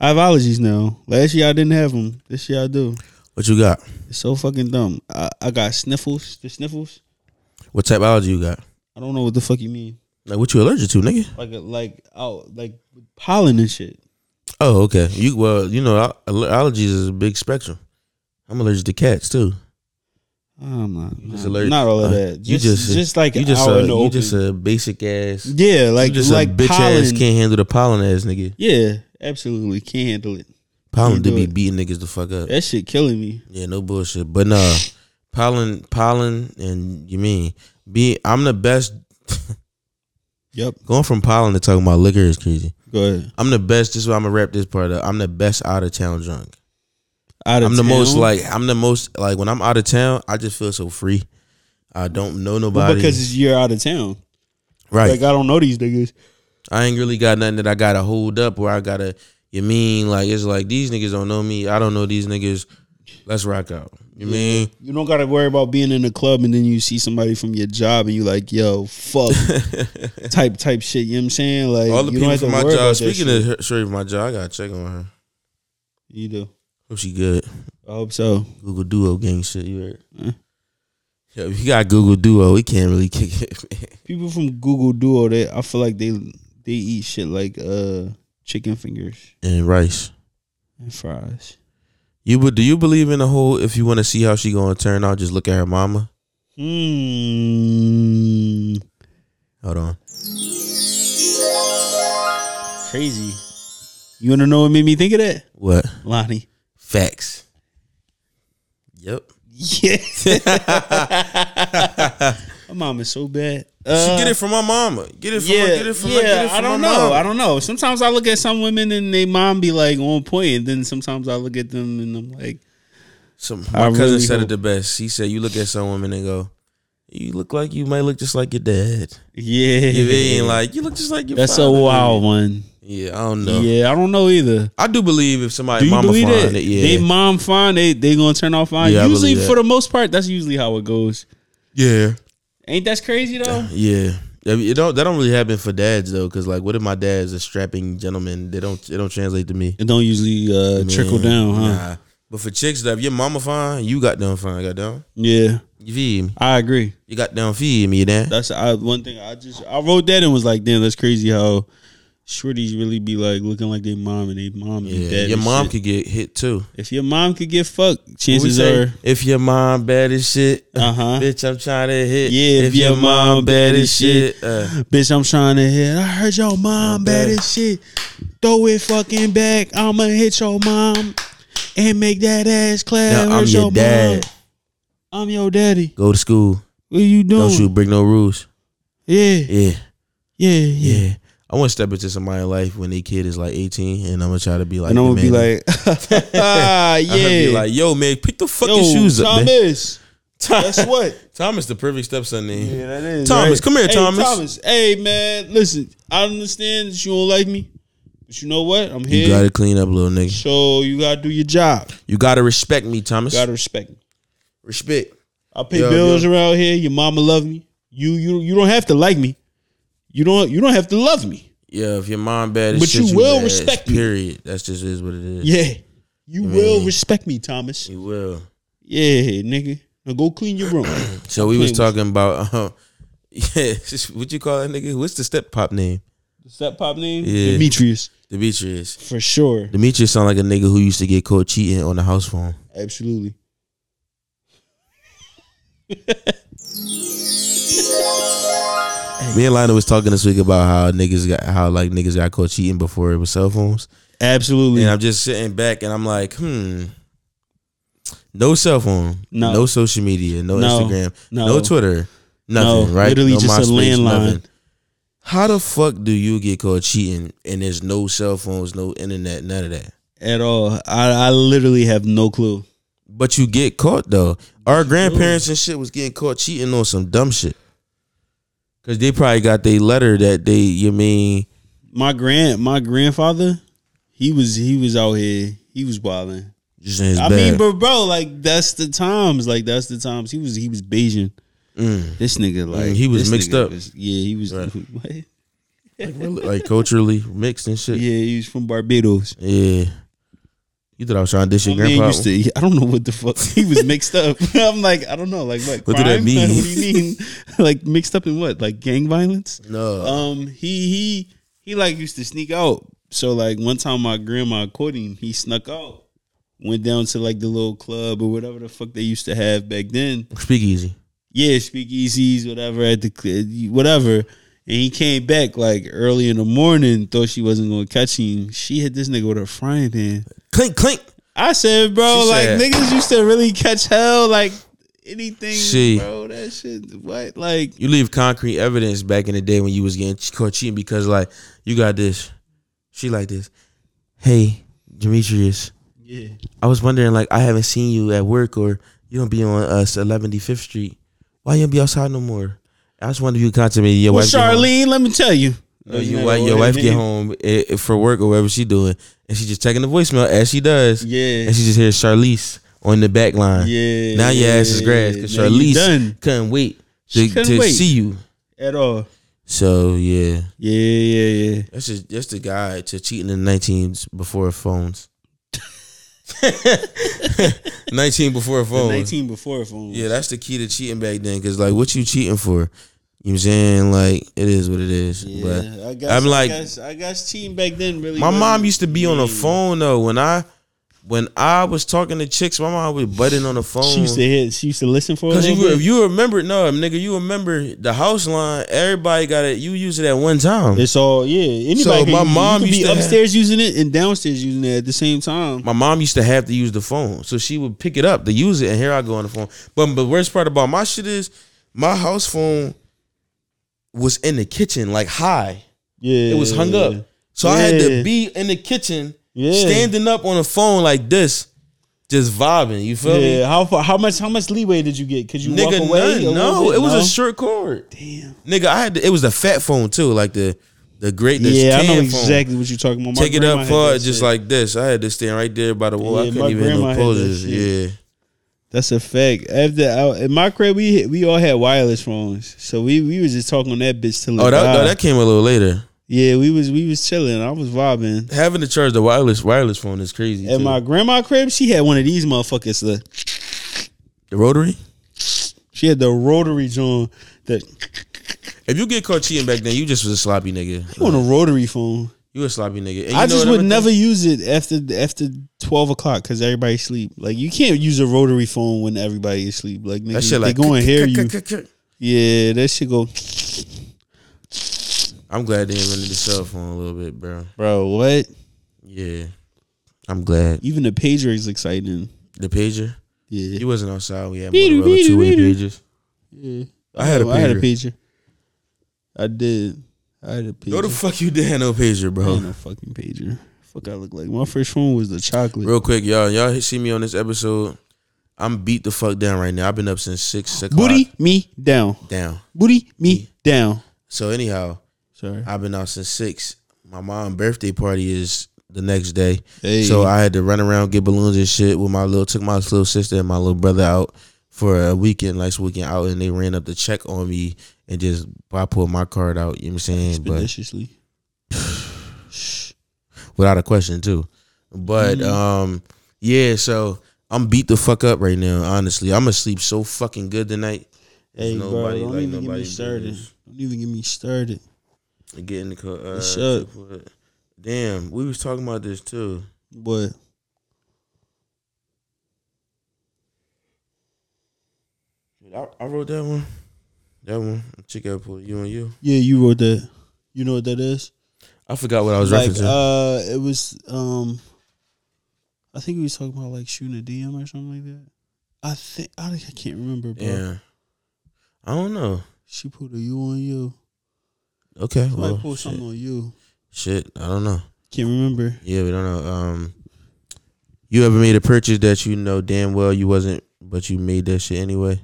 A: I have allergies now. Last year I didn't have them. This year I do.
B: What you got?
A: It's so fucking dumb. I, I got sniffles. The sniffles.
B: What type of allergy you got?
A: I don't know what the fuck you mean.
B: Like what you allergic to, nigga?
A: Like like oh like pollen and shit.
B: Oh, okay. You well, you know, al- aller- allergies is a big spectrum. I'm allergic to cats too.
A: Oh, I'm not.
B: just
A: nah,
B: allergic-
A: Not all of
B: uh,
A: that. Just,
B: you just-
A: just like
B: You just
A: out
B: a,
A: in the
B: you
A: open.
B: just a basic ass. You
A: yeah, like
B: just
A: like
B: a bitch
A: pollen.
B: ass can't handle the pollen ass nigga.
A: Yeah, absolutely can't handle it.
B: Pollen
A: Can't
B: to
A: do
B: be
A: it.
B: beating niggas the fuck up.
A: That shit killing me.
B: Yeah, no bullshit. But nah, pollen, pollen, and you mean be? I'm the best.
A: Yep.
B: Going from pollen to talking about liquor is crazy.
A: Go ahead.
B: I'm the best. This is why I'm gonna wrap this part up. I'm the best out of town drunk.
A: Out of
B: I'm the most
A: town?
B: like I'm the most like when I'm out of town. I just feel so free. I don't know
A: Well,
B: nobody.
A: because it's- you're out of town.
B: right.
A: Like I don't know these niggas.
B: I ain't really got nothing that I gotta hold up or I gotta you mean like it's like these niggas don't know me. I don't know these niggas. Let's rock out. You mean?
A: You don't gotta worry about being in a club and then you see somebody from your job and you like, yo, fuck type type shit. You know what I'm saying? Like
B: All the
A: you don't
B: people
A: have to
B: from my
A: worry
B: job.
A: about that
B: Speaking
A: shit.
B: of her, straight from my job, I gotta check on her.
A: you do.
B: Hope she good.
A: I hope so.
B: Google Duo gang shit. You heard?
A: Huh?
B: Yeah, if you got Google Duo, we can't really kick it. Man.
A: People from Google Duo, they I feel like they they eat shit like uh chicken fingers
B: And Rice,
A: and fries.
B: you would? Do you believe in the whole? If you want to see how she gonna turn out, just look at her mama.
A: Hmm.
B: Hold on.
A: Crazy. You wanna know what made me think of that?
B: What?
A: Lonnie.
B: Facts. Yep.
A: Yeah. my mom is so bad.
B: she
A: Uh,
B: get it from my mama. Get it from her. Get it from her. Get it from
A: I don't
B: my
A: know.
B: mama.
A: I don't know. Sometimes I look at some women and they mom be like on point, and then sometimes I look at them and I'm like,
B: Some,
A: I
B: my cousin
A: really
B: said
A: hope-
B: it the best. He said, "You look at some women and go, you look like you might look just like your dad.
A: yeah,
B: You ain't like you look just like your.
A: that's a
B: father."
A: wild one.
B: Yeah, I don't know.
A: Yeah, I don't know either.
B: I do believe if somebody
A: Do you
B: mama
A: believe
B: find
A: that?
B: it, yeah,
A: They mom fine. They they gonna turn off fine.
B: Yeah, I
A: usually,
B: believe
A: for
B: that.
A: the most part, that's usually how it goes.
B: yeah,
A: Ain't that crazy though?
B: yeah. Yeah, It don't that don't really happen for dads though, because like, what if my dad's a strapping gentleman? They don't it don't translate to me.
A: It don't usually uh, trickle
B: Man,
A: down, huh?
B: Nah. But for chicks, though, if your mama fine, you got down fine. Got down.
A: Yeah,
B: You feed me.
A: I agree.
B: You got down. Feed me, then.
A: That's I, one thing I just I wrote that and was like, damn, that's crazy how shorties really be like looking like their mom and they mom and
B: Yeah,
A: dad.
B: your
A: and
B: mom
A: shit.
B: could get hit too.
A: if your mom could get fucked,
B: We
A: chances
B: say,
A: are,
B: if your mom bad as shit,
A: uh huh.
B: bitch, I'm trying to hit.
A: Yeah, if your mom bad as shit,
B: uh,
A: Bitch, I'm trying to hit. I heard your mom bad
B: bad.
A: as shit. Throw it fucking back. I'ma hit your mom and make that ass clap.
B: now I'm
A: Hurt
B: your dad.
A: Mom. I'm your daddy.
B: Go to school.
A: What you doing?
B: Don't shoot. Break no rules.
A: Yeah,
B: Yeah,
A: yeah, yeah.
B: yeah. I want to step into somebody's life when they kid is like 18, and I'm gonna try to be like,
A: And I'm gonna
B: the
A: be
B: man.
A: like, ah,
B: I'm gonna be
A: yeah.
B: like, yo, man, pick the fucking
A: Yo,
B: shoes up, man.
A: Thomas. Guess what?
B: Thomas, the perfect stepson name.
A: that is.
B: Thomas, come here,
A: hey,
B: Thomas.
A: Thomas, hey man, listen. I understand that you don't like me, but you know what? I'm
B: You
A: here,
B: gotta clean up, little nigga.
A: so you gotta do your job.
B: You gotta respect me, Thomas.
A: You gotta respect me.
B: respect.
A: I pay
B: Yo,
A: bills around here. Your mama love me. You you you don't have to like me. You don't you don't have to love me.
B: Yeah, if your mom bad, as
A: But
B: shit,
A: you will
B: bad,
A: respect me.
B: Period. That's just is what it is.
A: Yeah, you will respect me, Thomas.
B: you will.
A: Yeah, nigga. Now go clean your room.
B: So we was
A: Please.
B: talking about, um, yeah, what you call that nigga? What's the step pop name?
A: Step pop name
B: Yeah.
A: Demetrius
B: Demetrius.
A: for sure.
B: Demetrius sound like a nigga who used to get caught cheating on the house phone.
A: Absolutely.
B: Me and Lionel was talking this week about how niggas got how like niggas got caught cheating before it was cell phones.
A: Absolutely.
B: And I'm just sitting back and I'm like, hmm. No cell phone.
A: No.
B: No, social media. No,
A: No.
B: Instagram.
A: No.
B: No. Twitter. Nothing,
A: No,
B: right?
A: literally
B: no
A: just a landline.
B: How the fuck do you get caught cheating and there's no cell phones, no internet, none of that?
A: At all. I, I literally have no clue.
B: But you get caught though. Our grandparents and shit was getting caught cheating on some dumb shit. Cause they probably got their letter that they you mean
A: My grand my grandfather, he was he was out here. He was wilding.
B: just in his
A: I
B: bag.
A: mean, but bro, like that's the times. Like that's the times. He was he was Bayesian.
B: Mm.
A: This nigga like
B: he
A: this
B: was mixed
A: nigga
B: up.
A: was- yeah, he was.
B: Right.
A: what? Yeah,
B: like, really- like culturally mixed and shit. Yeah.
A: he was from Barbados.
B: You thought I was trying to dish your
A: My man
B: grandpa?
A: used to. I don't know what the fuck he was mixed up. I'm like, I don't know. Like what?
B: What did that
A: crime?
B: mean?
A: what do you mean? like mixed up in what? Like gang violence?
B: no.
A: Um, he he he like used to sneak out. So like one time my grandma caught him. He snuck out, went down to like the little club or whatever the fuck they used to have back then.
B: Speak easy.
A: yeah, speakeasies, whatever at the whatever. And he came back like early in the morning, thought she wasn't gonna catch him. She hit this nigga with her frying pan.
B: Clink, clink.
A: I said, bro,
B: She
A: like
B: said-
A: niggas used to really catch hell, like anything,
B: She-
A: bro. That shit, what, like,
B: You leave concrete evidence back in the day when you was getting caught cheating because like you got this. She like this. Hey, Demetrius.
A: yeah,
B: I was wondering, like, I haven't seen you at work or you don't be on us eleventy fifth Street. Why you don't be outside no more? I just wonder if you contact me. Your
A: well,
B: wife, get home-
A: Charlene, let me tell you,
B: uh, you, wi- your wife get home eh, eh, for work or whatever she doing, and she just checking the voicemail as she does,
A: yeah,
B: and she just hears Charlize on the back line.
A: yeah.
B: now your ass is grass because
A: Now you
B: Charlize
A: done
B: couldn't wait
A: She
B: to,
A: couldn't
B: to
A: wait.
B: see you.
A: at all,
B: So yeah,
A: yeah, yeah, yeah.
B: that's just that's the guide to cheating in the nineteens before phones. Nineteen before
A: The
B: phones.
A: Nineteen before phone,
B: Yeah, that's the key to cheating back then. Cause like, what you cheating for? You know what I'm saying? Like, it is what it is. But
A: Yeah, I guess,
B: I'm like-
A: I guess, I guess team back then really.
B: my
A: wasn't-
B: mom used to be on the
A: Yeah.
B: phone though. When I when I was talking to chicks, my mom was butting on the phone.
A: She used to hit. She used to listen for. a
B: Cause
A: little
B: you,
A: bit.
B: if you remember, no, nigga, you remember the house line. Everybody got it. You use it at one time.
A: it's all yeah. Anybody.
B: So
A: can
B: my
A: use it.
B: mom
A: you could
B: used
A: be
B: to have-
A: upstairs using it and downstairs using it at the same time.
B: my mom used to have to use the phone, so she would pick it up to use it, and here I go on the phone. But the worst part about my shit is my house phone was in the kitchen, like high.
A: Yeah,
B: It was hung up. So I had
A: Yeah.
B: to be in the kitchen,
A: Yeah.
B: standing up on a phone like this, just vibing. You feel
A: Yeah. How far? How much? How much leeway did you get? Could you
B: me? Nigga,
A: walk away?
B: none.
A: a little
B: no,
A: bit?
B: it was
A: No?
B: a short cord.
A: Damn.
B: Nigga, I had to, it was the fat phone too, like the the great the
A: Yeah, I know
B: tan phone.
A: exactly what you're talking about. My
B: Take it
A: grandma
B: up
A: had
B: for
A: that
B: just
A: shit.
B: like this. I had to stand right there by the wall.
A: Yeah, my
B: I couldn't even do
A: grandma had that
B: poses.
A: shit.
B: Yeah.
A: That's a fact. After I, in my crib, we we all had wireless phones, so we we was just talking on that bitch till. it
B: Oh, that,
A: died.
B: no, that came a little later.
A: yeah, we was we was chilling. I was vibing.
B: Having to charge the wireless wireless phone is crazy.
A: At
B: too.
A: my grandma crib, she had one of these motherfuckers. The,
B: the rotary.
A: she had the rotary joint. That
B: If you get caught cheating back then, you just was a sloppy nigga.
A: on a rotary phone.
B: You a sloppy nigga. And Uh-huh. you
A: I
B: know
A: just
B: what
A: would
B: other
A: never
B: thing?
A: use it after after twelve o'clock because everybody sleep. Like you can't use a rotary phone when everybody is asleep. Like nigga,
B: That shit
A: they
B: like
A: go and hear you. Yeah, that shit go,
B: I'm glad they invented the cell phone a little bit, bro.
A: bro. What?
B: Yeah, I'm glad
A: Even the pager is exciting.
B: the pager.
A: Yeah,
B: You wasn't outside. We had
A: Beedoo,
B: Motorola
A: beedoo,
B: two way
A: beedoo.
B: pages.
A: yeah.
B: I had a pager.
A: I had a pager. I did. I had a pager.
B: No, the fuck you did have no pager,
A: I
B: bro.
A: ain't no fucking pager. Fuck, I look like my first phone was the chocolate.
B: Real quick, y'all. Y'all see me on this episode. I'm beat the fuck down right now. I've been up since six o'clock.
A: Booty me down.
B: down.
A: Booty me down.
B: So anyhow,
A: Sorry.
B: I've been out since six. My mom's birthday party is the next day,
A: Hey.
B: so I had to run around get balloons and shit with my little took my little sister and my little brother out for a weekend, last weekend out, and they ran up the check on me and just I pulled my card out. You know what I'm saying? But
A: Expeditiously.
B: without a question too. But
A: Mm.
B: um, yeah. So I'm beat the fuck up right now. Honestly, I'm gonna sleep so fucking good tonight.
A: Hey,
B: Nobody
A: bro, don't
B: like
A: even get
B: nobody
A: me started.
B: business.
A: Don't even get me started.
B: Getting the car. Uh,
A: It's up.
B: Damn, we was talking about this too.
A: What?
B: I, I wrote that one. That one. Check out for you and you.
A: Yeah, you wrote that. You know what that is?
B: I forgot what I was
A: like,
B: referencing.
A: uh, it was um, I think we was talking about like shooting a DM or something like that. I think I, I can't remember, bro.
B: yeah. I don't know.
A: She put a you on you.
B: Okay.
A: Somebody
B: Well,
A: put
B: Oh, shit.
A: something on you.
B: shit. I don't know.
A: Can't remember.
B: Yeah, we don't know. Um, you ever made a purchase that you know damn well you wasn't, but you made that shit anyway?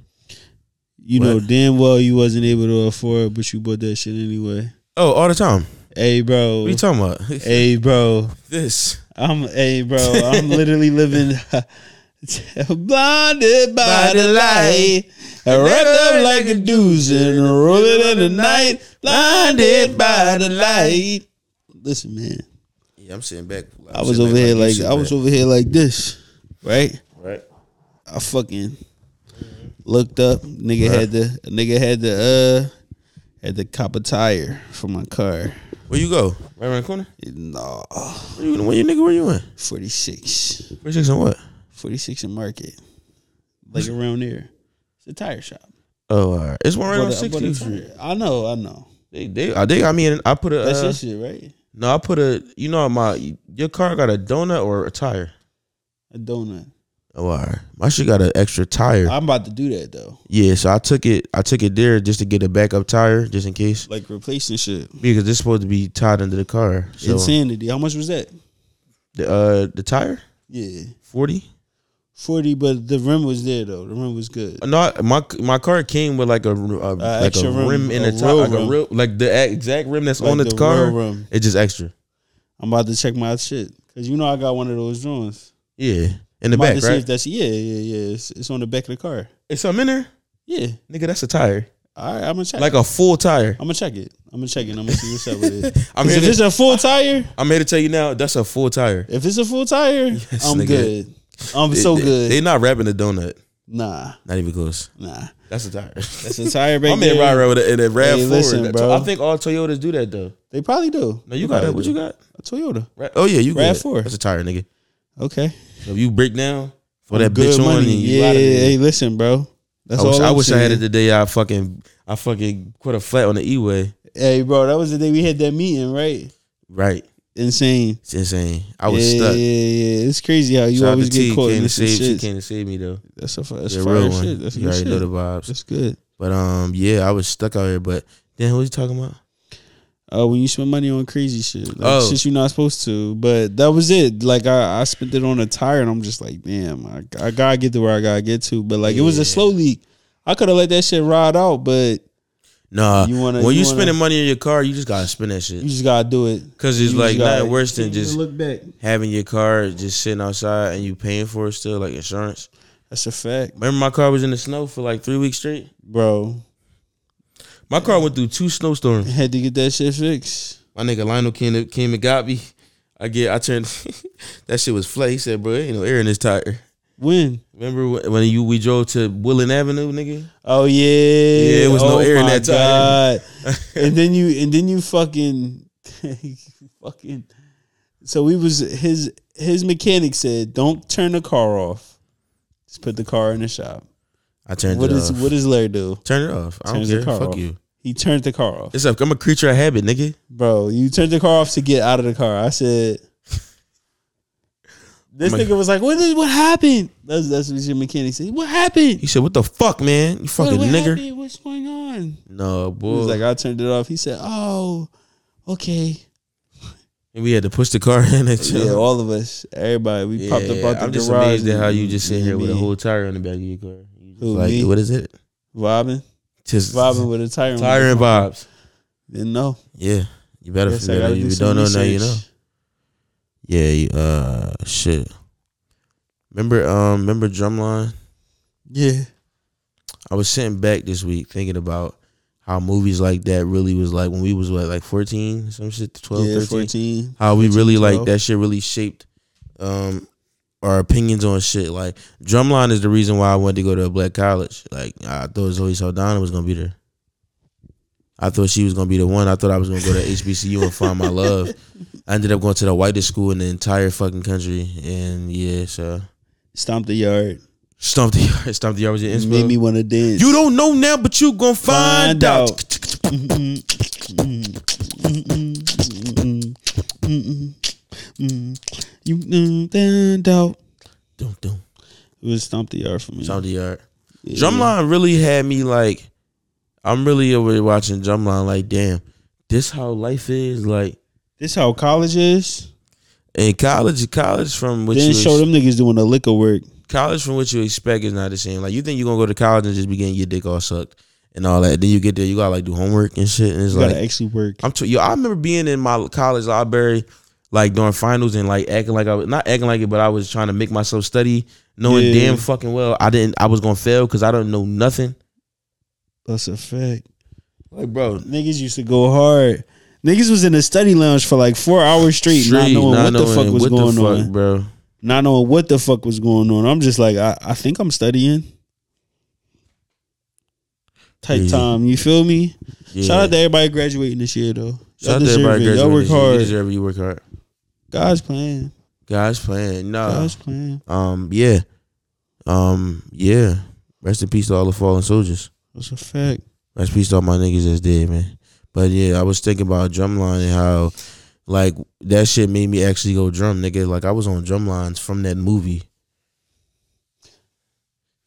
A: You
B: What?
A: know damn well you wasn't able to afford, it, but you bought that shit anyway.
B: Oh, all the time.
A: Hey, bro.
B: What are you talking about?
A: Hey, bro.
B: this.
A: I'm hey, bro. I'm literally living. Blinded by the light, wrapped up like a deuce and rolling in the night. Blinded by the light. Listen, man,
B: Yeah, I'm sitting back.
A: I was over here like I was over here like this, right?
B: Right.
A: I fucking looked up. Nigga had the nigga had the uh had the copper tire for my car. uh,
B: Where you go? Right around the corner?
A: No,
B: Where you, where you nigga, where you in?
A: forty six.
B: Where's six on what?
A: 46 and Market, like around there. It's a tire shop.
B: Oh, all right. It's one right on
A: But I- but
B: 60th
A: it's-
B: Street.
A: I know, I know.
B: They, they, I think I mean I put a
A: That's
B: uh,
A: your shit, right?
B: no. I put a you know my your car got a donut or a tire.
A: A donut.
B: Oh, all right. My shit got an extra tire.
A: I'm about to do that though,
B: yeah, so I took it. I took it there just to get a backup tire, just in case,
A: like replacing shit.
B: because it's supposed to be tied into the car. So
A: Insanity. How much was that?
B: the uh the tire
A: Yeah,
B: forty.
A: forty. But the rim was there though. The rim was good.
B: No, my my car came with like a, a like a
A: extra
B: Uh, rim,
A: rim,
B: in
A: a
B: the tire,
A: real
B: like a
A: rim.
B: real like the exact rim that's
A: Like
B: on the,
A: the
B: car.
A: real rim.
B: It's just extra.
A: I'm about to check my shit because you know I got one of those joints.
B: Yeah, in
A: I'm
B: the
A: about
B: back,
A: to see if
B: right?
A: that's yeah, yeah, yeah. It's, it's on the back of the car.
B: It's something in there,
A: Yeah.
B: nigga. That's a tire,
A: All right, I'm gonna check.
B: like a full tire.
A: I'm gonna check it. I'm gonna check it. I'm gonna see what's up with it. 'Cause
B: I'm here
A: if
B: to-
A: it's a full tire,
B: I'm here to tell you now, that's a full tire.
A: If it's a full tire, I'm
B: nigga.
A: good. I'm so
B: They-
A: good.
B: They not wrapping the donut.
A: nah,
B: Not even close.
A: nah.
B: That's a tire.
A: It's a tire
B: My
A: back
B: man
A: there.
B: ride around with a, in a Rav
A: Hey,
B: Four.
A: listen,
B: That-
A: bro.
B: I think all Toyotas do that though.
A: They probably do.
B: No, you got it. What you got?
A: A Toyota.
B: Ra- Oh yeah, you got
A: Rav
B: it.
A: four.
B: That's a tire, nigga.
A: Okay.
B: So if you break down for
A: I'm
B: Oh, that bitch on, and you
A: yeah.
B: outta there.
A: Hey, listen, bro. That's
B: I wish,
A: all.
B: I,
A: I'm
B: wish I
A: saying.
B: had it the day I fucking I fucking quit a flat on the E way.
A: Hey, bro. That was the day we had that meeting, right?
B: Right.
A: Insane.
B: It's insane. I was
A: yeah,
B: stuck.
A: Yeah,
B: Yeah,
A: yeah. It's crazy how you always get caught in
B: came to
A: this
B: save, she
A: shit.
B: came to save me though.
A: That's a that's
B: The
A: fire
B: real one.
A: shit. That's
B: you
A: good
B: already
A: shit.
B: know the vibes.
A: That's good.
B: But um, yeah, I was stuck out here. But then what you talking about?
A: Uh, when you spend money on crazy shit, like
B: Oh.
A: shit you're not supposed to. But that was it. Like I, I spent it on a tire, and I'm just like, damn, I, I gotta get to where I gotta get to. But like it was
B: Yeah.
A: a slow leak. I could have let that shit ride out, but
B: Nah,
A: You wanna-
B: when you,
A: you wanna-
B: spending money on your car, you just gotta spend that
A: you
B: shit.
A: just gotta do it.
B: Cause it's
A: You
B: like
A: just gotta-
B: nothing worse than
A: you
B: just
A: look back.
B: having your car just sitting outside and you paying for it still, like insurance.
A: That's a fact,
B: Remember, my car was in the snow for like three weeks straight.
A: bro.
B: My car went through two snowstorms.
A: Had to get that shit fixed.
B: My nigga Lionel came, came and got me. I get, I turned. that shit was flat. He said, "Bro, ain't no air in this tire."
A: When?
B: Remember when- when you we drove to Willing Avenue, nigga?
A: Oh yeah, Oh yeah.
B: it was no air in that tire.
A: and then you and then you fucking you fucking. So we was his his mechanic said, "Don't turn the car off. Just put the car in the shop."
B: I turned
A: What
B: it
A: is
B: off.
A: what does Larry do?
B: Turn it off. I don't
A: Turns the
B: care.
A: car
B: Fuck
A: off.
B: you.
A: He turned the car off,
B: It's up. I'm a creature of habit, nigga.
A: bro. You turned the car off to get out of the car. I said. This
B: My-
A: nigga was like, "What? Is, what happened?" That's that's what your mechanic said. What happened?
B: He said, "What the fuck, man? You fucking
A: what, what
B: nigger."
A: happened? What's going on?
B: No, boy.
A: He was like, I turned it off. He said, Oh, okay.
B: and we had to push the car in. And shit.
A: Yeah, all of us, everybody, we
B: Yeah,
A: popped up out the
B: I'm
A: garage.
B: just amazed at how you just sit
A: sitting
B: here with a whole tire on the back of your car. You just
A: Who,
B: like,
A: me?
B: what is it?
A: vibing,
B: Just
A: vibing with a tire. on
B: tire
A: it.
B: and vibes.
A: Didn't know.
B: Yeah, you better
A: Guess I
B: figure it
A: gotta
B: out.
A: do
B: You
A: some
B: don't know now, you know.
A: research.
B: Yeah, you, uh, shit. Remember, um, remember Drumline?
A: Yeah,
B: I was sitting back this week thinking about how movies like that really was like when we was what like 14 some shit 12
A: yeah,
B: 13
A: fourteen.
B: how we really
A: 12.
B: like that shit really shaped um our opinions on shit like drumline is the reason why i wanted to go to a black college like i thought zoe saldana was gonna be there i thought she was gonna be the one i thought i was gonna go to hbcu and find my love i ended up going to the whitest school in the entire fucking country and yeah so
A: Stomped the yard.
B: stomp the yard stomp the yard was your inspo
A: Made me want to dance.
B: you don't know now but you gonna find,
A: Find
B: out,
A: You know that out.
B: Dum, dum.
A: It was stomp the yard for me.
B: Stomp the yard.
A: Yeah.
B: Drumline really had me like, I'm really over here watching Drumline. Like, damn, this how life is. Like
A: This how college is.
B: in college, college from what
A: Then
B: you
A: show
B: ex-
A: them niggas doing the liquor work.
B: college from what you expect is not the same. Like you think you're gonna go to college and just be getting your dick all sucked and all that. Then you get there, you gotta like do homework and shit. And it's
A: You
B: like
A: gotta actually work.
B: I'm tw- yo. I remember being in my college library, like during finals, and like acting like I was not acting like it, but I was trying to make myself study, knowing
A: Yeah.
B: damn fucking well I didn't. I was gonna fail because I don't know nothing.
A: That's a fact.
B: Like, bro,
A: Niggas used to go hard. Niggas was in the study lounge for like four hours straight, not
B: Street,
A: knowing what the fuck
B: knowing
A: was
B: what the
A: going
B: fuck,
A: on.
B: bro.
A: Not knowing what the fuck was going on. I'm just like, I, I think I'm studying. Type
B: Yeah.
A: time, you feel me?
B: Yeah.
A: Shout out to everybody graduating this year though.
B: Shout
A: Y'all
B: out to
A: deserve
B: everybody
A: it. Y'all work
B: graduating. You
A: hard.
B: deserve it. You work hard.
A: God's plan.
B: Guys playing. No.
A: God's plan.
B: Um. Yeah. Um. Yeah. Rest in peace to all the fallen soldiers.
A: That's a fact.
B: Rest in peace to all my niggas that's dead, man. But yeah, I was thinking about drumline and how, like, that shit made me actually go drum, nigga. Like I was on drumlines from that movie.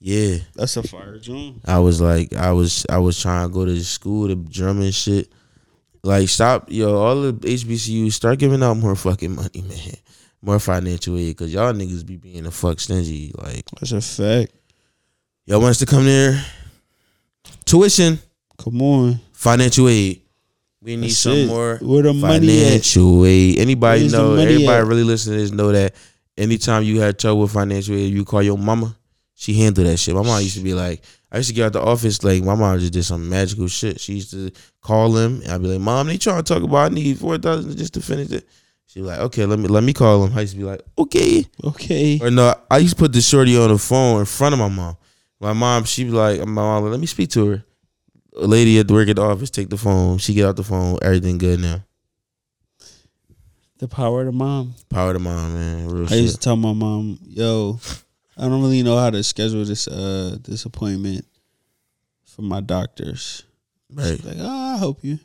B: Yeah.
A: That's a fire dream.
B: I was like, I was, I was trying to go to school to drum and shit. Like, stop, yo, all the HBCUs start giving out more fucking money, man, more financial aid, cause y'all niggas be being a fuck stingy. Like,
A: That's a fact.
B: y'all want us to come there, tuition,
A: Come on.
B: financial aid. We need
A: That's
B: some
A: it.
B: more
A: Where the money at?
B: financial aid. Anybody
A: Where's the
B: know?
A: money
B: Everybody
A: at?
B: really listening to this know that anytime you had trouble with financial aid, you call your mama. She handled that shit. My mom used to be like, I used to get out the office like my mom just did some magical shit. She used to call him and I'd be like, Mom, they trying to talk about I need four thousand just to finish it. She be like, Okay, let me let me call him. I used to be like, Okay.
A: Okay.
B: Or no, I used to put the shorty on the phone in front of my mom. My mom, she be like, my mom, let me speak to her. A lady at the work at the office, take the phone. She get out the phone. Everything good now.
A: The power of the mom.
B: Power to mom, man. Real
A: I
B: shit.
A: used to tell my mom, "Yo, I don't really know how to schedule this uh this appointment for my doctors."
B: right.
A: Like, oh, I help you.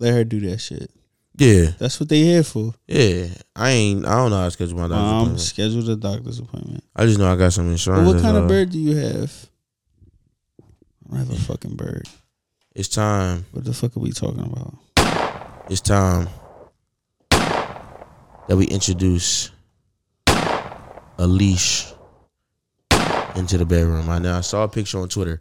A: Let her do that shit.
B: Yeah.
A: That's what they here for.
B: Yeah. I ain't. I don't know how to schedule my doctor's
A: Mom,
B: appointment.
A: schedule the doctor's appointment.
B: I just know I got some
A: But
B: insurance. uh,
A: Um, what
B: that's
A: kind of
B: all.
A: bird do you have? I don't have a fucking bird.
B: It's time.
A: What the fuck are we talking about?
B: It's time that we introduce a leash into the bedroom. I know I saw a picture on Twitter.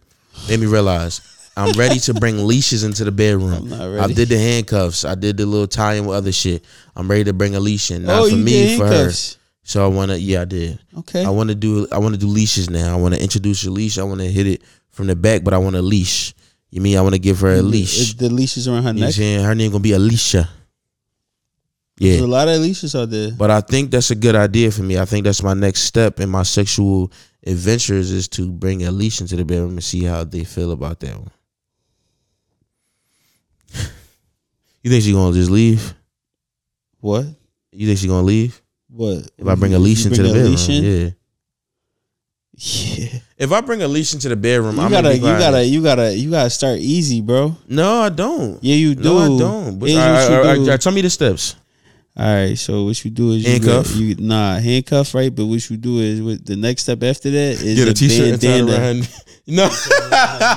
B: Made me realize I'm ready to bring leashes into the
A: I'm
B: bedroom.
A: not
B: I
A: ready.
B: did the handcuffs. I did the little tie in with other shit. I'm ready to bring a leash in. Not for
A: Oh, you
B: me,
A: did
B: for her.
A: handcuffs.
B: So I want to. Yeah, I did.
A: Okay.
B: I want to do. I want to do leashes now. I want to introduce a leash. I want to hit it from the back, but I want a leash. You mean I want to give her a leash?
A: Is the leashes around her
B: You know what I'm
A: neck.
B: saying her name gonna be Alicia.
A: There's a
B: Yeah,
A: lot of leashes out there.
B: but I think that's a good idea for me. I think that's my next step in my sexual adventures is to bring a leash into the bedroom and see how they feel about that one. you think she gonna just leave?
A: What?
B: You think she gonna leave
A: What?
B: if I bring a leash
A: You
B: into
A: bring
B: the
A: a
B: bedroom?
A: leash in?
B: Yeah.
A: Yeah.
B: If I bring a leash into the bedroom,
A: You
B: I'm
A: gotta,
B: gonna be
A: you
B: like,
A: gotta, you gotta, you gotta start easy, bro.
B: No, I don't.
A: Yeah, you do.
B: No, I don't. But
A: Yeah, you
B: I,
A: should
B: I- I-
A: do.
B: I- tell me the steps.
A: All right, so what you do is you
B: Handcuff?
A: get- you nah handcuff right, but what you do is with the next step after that is
B: Get
A: a
B: a t-shirt and tie it
A: bandana.
B: around. No,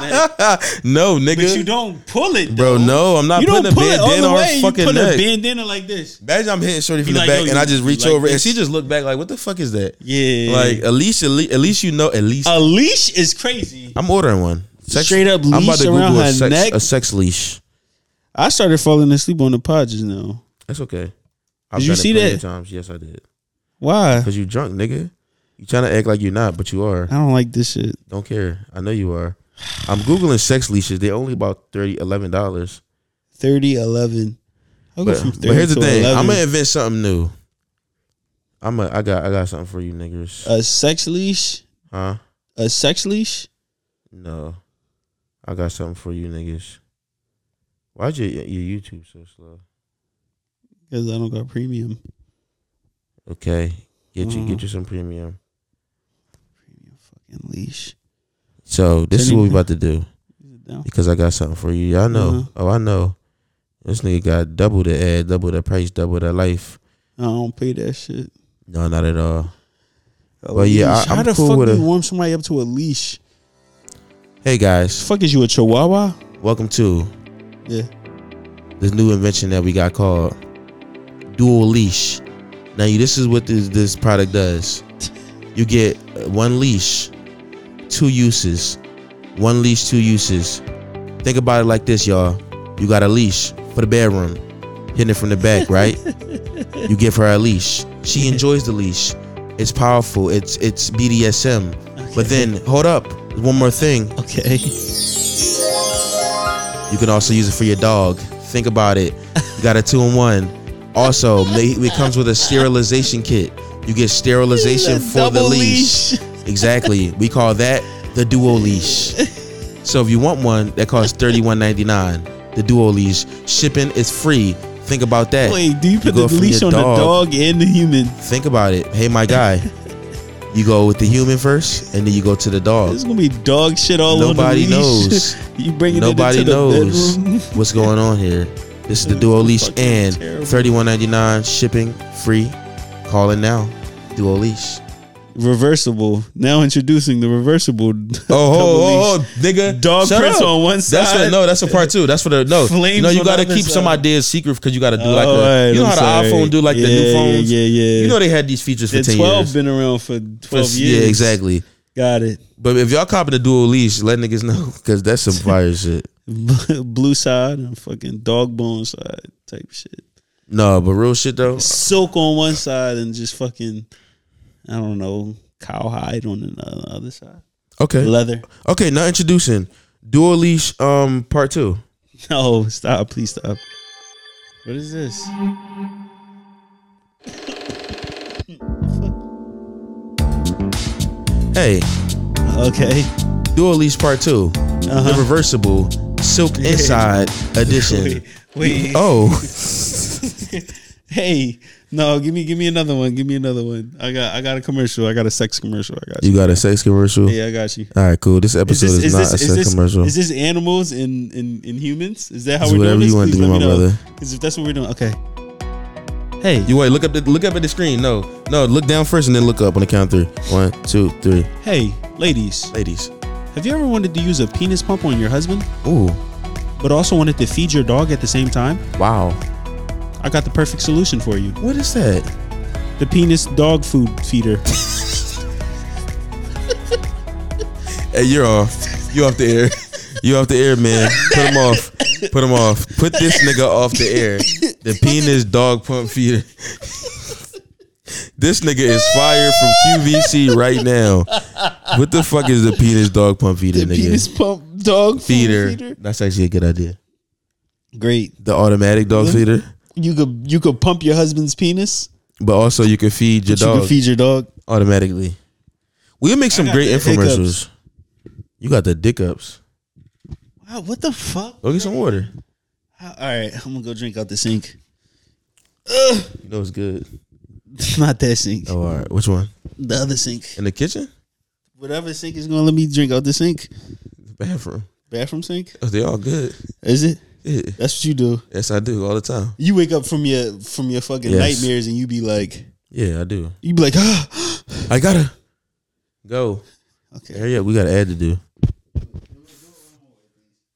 B: no, nigga.
A: But you don't pull it,
B: Bro, no, I'm not
A: You
B: putting
A: don't
B: a
A: pull it all
B: bandana
A: the
B: on
A: way.
B: her
A: You
B: fucking
A: put
B: neck.
A: a bandana like this.
B: Imagine I'm hitting Shorty from
A: You
B: the
A: like,
B: back,
A: yo,
B: and I
A: you-
B: just
A: you
B: reach
A: like
B: over, and
A: this?
B: she just looked back like, "What the fuck is that?"
A: Yeah,
B: Like at least, at least, at least you know. At least
A: a leash is crazy.
B: I'm ordering one.
A: Straight up leash around
B: a
A: her
B: sex,
A: neck?
B: a sex leash.
A: I started falling asleep on the pod just now.
B: That's okay.
A: Did you
B: done it
A: see
B: plenty
A: that?
B: of Times, yes, I did.
A: Why?
B: Cause you drunk, nigga. You trying to act like you're not, but you are.
A: I don't like this shit.
B: Don't care. I know you are. I'm googling sex leashes. They're only about 30 11 dollars.
A: 30, 11. I'll go
B: But,
A: from
B: but
A: 30
B: here's the
A: to
B: thing.
A: 11.
B: I'm gonna invent something new. I'm a, I got I got something for you niggas.
A: a sex leash.
B: Huh?
A: A sex leash.
B: No. I got something for you niggas. Why'd your your YouTube so slow?
A: Because I don't got premium.
B: Okay. Get you
A: Mhm.
B: get you some premium.
A: Premium fucking leash.
B: So this is
A: Turn
B: what
A: it-
B: we about to do.
A: Is it down?
B: Because I got something for you. Y'all know.
A: Mhm.
B: Oh, I know. This nigga got double the ad, double the price, double the life.
A: I don't pay that shit.
B: No, not at all.
A: A
B: Well, yeah,
A: leash.
B: I-
A: how
B: I'm
A: the
B: cool
A: fuck
B: with
A: do
B: a-
A: you warm somebody up to a leash?
B: Hey
A: The
B: guys,
A: fuck is you a chihuahua?
B: welcome to
A: Yeah.
B: this new invention that we got called dual leash. Now, you, this is what this, this product does. You get uh, one leash, two uses. One leash, two uses. Think about it like this, y'all. You got a leash for the bedroom, hitting it from the back, right? you give her a leash. She enjoys the leash. It's powerful. It's it's BDSM. But then, hold up. One more thing.
A: Okay.
B: You can also use it for your dog. Think about it. You got a two in one. Also, ma- it comes with a sterilization kit. You get sterilization for the
A: Double
B: leash. Exactly. We call that the duo leash. So if you want one, that costs thirty one ninety nine. The duo leash shipping is free. Think about that.
A: Wait, do you put
B: go
A: the
B: for
A: leash
B: your
A: on
B: dog.
A: the dog and the human?
B: Think about it. Hey, my guy. You go with the human first, and then you go to the dog.
A: It's gonna be dog shit all
B: Nobody
A: over the leash.
B: knows.
A: you bringing
B: Nobody
A: it into
B: knows
A: the bedroom.
B: what's going on here. This is the Duo Leash
A: Fucking
B: and
A: terrible.
B: thirty one ninety nine shipping free. Call it now. Duo Leash.
A: Reversible. Now introducing the reversible.
B: Oh, oh, nigga!
A: Dog
B: Shut
A: prints
B: up.
A: on one side.
B: That's for no. That's for part two. That's for the no.
A: Flames
B: no, you
A: on
B: gotta
A: the
B: keep
A: other
B: some
A: side.
B: ideas secret because you gotta do
A: Oh,
B: like a,
A: alright,
B: you know
A: I'm
B: how the
A: sorry.
B: iPhone do like the
A: Yeah,
B: new
A: yeah,
B: phones.
A: Yeah, yeah.
B: You know they had these features for
A: the
B: ten
A: 12
B: years.
A: been around for 12
B: For-
A: years.
B: Yeah, exactly.
A: Got it.
B: But if y'all copy the Duo Leash, let niggas know because that's some fire shit.
A: Blue side and fucking dog bone side type shit.
B: No, but real shit though.
A: Silk on one side and just fucking, I don't know, cowhide on the o- other side.
B: Okay,
A: Leather.
B: Okay, now introducing Dual Leash um part two.
A: No, stop. Please stop. What is this?
B: Hey,
A: Okay.
B: Dual Leash part 2
A: Uh-huh.
B: the reversible silk inside edition.
A: Wait. wait.
B: Oh,
A: Hey. No, give me give me another one. Give me another one. I got I got a commercial. I got a sex commercial. I got you.
B: you got a sex commercial.
A: Yeah, I got you.
B: All right, cool. This episode is, not a sex
A: is this,
B: commercial.
A: Is this animals and in, in, humans? Is that how
B: It's
A: we're doing
B: whatever
A: this?
B: you wanna
A: Please
B: do,
A: let me
B: my
A: know.
B: brother.
A: 'Cause if that's what we're doing, okay. Hey,
B: you wait. Look up. The, look up at the screen. No, no. Look down first, and then look up on the count of three. One, two, three.
A: hey, ladies.
B: Ladies.
A: Have you ever wanted to use a penis pump on your husband,
B: Ooh.
A: but also wanted to feed your dog at the same time?
B: Wow.
A: I got the perfect solution for you:
B: What is that?
A: the penis dog food feeder.
B: Hey, you're off. You off the air. You off the air, man. Put him off. Put him off. Put this nigga off the air. The penis dog pump feeder. This nigga is fired from QVC right now. What the fuck is the penis dog pump feeder,
A: The
B: nigga?
A: penis pump dog food
B: feeder.
A: feeder.
B: That's actually a good idea.
A: Great.
B: The automatic dog feeder,
A: You could you could pump your husband's penis.
B: but also you can feed your
A: But you
B: dog
A: could feed your dog.
B: automatically. We'll make some
A: got
B: great
A: the hiccups.
B: infomercials. You got the dick ups.
A: Wow, what the fuck?
B: Go get some water.
A: All right, I'm gonna go drink out the sink.
B: You know it's good.
A: Not that sink.
B: Oh, all right. Which one?
A: The other sink.
B: In the kitchen?
A: Whatever sink is gonna let me drink out the sink.
B: The bathroom.
A: Bathroom sink.
B: Oh, they all good.
A: Is it?
B: Yeah.
A: That's what you do.
B: Yes, I do all the time.
A: You wake up from your from your fucking
B: Yes.
A: nightmares and you be like
B: Yeah, I do.
A: you be like ah.
B: I gotta go.
A: Okay.
B: Hurry up, we got an ad to do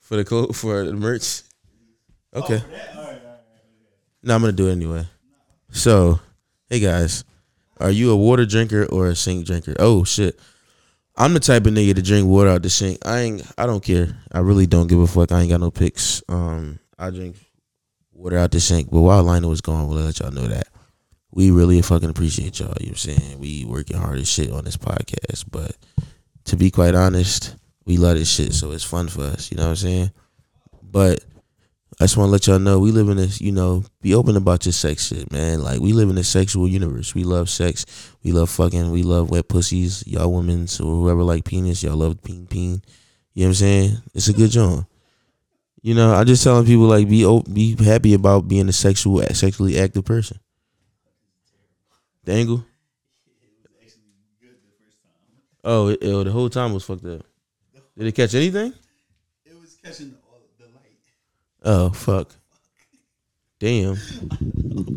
B: for the code for the merch. Okay. No, I'm gonna do it anyway. So, hey guys, are you a water drinker or a sink drinker? Oh shit, I'm the type of nigga to drink water out the sink. I ain't. I don't care. I really don't give a fuck. I ain't got no picks. Um, I drink water out the sink. But while Lionel was gone, we'll let y'all know that we really fucking appreciate y'all. You know what I'm saying? We working hard as shit on this podcast, but to be quite honest, we love this shit, so it's fun for us. You know what I'm saying? But I just want to let y'all know we live in this, you know, be open about your sex shit, man. Like we live in a sexual universe. We love sex. We love fucking. We love wet pussies. Y'all women or whoever like penis, y'all love peen peen. You know what I'm saying? It's a good job. You know, I just telling people like be op- be happy about being a sexual sexually active person. The angle. Oh, it, it- the whole time was fucked up. Did it catch anything?
A: It was catching the light.
B: Oh fuck! Damn.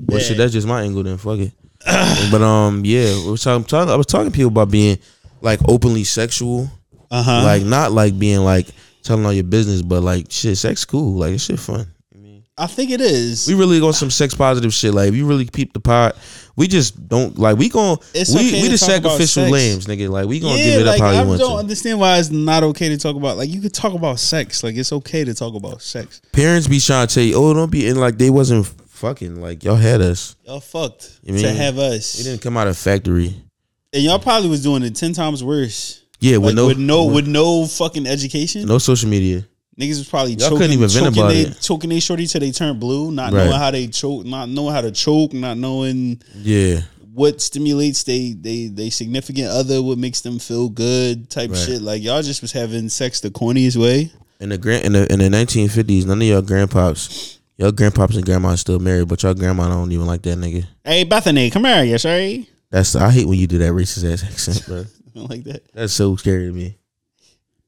B: Well, shit, that's just my angle then. Fuck it. but um, yeah, we was talking, talking- I was talking to people about being like openly sexual,
A: Uh huh.
B: like not like being like telling all your business, but like shit, sex cool, like it's shit fun.
A: I think it is.
B: We really on some sex positive shit. Like if you really peep the pot, we just don't like we gon'
A: It's
B: we
A: okay to
B: we the
A: talk about
B: sacrificial
A: sex.
B: lambs, nigga. Like we gonna
A: yeah,
B: give it up
A: like
B: how
A: I
B: you want
A: don't
B: to.
A: understand why it's not okay to talk about. Like you could talk about sex. Like it's okay to talk about sex.
B: Parents be trying to tell you, oh, don't be and like they wasn't fucking like y'all had us.
A: Y'all fucked
B: You
A: to
B: mean-
A: have
B: We
A: us,
B: didn't come out of factory.
A: and y'all probably was doing it ten times worse.
B: Yeah,
A: Like,
B: with no
A: with no with no fucking education,
B: no social media.
A: niggas was probably
B: Y'all
A: choking,
B: couldn't even vent
A: choking
B: about
A: they,
B: it.
A: choking they shorty till they turn blue, not
B: Right.
A: knowing how they choke, not knowing how to choke, not knowing
B: Yeah,
A: what stimulates they they they significant other, what makes them feel good, type
B: Right.
A: shit. Like y'all just was having sex the corniest way.
B: in the grand in the in the nineteen fifties, none of y'all grandpops, y'all grandpops and grandmas still married, but y'all grandma don't even like that nigga.
A: Hey Bethany, come here, you sorry?
B: That's I hate when you do that racist ass accent, bro.
A: Like that.
B: That's so scary to me.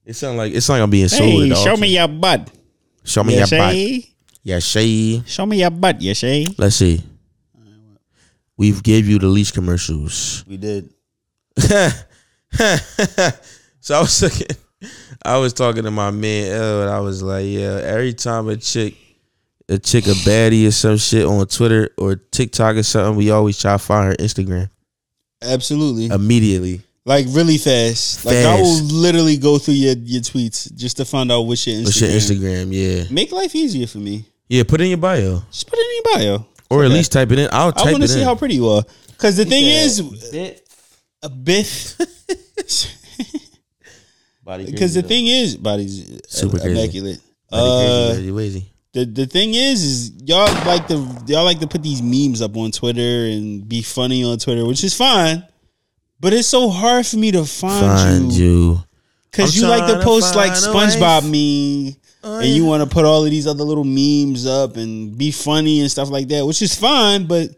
B: It sound like it's like I'm being sold.
A: Hey,
B: at the
A: show
B: altar.
A: me your butt.
B: show me
A: You
B: your butt.
A: see?
B: Yeah, Shay.
A: Show me your butt, you see?
B: Let's see. We've gave you the least commercials.
A: We did.
B: so I was looking, I was talking to my man L, and I was like, yeah, every time a chick, a chick a baddie or some shit on Twitter or TikTok or something, we always try to find her Instagram
A: Absolutely.
B: immediately.
A: Like really fast. Like I
B: Um, Fast.
A: will literally go through your, your tweets just to find out what's your Instagram.
B: What's your Instagram? Yeah,
A: Make life easier for me.
B: yeah. Put it in your bio,
A: Just put it in your bio.
B: or at
A: Okay.
B: least type it in. I'll
A: I
B: type
A: want to
B: it
A: see
B: in.
A: how pretty you are. Because the thing is, a bit. Because the thing is, body's
B: Super
A: Super
B: crazy.
A: immaculate. Uh,
B: you lazy.
A: the the thing is, is y'all like the y'all like to put these memes up on Twitter and be funny on Twitter, which is fine. But it's so hard for me to find,
B: Find
A: you
B: you.
A: because
B: I'm
A: you like
B: trying
A: to
B: to
A: post like
B: find a
A: SpongeBob
B: wife.
A: meme, and you want to put all of these other little memes up and be funny and stuff like that, which is fine. But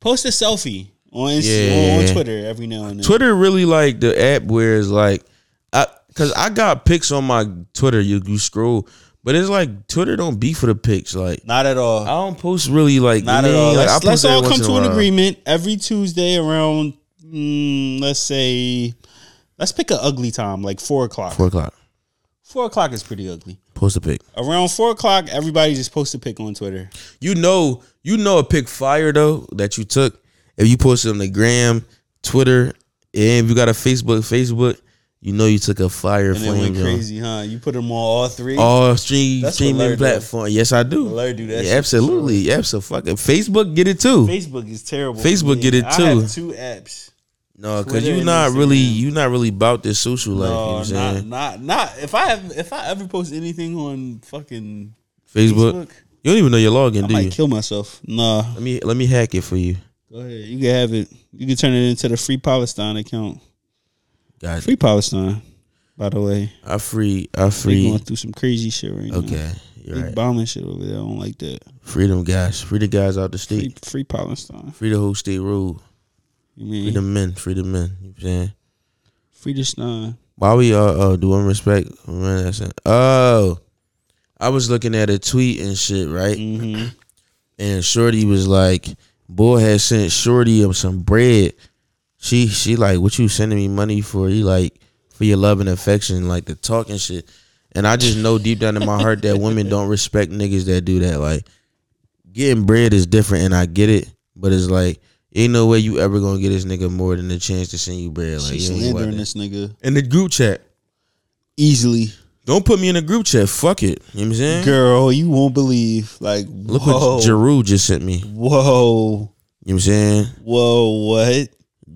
A: post a selfie on Inst-
B: Yeah.
A: on- on Twitter every now and then.
B: Twitter really like the app where it's like, I because I got pics on my Twitter. You you scroll, but it's like Twitter don't be for the pics. Like
A: Not at all.
B: I don't post really like
A: Not
B: you
A: at
B: know,
A: all.
B: like, I
A: Let's,
B: post
A: let's
B: every
A: all
B: once
A: come
B: in a
A: to an
B: while.
A: agreement every Tuesday around, mm, let's say, let's pick an ugly time, like four o'clock.
B: Four
A: Four,
B: o'clock.
A: o'clock is pretty ugly.
B: Post a pic.
A: Around four o'clock, everybody just post a pic on Twitter.
B: You know, you know a pic fire though that you took. If you post it on the gram, Twitter, and if you got a Facebook, Facebook, You know you took a fire
A: And it went
B: flame. Yo.
A: crazy, huh? You put them on all three.
B: All stream,
A: That's what Larry
B: streaming
A: does.
B: platform. Yes, I do.
A: Larry do that
B: Yeah,
A: shit for
B: absolutely. Yeah, absolutely. Facebook get it too.
A: Facebook is terrible. for
B: Facebook
A: me.
B: get it
A: I have two apps.
B: No, because
A: Twitter
B: you
A: and
B: not really
A: Instagram.
B: you not really about this social life. you know what
A: No,
B: I'm
A: not,
B: saying
A: not not if I have if I ever post anything on fucking
B: Facebook.
A: Facebook,
B: You don't even know your login,
A: I
B: do you?
A: might kill myself. Nah,
B: Let me let me hack it for you.
A: go ahead. You can have it. You can turn it into the Free Palestine account.
B: God,
A: Free Palestine, by the way.
B: I free, I
A: They going
B: free.
A: through some crazy shit right now.
B: Okay,
A: They
B: you're right.
A: bombing shit over there. I don't like that.
B: Freedom guys, free the guys out the
A: Free,
B: state,
A: free Palestine.
B: free the whole state road,
A: You
B: free
A: mean
B: the men, free the men. You know what I'm saying?
A: free the Stein.
B: Why we uh, uh do one respect? Man, that's it. Oh, I was looking at a tweet and shit, right?
A: Mm-hmm.
B: and Shorty was like, "Boy had sent Shorty up some bread." She she like, "What you sending me money for?" He like, "For your love and affection, like the talking shit." And I just know deep down in my heart that women don't respect niggas that do that. Like, getting bread is different, and I get it, but it's like, ain't no way you ever gonna get this nigga more than the chance to send you bread. Like,
A: She
B: you ain't about
A: slandering
B: that.
A: this nigga
B: in the group chat.
A: easily.
B: Don't put me in the group chat. Fuck it. You know what I'm saying?
A: Girl, you won't believe. Like,
B: Eh? Look
A: whoa,
B: what Jeru just sent me. You know
A: whoa,
B: what I'm saying?
A: whoa, what?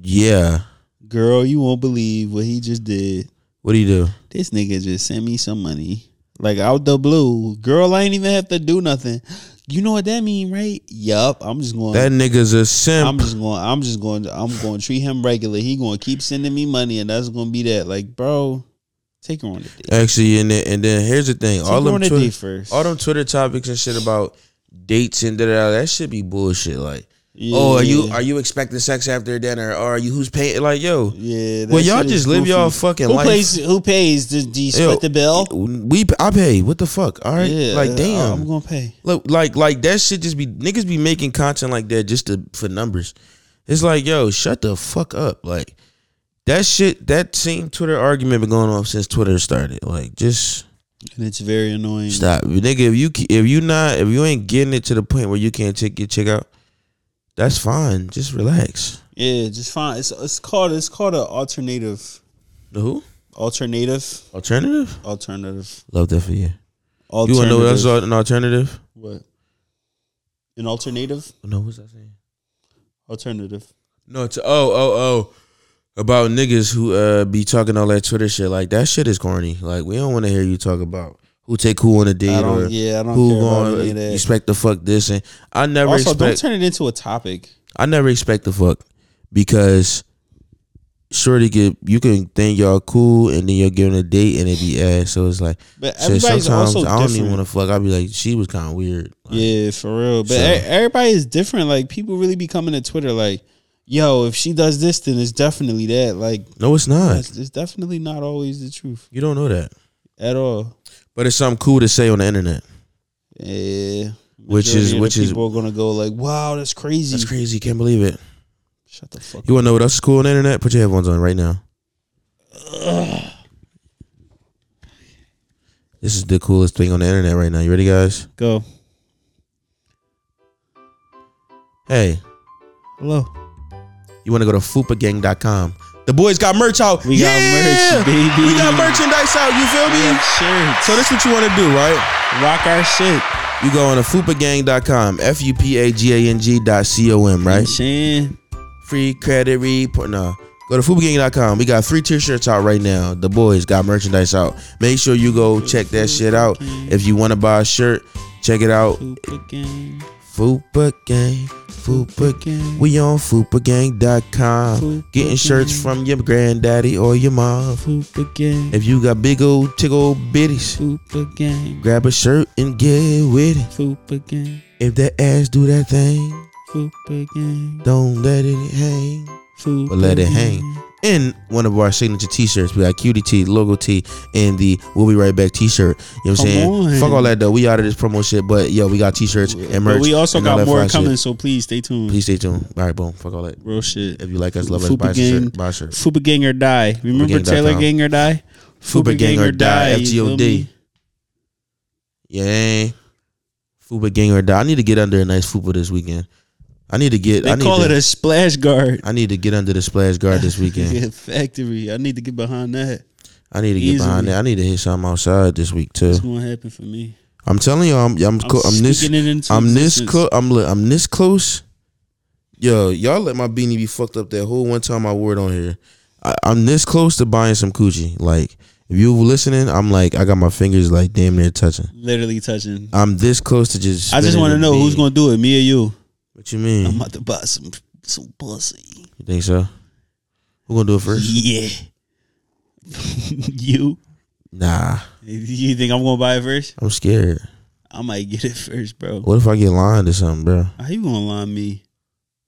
B: Yeah.
A: Girl, you won't believe what he just did.
B: What do you do?
A: This nigga just sent me some money. Like out the blue. Girl, I ain't even have to do nothing. You know what that mean, right? Yup. I'm just going
B: That nigga's a simp.
A: I'm just going I'm just going to I'm going to treat him regular. He going to keep sending me money and that's going to be that. Like, bro, take her on a date. Take
B: Actually, and then, and then here's the thing: all
A: her
B: them
A: on a date
B: Twitter,
A: first.
B: all them Twitter topics and shit about dates and da da da, that should be bullshit. Like, oh, are you
A: Yeah.
B: are you expecting sex after dinner? Or are you who's paying? Like, yo,
A: Yeah. that
B: well, y'all
A: shit is
B: just live
A: goofy.
B: y'all fucking
A: Who
B: life.
A: pays who pays? Do, do you split
B: Yo,
A: the bill?
B: We I pay. What the fuck? All right,
A: Yeah.
B: like
A: uh,
B: damn.
A: I'm going to pay.
B: Look, like like that shit just be niggas be making content like that just to for numbers. It's like, yo, shut the fuck up. Like that shit that same Twitter argument been going on since Twitter started. Like just
A: And it's very annoying.
B: stop. Nigga, if you if you not if you ain't getting it to the point where you can't take your chick out, that's fine. Just relax.
A: Yeah, just fine. It's it's called it's called an alternative
B: The who?
A: alternative
B: Alternative?
A: alternative
B: Love that for you. You
A: alternative.
B: wanna know what's an alternative?
A: what? An alternative
B: No, what's that saying?
A: alternative.
B: No, to oh oh oh about niggas who uh be talking all that Twitter shit. Like that shit is corny. Like we don't want to hear you talk about who take who on a date
A: I
B: or
A: don't. Yeah, I don't
B: who
A: care about any
B: going
A: of that.
B: expect the fuck this and I never
A: Also, don't
B: expect
A: turn it into a topic.
B: I never expect the fuck because shorty get you can think y'all cool and then you're giving a date and it be ass. So it's like
A: But
B: shit,
A: everybody's
B: sometimes
A: also
B: I don't
A: different.
B: even want to fuck. I'll be like she was kind of weird. Like,
A: yeah, for real. But
B: So-
A: e- everybody is different. Like people really be coming to Twitter like, "Yo, if she does this, then it's definitely that." Like,
B: No, it's not.
A: it's, it's definitely not always the truth
B: You don't know that.
A: at all.
B: But it's something cool to say on the internet.
A: Yeah.
B: Which
A: Majority
B: is-
A: of the
B: which is-
A: people are gonna go like, "Wow, that's crazy."
B: That's crazy. Can't believe it.
A: Shut the fuck.
B: You wanna know what else is cool on the internet? Put your headphones on right now. This is the coolest thing on the internet right now. You ready, guys?
A: Go.
B: Hey,
A: Hello.
B: you wanna go to fupagang.com. The boys got merch out.
A: We got merch, baby.
B: We got merchandise out. You feel me?
A: shirts.
B: So this is what you wanna do, right?
A: rock our shit.
B: You go on to fupagang.com, F U P A G A N G dot C O M, right?
A: Shin.
B: Free credit report. No. Go to fubagang.com. We got free t-shirts out right now. The boys got merchandise out. Make sure you go check that shit out. If you want to buy a shirt, check it out.
A: Fupa gang.
B: Fupa Gang. Fupa Gang.
A: gang.
B: We on fupagang.com.
A: Fupa
B: Getting shirts
A: gang.
B: from your granddaddy or your mom.
A: Fupa gang.
B: If you got big old, tick old bitties,
A: Fupa gang.
B: grab a shirt and get with it.
A: Fupa gang.
B: If that ass do that thing,
A: Fupa gang.
B: don't let it hang.
A: Fupa
B: But let it
A: gang.
B: hang. in one of our signature t-shirts. We got QDT, logo T, and the We'll Be Right Back t-shirt. You know what I'm
A: Come
B: saying?
A: on.
B: Fuck all that though. We out of this promo shit, but yo, we got t-shirts and merch.
A: But we also
B: and all
A: got
B: that
A: more
B: fly shit.
A: coming, so please stay tuned.
B: Please stay tuned. All right, boom. Fuck all that.
A: Real shit.
B: If you like us, love us,
A: Fupa
B: buy us a
A: Gang.
B: shirt. Buy a shirt.
A: Fupa gang or die. Remember
B: Fupagang.com.
A: Taylor gang or die?
B: Fupa Gang or Die,
A: you feel
B: FGOD.
A: me?
B: Yeah. Fupa Gang or Die. I need to get under a nice Fupa this weekend. I need to get.
A: They
B: I need
A: call
B: to,
A: it a splash guard.
B: I need to get under the splash guard this weekend.
A: Yeah, factory. I need to get behind that.
B: I need to get
A: Easily.
B: behind it. I need to hit something outside this week too.
A: It's gonna happen for me.
B: I'm telling you, I'm I'm, co- I'm this
A: speaking it into
B: I'm this
A: existence.
B: close. I'm li- I'm this close. Yo, y'all let my beanie be fucked up that whole one time I wore it on here. I, I'm this close to buying some coochie. Like if you were listening, I'm like I got my fingers like damn near touching.
A: Literally touching.
B: I'm this close to just.
A: I just
B: spinning
A: want to
B: the
A: know
B: Mm.
A: who's
B: bean.
A: gonna do it, me or you?
B: What you mean?
A: I'm about to buy some some pussy.
B: you think so? Who gonna do it first?
A: Yeah. you?
B: Nah,
A: You think I'm gonna buy it first?
B: I'm scared.
A: I might get it first, bro.
B: What if I get lined or something, bro?
A: How you gonna lie me?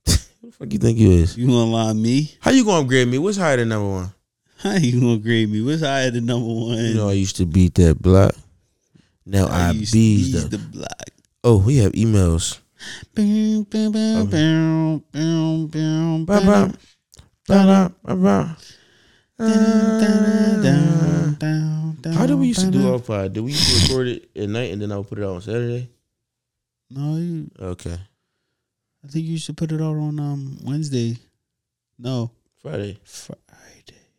B: What the fuck you think you is?
A: You gonna lie me?
B: How you gonna grade me? What's higher than number one?
A: How you gonna grade me? What's higher than number one?
B: You know I used to beat that block. Now I,
A: used to
B: bees
A: ease
B: the
A: the block.
B: Oh, we have emails.
A: Boom, boom, boom, boom, boom, boom,
B: Ba ba ba ba ba.
A: Dun, dun, dun, dun,
B: How did we used to
A: dun,
B: do
A: dun.
B: our pod? Did we used to record it at night and then I would put it out on Saturday?
A: No, you,
B: Okay,
A: I think you should put it out on um Wednesday. No,
B: Friday.
A: Friday.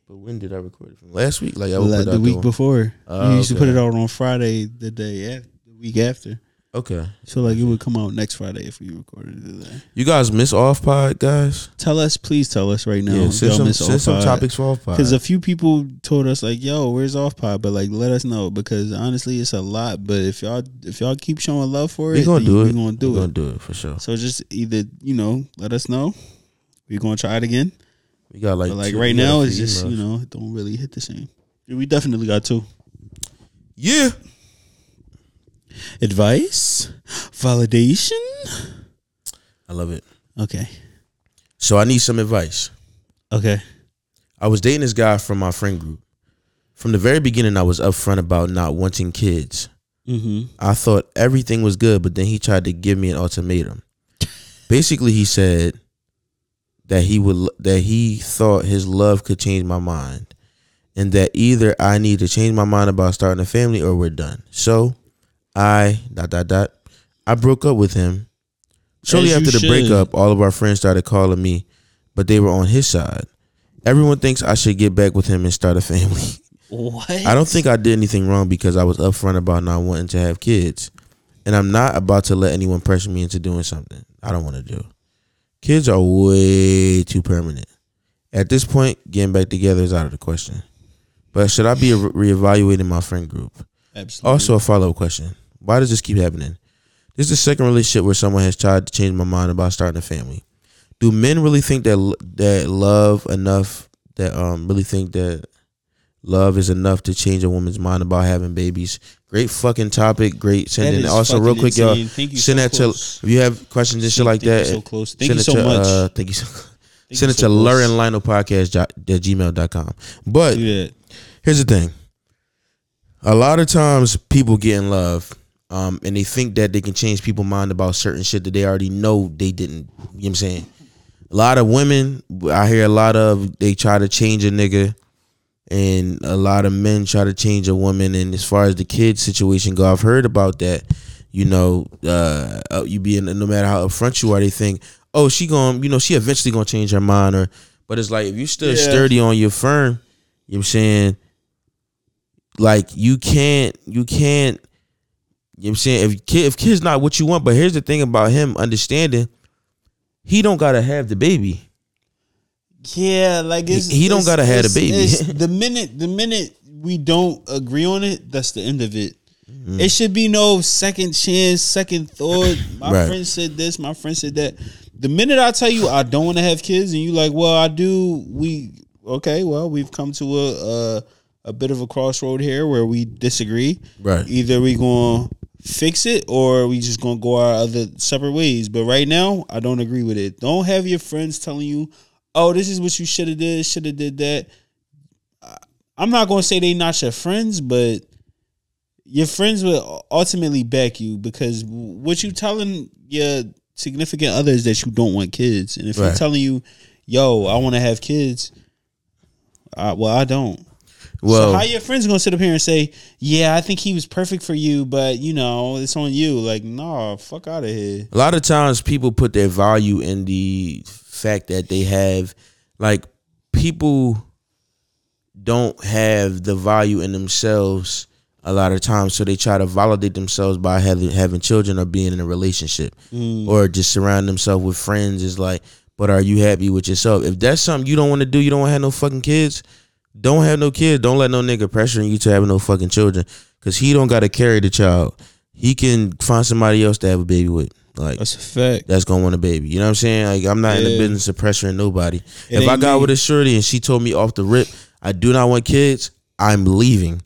B: But when did I record it? From last week? Like I would
A: Like
B: put it
A: the
B: out
A: week
B: before.
A: before.
B: Oh,
A: you used to put
B: okay.
A: it out on Friday, the day after, the week after.
B: Okay,
A: So like it would come out next Friday if we recorded it. Today.
B: you guys miss off pod guys.
A: Tell us, please tell us right now.
B: yeah, send
A: y'all
B: some
A: miss
B: send some
A: Offpod.
B: topics for off pod.
A: Because a few people told us like, "Yo, where's off pod?" But like, let us know because honestly, it's a lot. But if y'all if y'all keep showing love for it,
B: we gonna
A: then
B: do it.
A: We gonna do
B: we
A: it.
B: Gonna do it for sure.
A: So just either you know, let us know. We're gonna try it again.
B: We got like
A: But like
B: two-
A: right
B: we got a
A: now,
B: few
A: it's just
B: emails.
A: you know, it don't really hit the same. Yeah, We definitely got two
B: yeah.
A: advice, validation.
B: I love it.
A: Okay,
B: So I need some advice.
A: okay,
B: I was dating this guy from my friend group. From the very beginning, I was upfront about not wanting kids.
A: mm-hmm.
B: I thought everything was good, but then he tried to give me an ultimatum. Basically, he said that he would that he thought his love could change my mind, and that either I need to change my mind about starting a family or we're done. So, I dot dot dot. I broke up with him. Shortly
A: As you
B: after the
A: should.
B: breakup, all of our friends started calling me, but they were on his side. Everyone thinks I should get back with him and start a family.
A: What?
B: I don't think I did anything wrong because I was upfront about not wanting to have kids. And I'm not about to let anyone pressure me into doing something I don't want to do. Kids are way too permanent. At this point, getting back together is out of the question. But should I be re- reevaluating my friend group?
A: Absolutely.
B: Also, a follow up question Why does this keep happening? This is the second relationship where someone has tried to change my mind about starting a family. Do men really think that l- that love enough that um really think that love is enough to change a woman's mind about having babies? Great fucking topic. Great
A: That
B: sending.
A: is
B: Also, real
A: fucking
B: quick, y'all
A: insane. Thank you
B: send
A: so
B: that
A: close.
B: to if you have questions and shit like
A: Thank
B: that.
A: You so close. Thank you
B: send
A: so
B: it to,
A: much.
B: Uh, thank you so.
A: Thank you
B: send it
A: so
B: to
A: much.
B: laurenlinopodcast at gmail.com. But
A: Do that.
B: here's the thing a lot of times people get in love um, and they think that they can change people's mind about certain shit that they already know they didn't you know what i'm saying a lot of women i hear a lot of they try to change a nigga and a lot of men try to change a woman and as far as the kid situation go i've heard about that you know uh, uh, you being no matter how upfront you are they think oh she going you know she eventually gonna change her mind or but it's like if you still
A: Yeah.
B: sturdy on your firm you know what i'm saying like you can't you can't you know what I'm saying if kid if kid's not what you want, but here's the thing about him understanding he don't gotta have the baby.
A: Yeah, like it's,
B: he don't
A: it's-
B: gotta have the
A: it's-
B: baby.
A: it's the minute the minute we don't agree on it, that's the end of it.
B: Mm.
A: It should be no second chance, second thought. My
B: Right.
A: friend said this. My friend said that. The minute I tell you I don't want to have kids, and you like, well, I do. We okay? Well, we've come to a a, a bit of a crossroad here where we disagree.
B: Right.
A: Either we gonna fix it or we just gonna go our other separate ways. But right now, I don't agree with it. Don't have your friends telling you, "Oh, this is what you should have did. Should have did that." I- I'm not gonna say they not your friends, but your friends will ultimately back you because what you telling your significant other is that you don't want kids, and if
B: Right.
A: you're telling you, "Yo, I want to have kids," I, well, I don't.
B: Well
A: So how your friends gonna sit up here and say, "Yeah, I think he was perfect for you, but you know, it's on you." Like, nah, fuck out of here.
B: a lot of times people put their value in the fact that they have like people don't have the value in themselves a lot of times, so they try to validate themselves by having having children or being in a relationship or just surround themselves with friends. Is like, but are you happy with yourself? If that's something you don't want to do, you don't want to have no fucking kids. Don't have no kids. Don't let no nigga pressuring you to have no fucking children, cause he don't gotta carry the child. He can find somebody else to have a baby with. Like
A: That's a fact.
B: that's gonna want a baby. You know what I'm saying? Like I'm not in the
A: Yeah.
B: business of pressuring nobody. if
A: ain't
B: I got
A: me.
B: with a shorty and she told me off the rip, I do not want kids, I'm leaving.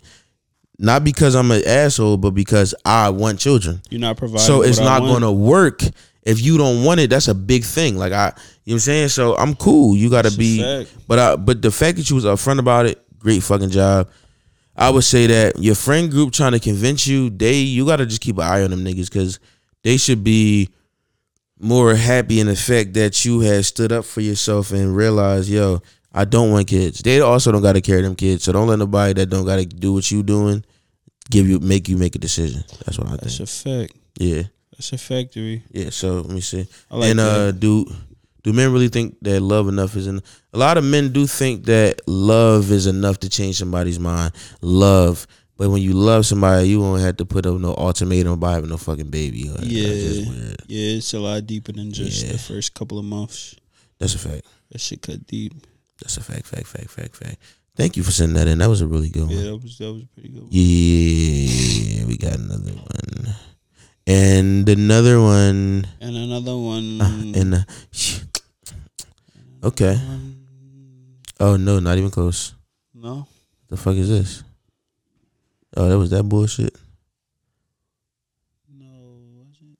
B: Not because I'm an asshole, but because I want children.
A: You're not providing.
B: So it's
A: what I
B: not
A: want.
B: gonna work if you don't want it. That's a big thing. Like I, you know what I'm saying. So I'm cool. You gotta
A: a
B: be,
A: fact.
B: but I, but the fact that you was upfront about it, great fucking job. I would say that your friend group trying to convince you, they you gotta just keep an eye on them niggas because they should be more happy in the fact that you had stood up for yourself and realized, yo, I don't want kids. They also don't gotta carry them kids. So don't let nobody that don't gotta do what you doing give you make you make a decision. That's what I
A: That's
B: think.
A: a fact.
B: Yeah.
A: That's a factory.
B: Yeah, so let me see.
A: I like
B: and uh,
A: that.
B: do do men really think that love enough is enough? A lot of men do think that love is enough to change somebody's mind. Love, but when you love somebody, you won't have to put up no ultimatum about having no fucking baby. Like, that's
A: Yeah.
B: just weird.
A: Yeah, it's a lot deeper than just the first couple of months.
B: That's a fact.
A: That shit cut deep.
B: That's a fact. Fact. Fact. Fact. Fact. Thank you for sending that in. That was a really good one.
A: Yeah, that was that was a pretty good. One.
B: yeah we got another one, and another one.
A: And another one.
B: And uh, okay. Oh no, not even close.
A: no,
B: The fuck is this? Oh, that was that bullshit.
A: no, wasn't.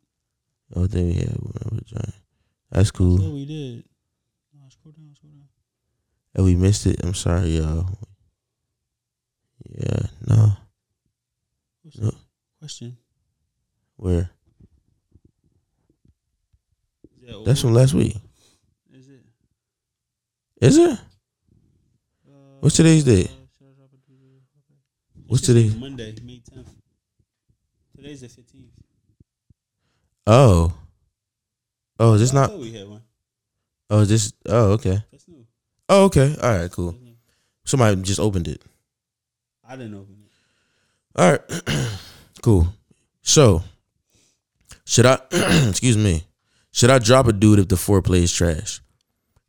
B: Oh, then we had one with John. That's cool.
A: Yeah, we did. No, scroll down, scroll down.
B: And we missed it. I'm sorry, y'all. Yeah, no.
A: What's
B: No.
A: the question?
B: Where?
A: Is that
B: That's
A: over?
B: from last week.
A: Is it?
B: Is it?
A: Uh,
B: What's today's date?
A: should I drop it to you? Okay.
B: What's
A: This is
B: today?
A: Monday, May tenth. Today's the fifteenth.
B: Oh. Oh, is this
A: I
B: not?
A: thought we had one.
B: Oh, is this? Oh, okay.
A: That's new.
B: Oh, okay. All right, cool.
A: That's new.
B: Somebody just opened it.
A: I didn't open it.
B: All right. cool. So, should I, excuse me, should I drop a dude if the foreplay is trash?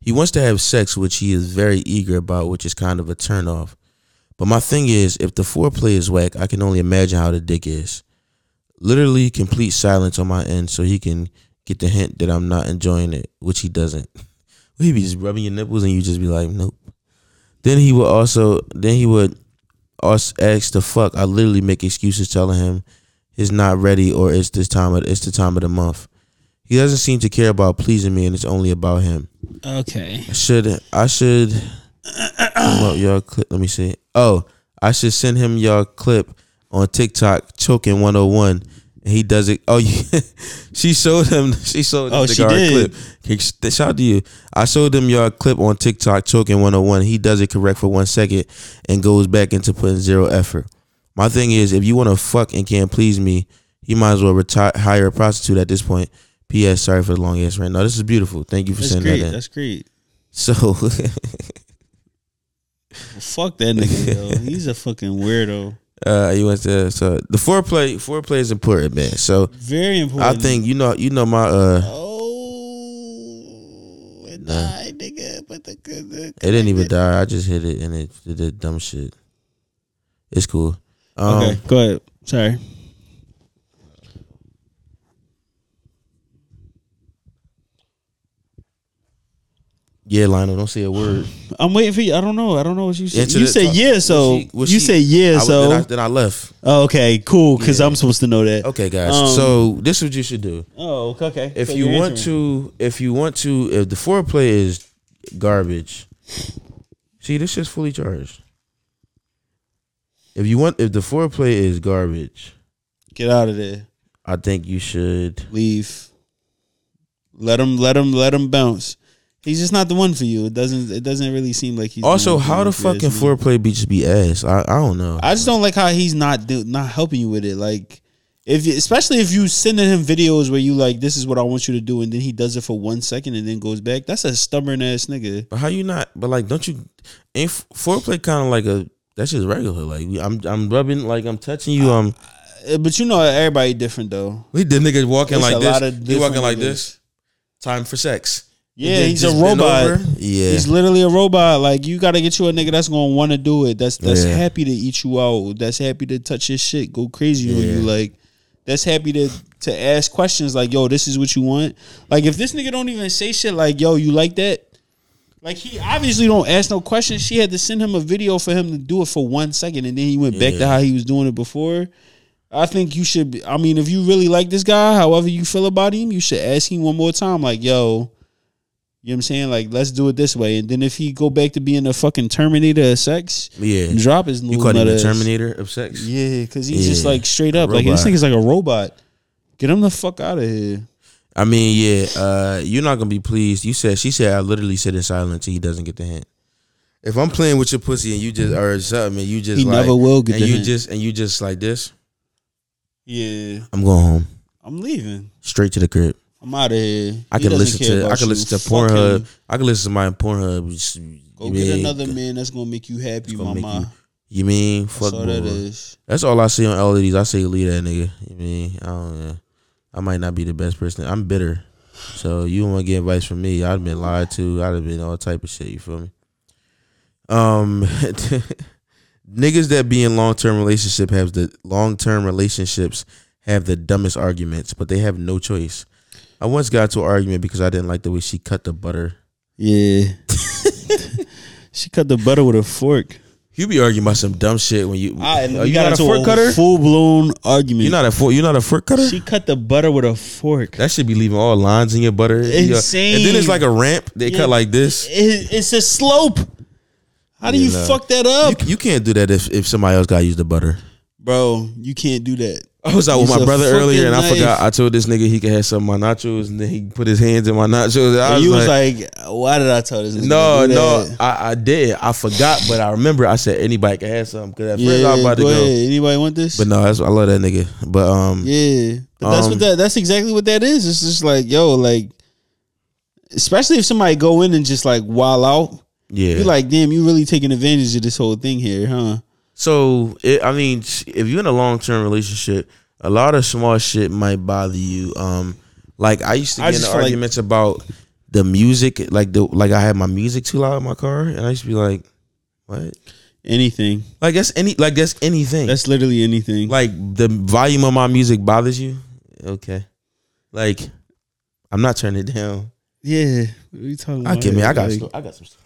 B: He wants to have sex, which he is very eager about, which is kind of a turnoff. But my thing is, if the foreplay is whack, I can only imagine how the dick is. Literally complete silence on my end so he can get the hint that I'm not enjoying it, which he doesn't. He be just rubbing your nipples and you just be like, nope. Then he would also, then he would us ask the fuck. I literally make excuses telling him it's not ready or it's this time of it's the time of the month. He doesn't seem to care about pleasing me and it's only about him.
A: Okay.
B: I should I should well, y'all clip let me see. Oh, I should send him y'all clip on TikTok choking one oh one. And he does it. Oh, yeah. she showed him. She showed him
A: Oh,
B: the
A: she
B: guard
A: did.
B: clip. Hey, Shout out to you. I showed him y'all clip on TikTok choking 101. He does it correct for one second and goes back into putting zero effort. My thing is, if you want to fuck and can't please me, you might as well retire, hire a prostitute at this point. P.S. Sorry for the long ass rant. No, this is beautiful. Thank you for
A: That's
B: sending
A: great.
B: that in.
A: That's great.
B: so,
A: Well, fuck that nigga, yo. He's a fucking weirdo.
B: uh, you went to so the foreplay. Foreplay is important, man. So
A: Very
B: I
A: important.
B: think you know, you know my uh,
A: Oh, it
B: Nah.
A: died, nigga. But the good. The,
B: It didn't even die. I just hit it and it did the dumb shit. It's cool. Um,
A: Okay, go ahead. Sorry.
B: Yeah, Lionel, don't say a word.
A: I'm waiting for you. I don't know. I don't know what you said.
B: Answer
A: You
B: the-
A: said yeah,
B: Was
A: so
B: she- was
A: you
B: she-
A: said yeah,
B: I was-
A: so.
B: then I, then I left.
A: oh, okay, cool. Because
B: Yeah.
A: I'm supposed to know that.
B: Okay, guys.
A: Um,
B: so this is what you should do.
A: Oh, okay.
B: If
A: So
B: you
A: you're
B: want
A: answering.
B: to, if you want to, if the foreplay is garbage, see this is fully charged. If you want, if the foreplay is garbage,
A: get out of there,
B: I think you should.
A: leave. Let him, let him, let him bounce. He's just not the one for you. It doesn't. It doesn't really seem like he's.
B: Also,
A: one for
B: how
A: you
B: the
A: if you ask
B: fucking
A: me.
B: foreplay be just be ass? I I don't know.
A: I just don't like how he's not do, not helping you with it. Like If especially if you sending him videos where you like this is what I want you to do, and then he does it for one second and then goes back. That's a stubborn ass nigga.
B: But how you not? But like, don't you? Ain't f- foreplay kind of like a that's just regular. Like we- I'm I'm rubbing, like I'm touching you. Um,
A: Uh, But you know everybody different though.
B: we the niggas walking
A: It's
B: like
A: a
B: this.
A: lot of
B: He walking
A: different
B: like
A: niggas.
B: this. Time for sex.
A: Yeah,
B: Then
A: he's a
B: just bend
A: robot.
B: over. Yeah,
A: He's literally a robot. Like you got to get you a nigga that's gonna want to do it. That's that's
B: Yeah.
A: happy to eat you out. That's happy to touch your shit, go crazy on you.
B: Yeah.
A: Like that's happy to to ask questions. Like yo, this is what you want. Like if this nigga don't even say shit like yo, you like that. Like he obviously don't ask no questions. She had to send him a video for him to do it for one second, and then he went back to
B: Yeah.
A: how he was doing it before. I think you should. Be, I mean, if you really like this guy, however you feel about him, you should ask him one more time. Like, yo, you know what I'm saying? Like, let's do it this way. And then if he go back to being a fucking Terminator of sex,
B: yeah.
A: drop his
B: You
A: little
B: call him
A: nut
B: the
A: ass.
B: Terminator of sex.
A: Yeah, because he's just
B: Yeah.
A: like straight up. Like this
B: Robot.
A: nigga's like a robot. Get him the fuck out of here.
B: I mean, yeah. Uh, you're not gonna be pleased. You said she said I literally sit in silence. He doesn't get the hint. If I'm playing with your pussy and you just or something and you just
A: He
B: like,
A: never will get
B: and
A: the
B: you
A: hint.
B: just and you just like this,
A: Yeah,
B: I'm going home
A: I'm leaving.
B: straight to the crib.
A: I'm out of here.
B: I
A: He
B: can
A: doesn't
B: listen
A: care
B: to I
A: about
B: can
A: you.
B: listen to
A: Fuck
B: Pornhub.
A: him.
B: I can listen to my Pornhub. Just,
A: Go get
B: you mean,
A: another man that's gonna make you happy,
B: gonna make
A: mama.
B: You mean fuck
A: That's all that
B: boy.
A: is.
B: That's all I see on all of these. I say leave that nigga. You mean I don't know. I might not be the best person. I'm bitter. So you don't want to get advice from me. I'd have been lied to. I'd have been all type of shit. You feel me? Um, niggas that be in long term relationship have the long term relationships have the dumbest arguments, but they have no choice. I once got to an argument because I didn't like the way she cut the butter.
A: Yeah. she cut the butter with a fork.
B: You be arguing about some dumb shit when you.
A: I,
B: Are you not a fork cutter?
A: Full blown argument.
B: You're not a fork. You're not a fork cutter.
A: she cut the butter with a fork.
B: That should be leaving all lines in your butter. You-
A: Insane.
B: And then it's like a ramp. They
A: Yeah.
B: cut like this.
A: It- it's a slope. How do you,
B: You know.
A: fuck that up,
B: You, you can't do that if, if somebody else got to use the butter.
A: bro? You can't do that.
B: I was out with
A: It's
B: my
A: a
B: brother
A: fucking
B: earlier and I
A: knife.
B: forgot. I told this nigga he could have some of my nachos and then he put his hands in my nachos.
A: And
B: I was
A: you
B: like,
A: was like, why did I tell this? Nigga
B: no,
A: to do
B: no,
A: that?"
B: I, I did. I forgot, but I remember I said anybody can have some because at first
A: Yeah,
B: I was about to
A: go
B: go.
A: ahead. Anybody want this?
B: But no, that's, I love that nigga. But um,
A: Yeah, But that's
B: Um,
A: what that. That's exactly what that is. It's just like, yo, like, especially if somebody go in and just like wild out.
B: yeah.
A: You're like, damn, you really taking advantage of this whole thing here, huh?
B: So it, I mean, s- if you're in a long term relationship, a lot of small shit might bother you. Um, like I used to
A: I
B: get in
A: just feel like-
B: arguments about the music, like the like I had my music too loud in my car, and I used to be like, "What?
A: Anything.
B: Like that's any like that's anything.
A: That's literally anything.
B: like the volume of my music bothers you? Okay, like I'm not turning it down.
A: yeah. What are you talking
B: I
A: about?
B: can, man. I got,
A: Like,
B: sto- I got some. stories.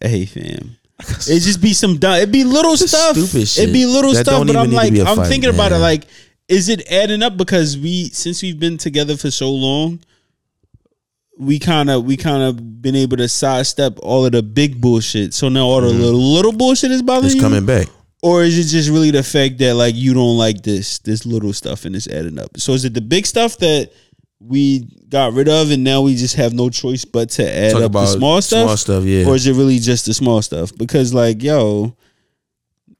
A: Hey, fam. It just be some dumb. It be little
B: Just
A: stuff.
B: stupid
A: It
B: shit
A: be little
B: that
A: stuff,
B: don't
A: but
B: even
A: I'm
B: need to
A: like,
B: be a
A: I'm
B: fight,
A: thinking about it.
B: man.
A: Like, is it adding up? Because we, since we've been together for so long, we kind of, we kind of been able to sidestep all of the big bullshit. So now all the little, little bullshit is bothering
B: Mm-hmm. It's
A: you,
B: coming back.
A: or is it just really the fact that like you don't like this, this little stuff, and it's adding up? So is it the big stuff that we got rid of, and now we just have no choice but to add
B: Talk
A: up
B: about
A: the small stuff?
B: Small stuff, yeah.
A: or is it really just the small stuff? Because like, yo,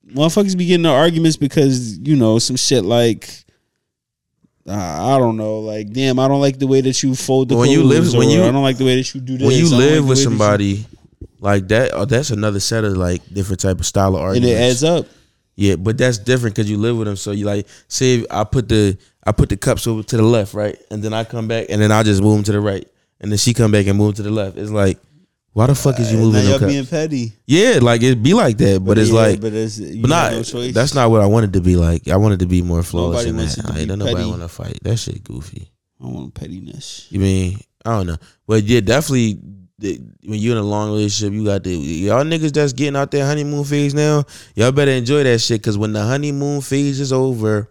A: motherfuckers be getting into arguments because you know some shit like. Uh, I don't know, like damn, I don't like the way that you fold the
B: When you
A: clothes,
B: live- when
A: or
B: you-
A: I don't like the way that you do this.
B: when
A: I
B: you
A: don't like the
B: live
A: way
B: with
A: that you-
B: somebody like that, oh, that's another set of like different type of style
A: and
B: of arguments.
A: it adds up.
B: Yeah, but that's different because you live with them. So you like say if I put the I put the cups over to the left, right, and then I come back and then I just move them to the right, and then she come back and move to the left. It's like, why the fuck is you
A: Uh, Now
B: moving
A: y'all
B: them cups?
A: being petty,
B: yeah, like it be like that, but, it's
A: Yeah,
B: like.
A: but it's you
B: but
A: got
B: not,
A: no choice.
B: that's not what I wanted to be like. I wanted to be more flawless
A: Nobody
B: than
A: wants
B: that.
A: it to
B: Like,
A: be
B: don't nobody
A: petty.
B: want to fight. That shit goofy.
A: I want pettiness.
B: You mean I don't know, but yeah, definitely. the- When you're in a long relationship, you got the y'all niggas that's getting out their honeymoon phase now. Y'all better enjoy that shit because when the honeymoon phase is over,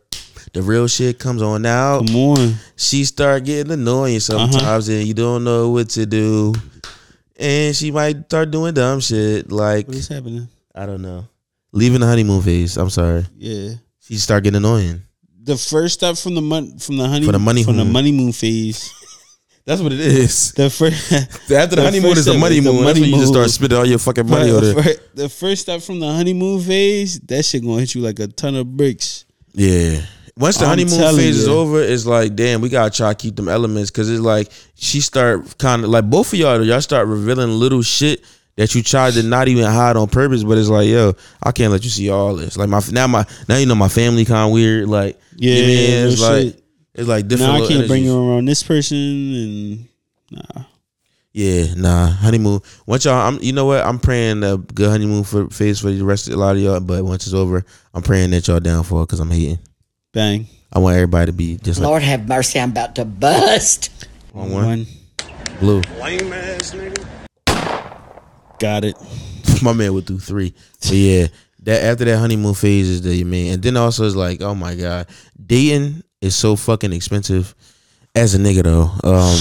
B: the real shit comes on out.
A: Come on,
B: She start getting annoying sometimes, and you don't know what to do. And she might start doing dumb shit like
A: what is happening?
B: I don't know, leaving the honeymoon phase. I'm sorry,
A: Yeah,
B: she start getting annoying.
A: the first step from the month from the honey
B: For the money
A: from the
B: moon.
A: money moon phase.
B: That's what it is.
A: The first
B: After the,
A: The
B: honeymoon
A: first
B: is the
A: step
B: money
A: is the
B: moon. That's
A: money
B: when you just
A: moon.
B: start spending all your fucking
A: But
B: money on it.
A: the, fir- the first step from the honeymoon phase, that shit gonna hit you like a ton of bricks.
B: Yeah. Once the
A: I'm
B: honeymoon
A: telling
B: phase is
A: you.
B: over, it's like damn, we gotta try to keep them elements because it's like she start kind of like both of y'all, y'all start revealing little shit that you tried to not even hide on purpose, but it's like yo, I can't let you see all this. Like my now my now you know my family kind of weird. Like you
A: Yeah,
B: mean,
A: no
B: it's like
A: shit.
B: it's like different.
A: Now I
B: little
A: can't bring
B: energies.
A: you around this person and
B: Yeah, nah, honeymoon. Once y'all, I'm, you know what? I'm praying a good honeymoon for phase for the rest of a lot of y'all. But once it's over, I'm praying that y'all down for it because I'm hating.
A: bang.
B: I want everybody to be just like
C: Lord have mercy, I'm about to bust.
B: one, one blue.
A: Got it.
B: My man would do three, but yeah, that after that honeymoon phase is the man, and then also it's like, oh my god, dating is so fucking expensive. As a nigga though, um,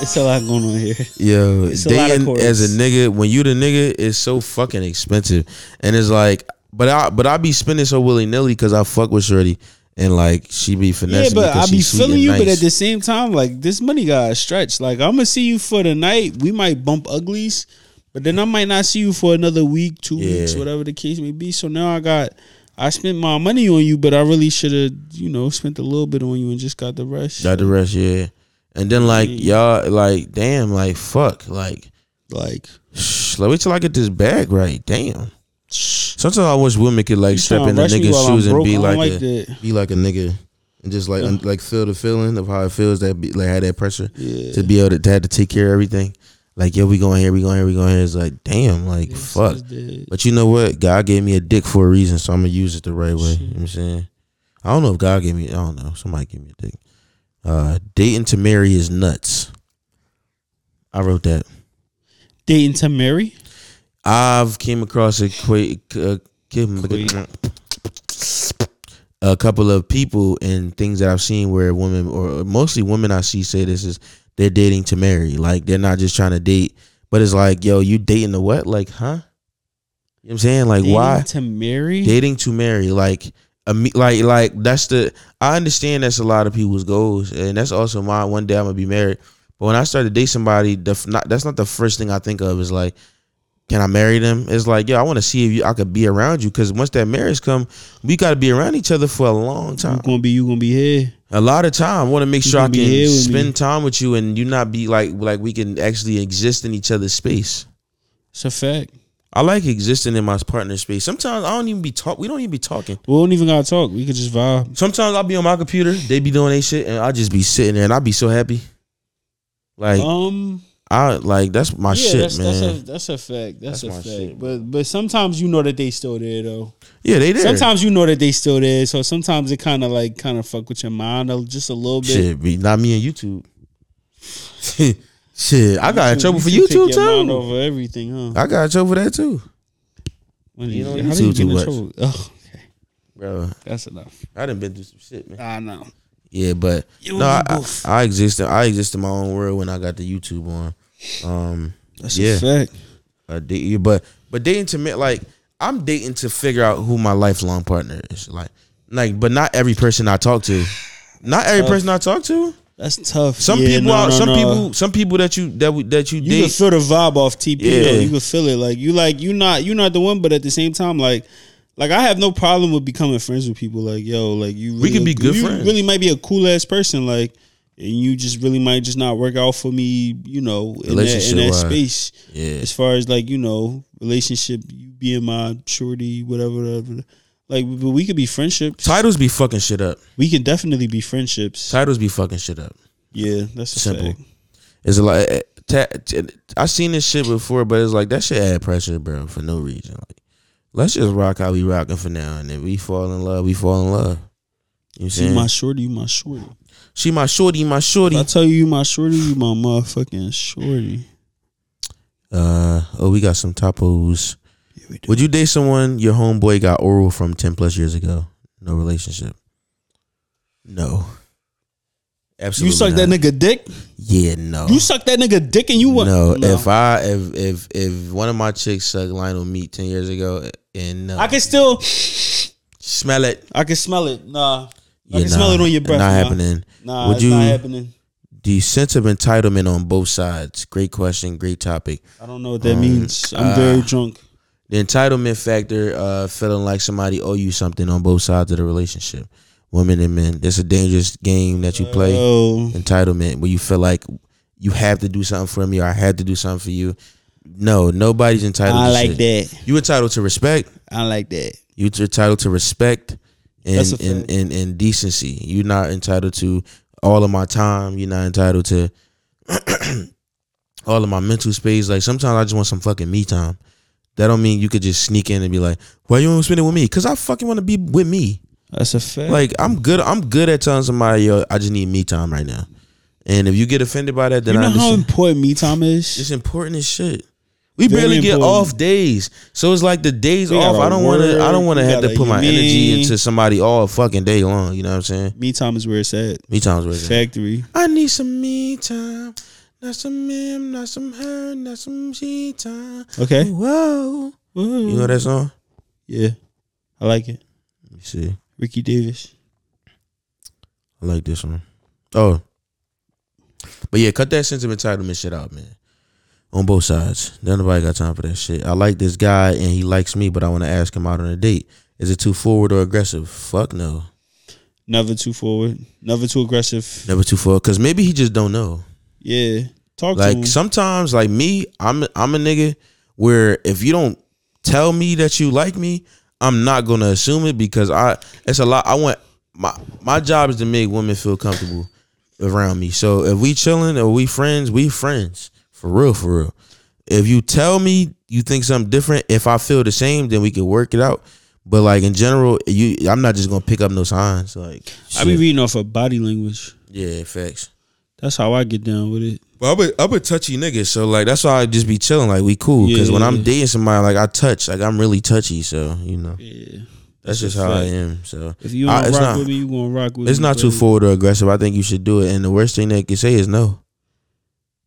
A: it's a lot going on here.
B: Yo,
A: a lot of
B: dating
A: chords.
B: as a nigga, when you the nigga, it's so fucking expensive, and it's like, but I but I be spending so willy nilly because I fuck with Shorty, and like she be
A: Yeah,
B: finessing. me
A: but
B: 'cause
A: I be
B: she sweet
A: feeling
B: and
A: you, but at
B: nice.
A: the same time, like this money got stretched. Like I'm gonna see you for the night. We might bump uglies, but then I might not see you for another week, two weeks,
B: Yeah.
A: whatever the case may be. So now I got, I spent my money on you, but I really should have, you know, spent a little bit on you and just got the rest.
B: Got the rest, yeah. And then like y'all, like damn, like fuck, like
A: like
B: shh, like wait till I get this bag right, damn. Sometimes I wish women could like step
A: tryna
B: in the
A: rush me
B: nigga's
A: while I'm
B: shoes and
A: broke. I
B: be
A: don't
B: like,
A: like
B: a,
A: that.
B: be like a nigga. And just like un- like feel the feeling of how it feels that be, like had that pressure
A: Yeah.
B: to be able to, to have to take care of everything. Like yo, we going here, we going here, we going here. It's like damn, like fuck.
A: is dead.
B: But you know what? God gave me a dick for a reason, so I'm gonna use it the right way. You know what I'm saying? I don't know if God gave me. I don't know. Somebody gave me a dick. Uh, dating to marry is nuts. I wrote that.
A: dating to marry.
B: I've came across a quite, uh, came- a couple of people and things that I've seen where women or mostly women I see say this is they're dating to marry. Like they're not just trying to date, but it's like, yo, you dating the what? Like, huh? You know what I'm saying? Like
A: Dating
B: why?
A: to marry?
B: dating to marry like a me like like that's the i understand that's a lot of people's goals and that's also my one day i'm gonna be married but when i start to date somebody the, f- not, that's not the first thing i think of is like can i marry them it's like yo i want to see if you, i could be around you because once that marriage come we got to be around each other for a long
A: you
B: time
A: gonna be you gonna be here?
B: a lot of time i want to make sure i
A: can be here
B: can
A: with
B: spend
A: me.
B: time with you and you not be like like we can actually exist in each other's space
A: It's a fact.
B: i like existing in my partner's space sometimes i don't even be talk we don't even be talking
A: We don't even gotta talk. We could just vibe.
B: Sometimes I'll be on my computer, they be doing they shit, and I just be sitting there and I be so happy. Like
A: Um.
B: I like that's my
A: yeah,
B: shit,
A: that's,
B: man.
A: That's a, that's a fact. That's,
B: That's
A: a
B: my
A: fact.
B: shit,
A: but but sometimes you know that they still there though.
B: yeah, they there.
A: Sometimes you know that they still there. So sometimes it kind of like kind of fuck with your mind a- just a little bit.
B: shit, be not me and YouTube. shit, I got in
A: You
B: trouble for
A: should take
B: YouTube
A: your Mind
B: too.
A: over everything, huh?
B: I got in trouble for that too,
A: When
B: You
A: you
B: know,
A: how do you get
B: YouTube too
A: in
B: much.
A: trouble? Oh, okay,
B: bro.
A: that's enough.
B: I done been through some shit, man.
A: I know.
B: Yeah, but
A: You
B: no, I,
A: and me
B: I,
A: both.
B: I exist. In, I exist in my own world when I got the YouTube on. Um,
A: That's
B: yeah,
A: a fact.
B: I uh, date you, but but dating to me like I'm dating to figure out who my lifelong partner is. Like like, but not every person I talk to, not every person I talk to.
A: That's tough.
B: Some
A: Yeah,
B: people,
A: no,
B: are,
A: no,
B: some
A: no.
B: people, some people that you that we- that you,
A: You can
B: date.
A: feel the vibe off TP. though.
B: Yeah.
A: You can feel it. Like you like you not you not the one, but at the same time, like like I have no problem with becoming friends with people. Like yo, like you. Really,
B: can be good
A: you
B: friends.
A: Really might be a cool ass person. Like and you just really might just not work out for me. You know, in that, in that
B: Relationship-wise.
A: space.
B: Yeah.
A: As far as like you know, relationship, you being my shorty, whatever, whatever. Like, but we could be friendships.
B: Titles be fucking shit up.
A: We can definitely be friendships.
B: Titles be fucking shit up.
A: Yeah, that's a
B: Simple.
A: fact.
B: It's like eh, ta- t- I seen this shit before, but it's like that shit add pressure, bro, for no reason. Like, let's just rock how we rocking for now, and if we fall in love, we fall in love. You know what I'm
A: You
B: saying?
A: my shorty, you my shorty.
B: she my shorty, my shorty.
A: I tell you, you my shorty, you my motherfucking shorty.
B: Uh oh, we got some tacos.
A: we do.
B: Would you date someone your homeboy got oral from ten plus years ago? No relationship. No. Absolutely.
A: You suck
B: not.
A: that nigga dick.
B: Yeah, no.
A: You suck that nigga dick, and you want
B: no, If I if if if one of my chicks sucked Lionel meat ten years ago eh, and no,
A: I can still,
B: smell it.
A: I can smell it. Nah, I
B: Yeah,
A: can smell
B: nah,
A: it on your breath.
B: Not
A: nah.
B: happening.
A: Nah,
B: Would
A: it's
B: you
A: not happening.
B: the sense of entitlement on both sides? Great question. Great topic. Uh,
A: I don't know what that means. I'm very drunk.
B: The entitlement factor, uh, feeling like somebody owe you something on both sides of the relationship, women and men. That's a dangerous game that you play.
A: Oh,
B: entitlement where you feel like you have to do something for me or I had to do something for you. No, nobody's entitled.
A: I
B: to
A: like
B: shit.
A: that.
B: You entitled to respect.
A: I like that.
B: You're entitled to respect
A: That's
B: and
A: a
B: and,
A: fact.
B: and and decency. You're not entitled to all of my time. You're not entitled to all of my mental space. Like sometimes I just want some fucking me time. That don't mean you could just sneak in and be like, "Why you want to spend it with me?" Because I fucking want to be with me.
A: That's a fact.
B: Like I'm good. I'm good at telling somebody, yo, I just need me time right now. And if you get offended by that, then
A: you
B: I
A: know how
B: understand.
A: important me time is.
B: it's important as shit. We
A: Very
B: barely get
A: important.
B: off days, so it's like the days
A: We
B: off.
A: gotta
B: I don't want to. I don't
A: work,
B: want to
A: we
B: have to
A: gotta-
B: put
A: you
B: my energy
A: mean-
B: into somebody all fucking day long. You know what I'm saying?
A: Me time is where it's at.
B: Me time's worth it.
A: Factory.
B: I need some me time, not some him, not some her, not some she time.
A: Okay.
B: Whoa, you know that song?
A: Yeah, I like it.
B: Let me see.
A: Ricky Davis.
B: I like this one. Oh. But yeah, cut that sense of entitlement shit out, man. On both sides. Then nobody got time for that shit. I like this guy and he likes me, but I want to ask him out on a date. Is it too forward or aggressive? Fuck no.
A: Never too forward. Never too aggressive.
B: Never too forward. Cause maybe he just don't know.
A: Yeah. Talk to him.
B: Like sometimes, like me, I'm I'm a nigga where if you don't tell me that you like me, I'm not gonna assume it because I it's a lot. I want my my job is to make women feel comfortable around me. So if we chilling or we friends, we friends for real, for real. If you tell me you think something different, if I feel the same, then we can work it out. But like in general, you I'm not just gonna pick up no signs. Like
A: I be
B: shit.
A: reading off of body language.
B: yeah, facts.
A: That's how I get down with it.
B: But I'm a, I'm a touchy nigga, so like that's why I just be chilling. Like we cool, because when I'm
A: Yeah.
B: dating somebody, like I touch, like I'm really touchy. So you know,
A: Yeah. That's
B: that's just
A: a
B: how I
A: fact.
B: am. So
A: If you
B: I-
A: don't
B: it's
A: rock
B: not-
A: with me, you gonna rock with me.
B: it's not too
A: buddy.
B: forward or aggressive. I think you should do it. And the worst thing they can say is no.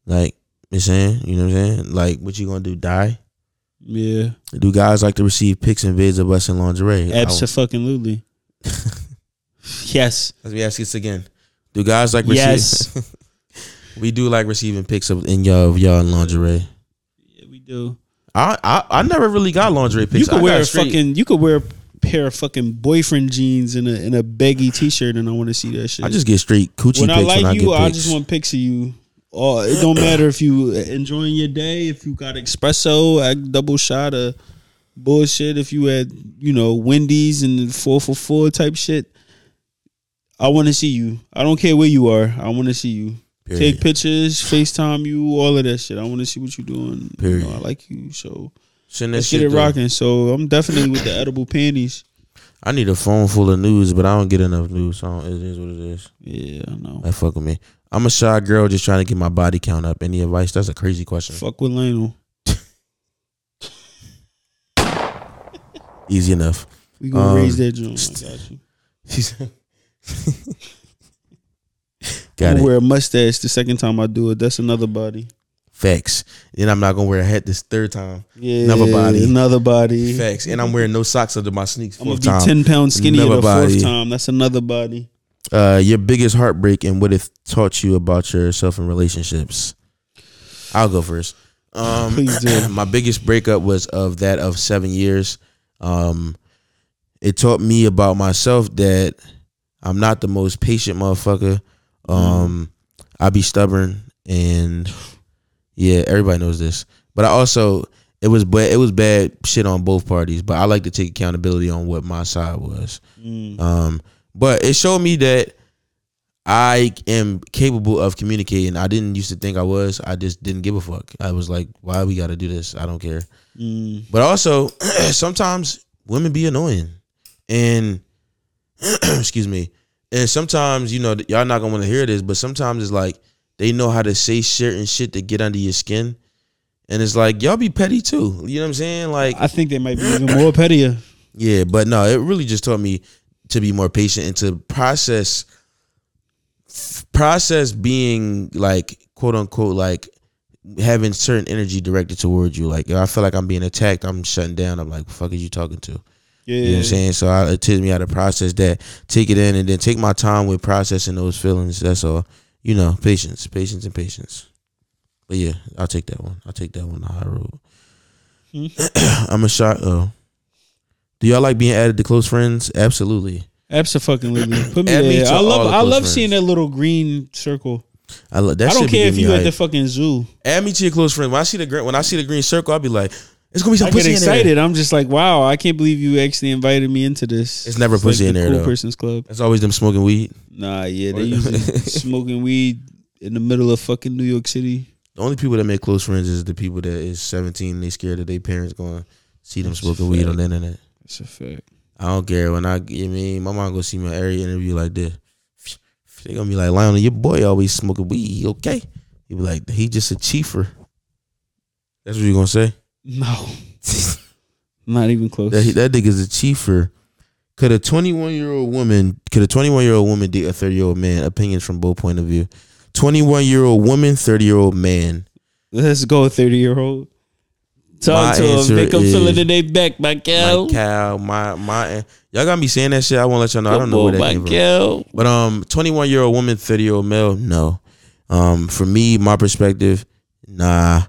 B: Like you saying, you know what I'm saying? Like what you gonna do? Die?
A: Yeah.
B: Do guys like to receive pics and vids of us in lingerie? I-
A: Absolutely. yes.
B: Let me ask this again. Do guys like receive?
A: Yes.
B: we do like receiving pics of in y'all of y'all in lingerie.
A: Yeah, we do.
B: I, I I never really got lingerie pics.
A: You could
B: I
A: wear
B: got
A: a
B: straight-
A: fucking you could wear a pair of fucking boyfriend jeans and a and a baggy t shirt and I wanna see that shit.
B: I just get straight coochie
A: when
B: pics
A: I like
B: when I get
A: you, I,
B: pics.
A: just want pics of you. Oh, it don't matter if you enjoying your day, if you got espresso, a double shot of bullshit, if you had you know Wendy's and four for four type shit. I want to see you. I don't care where you are. I want to see you.
B: Period.
A: Take pictures, FaceTime you, all of that shit. I want to see what you're doing. You
B: Period.
A: know, I like you, so
B: Send that
A: let's
B: shit
A: get it
B: through.
A: rocking. So I'm definitely with the edible panties.
B: I need a phone full of news, but I don't get enough news. So I don't- it is what it is.
A: Yeah, I know.
B: That fuck with me. I'm a shy girl just trying to get my body count up. Any advice? That's a crazy question.
A: Fuck with Lionel.
B: Easy enough.
A: We gonna
B: Um,
A: raise that joint. I got you.
B: Got
A: I'm
B: it.
A: gonna wear a mustache the second time I do it. That's another body.
B: Facts. Then I'm not gonna wear a hat this third time.
A: Yeah,
B: Another body.
A: Another body.
B: Facts. And I'm wearing no socks under my sneaks.
A: I'm gonna
B: fourth
A: be
B: time.
A: ten pounds skinnier
B: Another
A: the
B: body.
A: fourth time. That's another body.
B: Uh, your biggest heartbreak and what it taught you about yourself and relationships. I'll go first. Um,
A: Please do.
B: my biggest breakup was of that of seven years. Um, it taught me about myself that I'm not the most patient motherfucker. Um, I be stubborn and yeah, everybody knows this. But I also it was bad. It was bad shit on both parties. But I like to take accountability on what my side was.
A: Mm.
B: Um, but it showed me that I am capable of communicating. I didn't used to think I was. I just didn't give a fuck. I was like, why we got to do this? I don't care.
A: Mm.
B: But also, sometimes women be annoying, and excuse me. And sometimes you know y'all not gonna want to hear this, but sometimes it's like they know how to say certain shit to get under your skin, and it's like y'all be petty too. You know what I'm saying? Like
A: I think they might be even more pettier.
B: yeah, but no, it really just taught me to be more patient and to process process being like quote unquote like having certain energy directed towards you. Like if I feel like I'm being attacked, I'm shutting down. I'm like, fuck is you talking to?
A: Yeah,
B: You know what I'm saying? So I, it teaches me how to process that, take it in, and then take my time with processing those feelings. That's all. You know, patience, patience, and patience. But yeah, I'll take that one. I'll take that one. the high road.
A: Hmm.
B: I'm a shot. Oh, do y'all like being added to close friends? Absolutely.
A: Absolutely. Put me
B: Add me
A: there.
B: to
A: I
B: all
A: love
B: the
A: I
B: close
A: love
B: friends.
A: seeing that little green circle.
B: I love that.
A: I don't
B: shit be
A: care if
B: giving
A: you
B: me
A: at the
B: hype.
A: fucking zoo.
B: add me to your close friend. When I see the green, when I see the green circle, I'll be like, it's gonna be some
A: I get
B: pussy in there.
A: excited. I'm just like, wow, I can't believe you actually invited me into this.
B: It's never
A: like
B: pussy in
A: the
B: there,
A: Cool
B: though.
A: person's club.
B: It's always them smoking weed.
A: Nah, yeah, they usually smoking weed in the middle of fucking New York City.
B: The only people that make close friends is the people that is 17. and They scared that their parents going to see them smoking weed on the internet.
A: That's a fact.
B: I don't care when I, you know what I mean, my mom gonna see my every interview like this. They gonna be like, Lionel, your boy always smoking weed. He okay? He be like, he just a chiefer. That's what you gonna say?
A: No, not even close.
B: That that nigga's a chiefer. Could a 21 year old woman, could a 21 year old woman date a 30 year old man? Opinions from both point of view. 21 year old woman, 30 year old man.
A: Let's go, thirty year old.
B: My
A: Talk to
B: answer
A: him. Make him feel it
B: is-
A: in their back, my
B: My
A: girl.
B: cow, my my. Y'all got me saying that shit. I won't let y'all know. I don't
A: Good
B: know where
A: boy,
B: that
A: my
B: came from.
A: girl.
B: But um, twenty one year old woman, thirty year old male, no. Um, for me, my perspective, nah.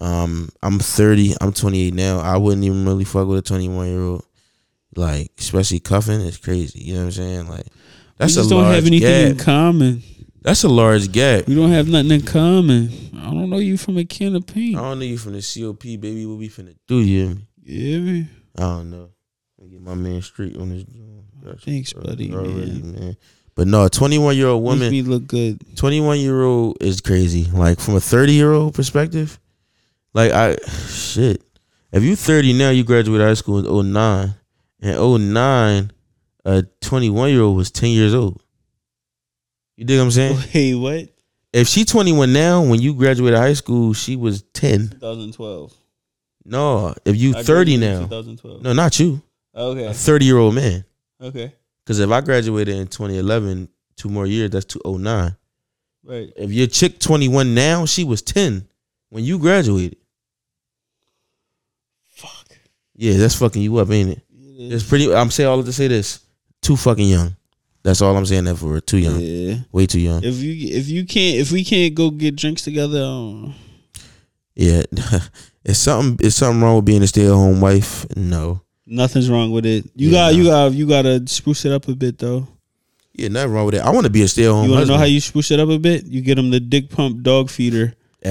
B: Um, I'm thirty. I'm twenty eight now. I wouldn't even really fuck with a twenty one year old. Like, especially cuffing is crazy. You know what I'm saying? Like,
A: We
B: that's a
A: just don't
B: large
A: have anything in
B: gap.
A: common.
B: That's a large gap.
A: We don't have nothing in common. I don't know you from a can of
B: I
A: paint.
B: don't know you from the COP, baby. What we finna do? You hear me?
A: Yeah, man.
B: I don't know. Let me Get my man straight on his. That's
A: Thanks, buddy,
B: already,
A: man.
B: But no, twenty one year old woman.
A: Make me look good.
B: 21 year old is crazy. Like from a 30 year old perspective, like I shit. If you 30 now, you graduated high school in 09. And 09, a 21 year old was 10 years old. You dig what I'm saying?
A: Wait, what?
B: If she 21 now, when you graduated high school, she was 10.
A: 2012.
B: No, if you 30 now.
A: 2012.
B: No, not you. A
A: Okay.
B: 30 year old man.
A: Okay.
B: Because if I graduated in 2011, two more years, that's 209.
A: Right.
B: If your chick 21 now, she was 10 when you graduated.
A: Fuck.
B: Yeah, that's fucking you up, ain't it? It's pretty. I'm saying all of to say this: too fucking young. That's all I'm saying that for. Too young,
A: Yeah.
B: way too young.
A: If you if you can't if we can't go get drinks together, um,
B: Yeah, it's something. It's something wrong with being a stay at home wife. No,
A: nothing's wrong with it. You
B: Yeah,
A: got
B: nah.
A: you got you gotta spruce it up a bit though.
B: yeah, nothing wrong with that. I want to be a stay at home.
A: You want to know how
B: husband.
A: you spruce it up a bit? You get them the dick pump dog feeder.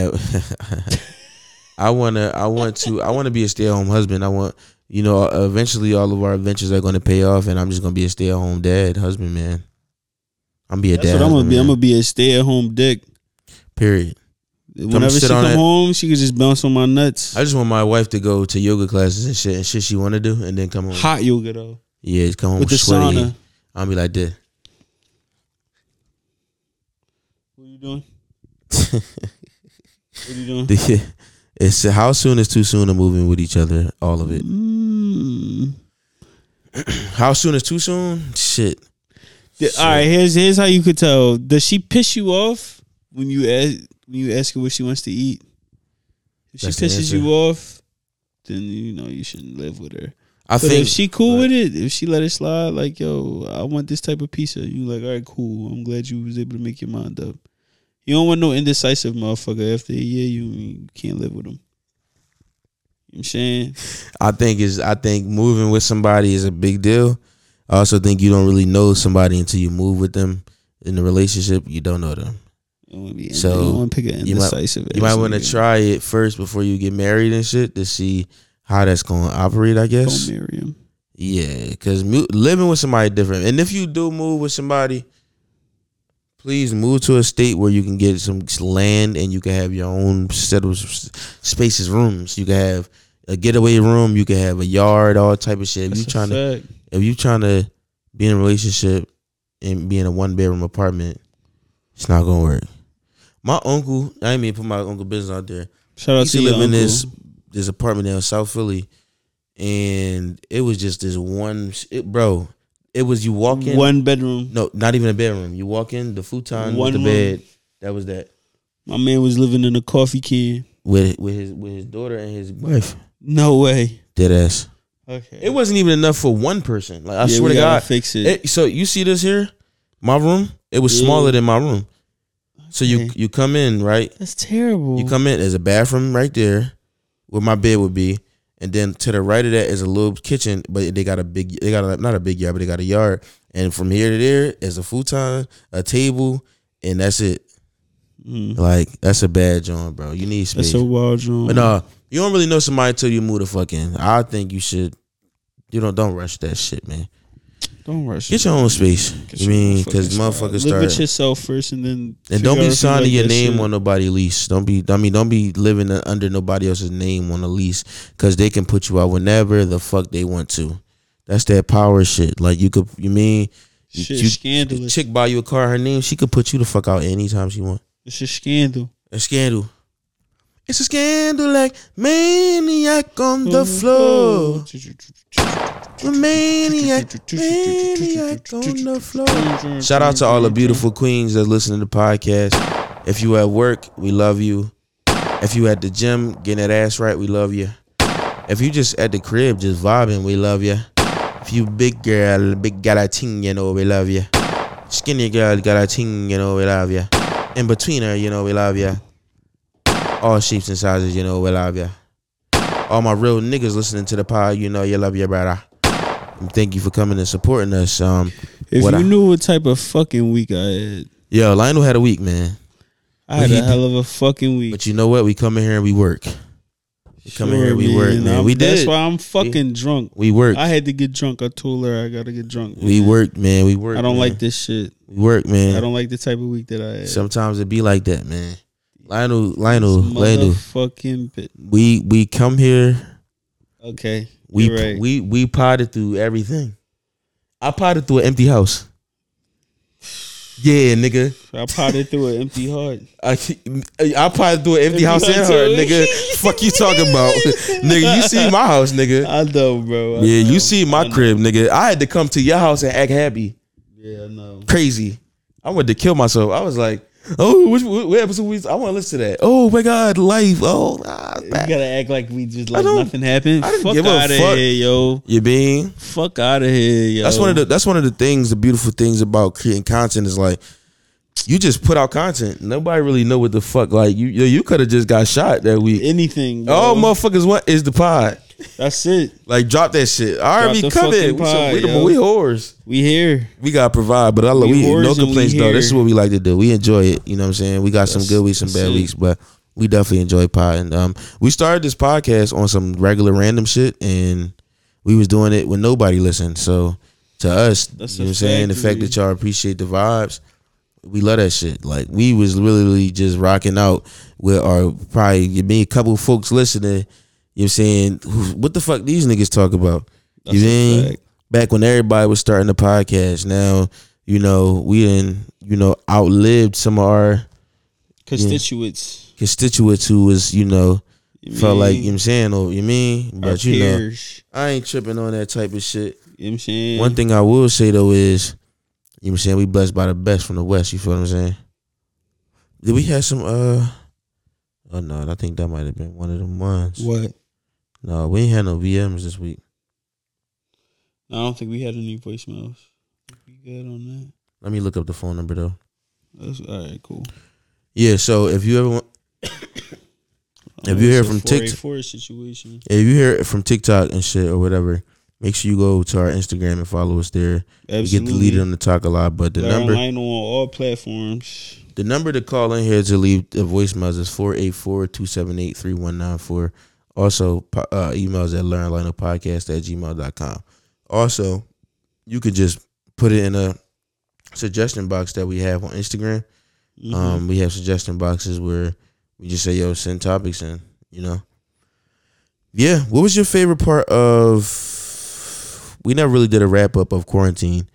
B: I wanna. I want to. I want to be a stay at home husband. I want. You know, eventually all of our adventures are going to pay off, and I'm just going to be a stay at home dad, husband, man. I'm be a
A: That's
B: dad.
A: what I'm gonna
B: husband,
A: be. I'm
B: man.
A: gonna be a stay at home dick.
B: period.
A: Whenever
B: sit
A: she
B: on
A: come
B: it.
A: home, she can just bounce on my nuts.
B: I just want my wife to go to yoga classes and shit and shit she want to do, and then come home.
A: Hot yoga though
B: Yeah, just come home
A: with the
B: sweaty.
A: sauna.
B: I'll be like this.
A: What you doing? what you doing?
B: it's how soon is too soon to move in with each other? All of it.
A: Mm.
B: How soon is too soon? Shit.
A: Yeah,
B: Shit.
A: All right, here's here's how you could tell. Does she piss you off when you ask when you ask her what she wants to eat? If she
B: That's the
A: pisses
B: answer.
A: you off, then you know you shouldn't live with her.
B: I
A: but
B: think
A: if she cool
B: right.
A: with it, if she let it slide, like yo, I want this type of pizza. You like, all right, cool. I'm glad you was able to make your mind up. You don't want no indecisive motherfucker. After a year, you, you can't live with them. You know what I'm saying
B: I think is I think moving with somebody is a big deal. I also think you don't really know somebody until you move with them in the relationship. You don't know them.
A: you don't want to be
B: So,
A: you don't want to pick an
B: you might-
A: indecisive. ass
B: You might want to
A: nigga.
B: try it first before you get married and shit to see how that's going to operate. I guess.
A: Don't marry him.
B: Yeah, because living with somebody different. And if you do move with somebody, please move to a state where you can get some s- land and you can have your own set of s- spaces, rooms. You can have a getaway room. You can have a yard, all type of shit. If you
A: That's a
B: trying to,
A: fact.
B: if you trying to be in a relationship and be in a one bedroom apartment, it's not gonna work. My uncle, I ain't mean to put my uncle business out there.
A: Shout out
B: used
A: to
B: to
A: your
B: live
A: uncle.
B: in this this apartment down in South Philly, and it was just this one, it, bro. It was you walk in,
A: one bedroom.
B: no, not even a bedroom. You walk in the futon
A: One
B: with the
A: room.
B: bed. That was that
A: My man was living in a coffee can.
B: with with his with his daughter and his wife.
A: No way.
B: Dead ass.
A: Okay.
B: It wasn't even enough for one person. Like I
A: yeah,
B: swear
A: we
B: to
A: gotta
B: God.
A: fix it.
B: It, so you see this here, my room. It was
A: Yeah.
B: smaller than my room. So you
A: Okay.
B: you come in right.
A: That's terrible.
B: You come in. There's a bathroom right there, where my bed would be. and then to the right of that is a little kitchen, but they got a big, they got a, not a big yard, but they got a yard. And from here to there is a futon, a table, and that's it. Like that's a bad joint, bro. You need space.
A: Mm. That's a wild joint.
B: But uh, no, you don't really know somebody until you move to fucking. I think you should. You don't don't rush that shit, man.
A: Don't rush.
B: Get your own space. I mean, because
A: Live
B: motherfuckers
A: with
B: start.
A: yourself first, and then
B: And
A: figure out if
B: don't be
A: you
B: signing
A: like
B: your
A: that
B: name
A: shit.
B: on nobody lease. Don't be. I mean, don't be living under nobody else's name on a lease because they can put you out whenever the fuck they want to. That's that power shit. Like you could. You mean you-
A: Shit,
B: you,
A: scandalous.
B: Chick buy you a car. Her name. She could put you the fuck out anytime she want.
A: It's a scandal.
B: A scandal. It's a scandal like maniac on the
A: Mm-hmm.
B: floor. A maniac, maniac on the
A: Mm,
B: floor. Shout out to all the beautiful queens that listen to the podcast. If you at work, we love you. If you at the gym getting that ass right, we love you. If you just at the crib just vibing, we love you. If you big girl, big girl ting, you know we love you. Skinny girl, got a ting, you know we love you. In between her, you know we love you. All shapes and sizes, you know we love you. All my real niggas listening to the pod, you know you love your brother. And thank you for coming and supporting us. Um,
A: If
B: what
A: you
B: I-
A: knew what type of fucking week I had,
B: yo, Lionel had a week, man.
A: I had
B: he
A: a
B: did-
A: hell of a fucking week.
B: But you know what? We come in here and we work. We come in here, we work, man.
A: I'm-
B: We
A: That's
B: did.
A: why I'm fucking drunk.
B: We work.
A: I had to get drunk. I told her I gotta get drunk.
B: we work, man. We work.
A: I don't
B: man.
A: like this shit.
B: We work, man.
A: I don't like the type of week that I had.
B: Sometimes it be like that, man. Lionel, Lionel, Lionel.
A: Motherfucking bit.
B: We we come here.
A: Okay,
B: We
A: you're right.
B: we we potted through everything. I potted through an empty house. Yeah, nigga.
A: I potted through an empty heart.
B: I, I potted through an empty house in
A: house,
B: her,
A: too.
B: nigga. Fuck you talking about, nigga? You see my house, nigga?
A: I know, bro. I
B: Yeah,
A: know.
B: you see my crib, nigga. I had to come to your house and act happy.
A: Yeah, I know.
B: Crazy. I wanted to kill myself. I was like, oh, which what what episode we? I want to listen to that. Oh my god, life. Oh, ah, it's
A: You
B: back.
A: gotta act like we just like
B: don't-
A: nothing happened.
B: I didn't
A: Fuck
B: give a
A: out of
B: fuck.
A: here, yo.
B: you being.
A: Fuck out of here, yo.
B: That's one of the. That's one of the things. The beautiful things about creating content is like, you just put out content. Nobody really know what the fuck. Like you, you, you could have just got shot that week.
A: anything. Bro.
B: All motherfuckers want is the pod.
A: That's it.
B: Like drop that shit. I already
A: the
B: coming.
A: fucking
B: We, some-
A: pod,
B: we, the-
A: yo.
B: we whores.
A: We here.
B: we gotta provide, but I love
A: We
B: we,
A: whores
B: no
A: and
B: complaints
A: we
B: though. This
A: here.
B: is what we like to do. We enjoy it. You know what I'm saying? We got some good weeks, some
A: that's
B: bad
A: it.
B: weeks, but we definitely enjoy pod. And um, we started this podcast on some regular random shit, and we was doing it when nobody listened. So to us,
A: That's
B: you
A: a
B: know what I'm saying? The fact
A: factory.
B: that y'all appreciate the vibes, we love that shit. Like we was literally just rocking out with our probably me a couple folks listening. You know what I'm saying? Who- What the fuck these niggas talk about? you
A: a
B: mean
A: fact.
B: back when everybody was starting the podcast. Now you know we didn't you know outlived some of our
A: Constituents.
B: constituents who was you know
A: You
B: felt like you
A: mean?
B: know what I'm saying or you mean
A: Our
B: but you know
A: peers.
B: I ain't tripping on that type of shit.
A: You know what I'm saying?
B: One thing I will say though is, you know what I'm saying, we blessed by the best from the West, you feel what I'm saying? Did we have some uh oh no, I think that might have been one of them ones.
A: What?
B: No, we ain't had no VMs this week.
A: I don't think we had any voicemails. We good on
B: Let me look up the phone number though.
A: that. That's all right. Cool.
B: Yeah, so if you ever want If you hear from TikTok-
A: four situation,
B: if you hear it from TikTok and shit or whatever, make sure you go to our Instagram and follow us there. We get
A: absolutely.
B: deleted on the talk a lot, but the
A: Larry
B: number
A: Lionel on all platforms.
B: The number to call in here to leave the voicemails is 484-278-3194. Also, po- uh, emails at learnlinopodcast at gmail.com. Also, you could just put it in a suggestion box that we have on Instagram.
A: Mhm.
B: Um, we have suggestion boxes where we just say, yo, send topics in, you know? Yeah. What was your favorite part of... We never really did a wrap-up of quarantine,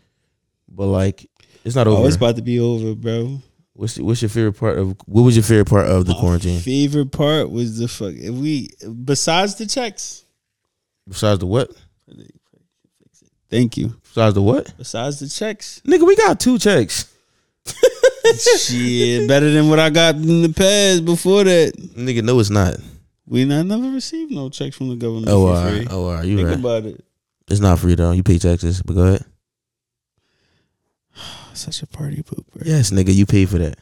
B: but, like, it's not over.
A: oh, it's about to be over, bro.
B: What's what's your favorite part of what was your favorite part of the quarantine
A: Favorite part was the fuck. If we besides the checks.
B: besides the what
A: Thank you.
B: besides the what
A: Besides the checks,
B: nigga we got two checks
A: shit, better than what I got in the past. Before that,
B: nigga no it's not
A: we not never received no checks from the government
B: oh
A: for
B: all
A: free.
B: right oh all right you
A: Think
B: right
A: about it.
B: it's not free though you pay taxes but go ahead
A: Such a party pooper.
B: yes nigga you pay for that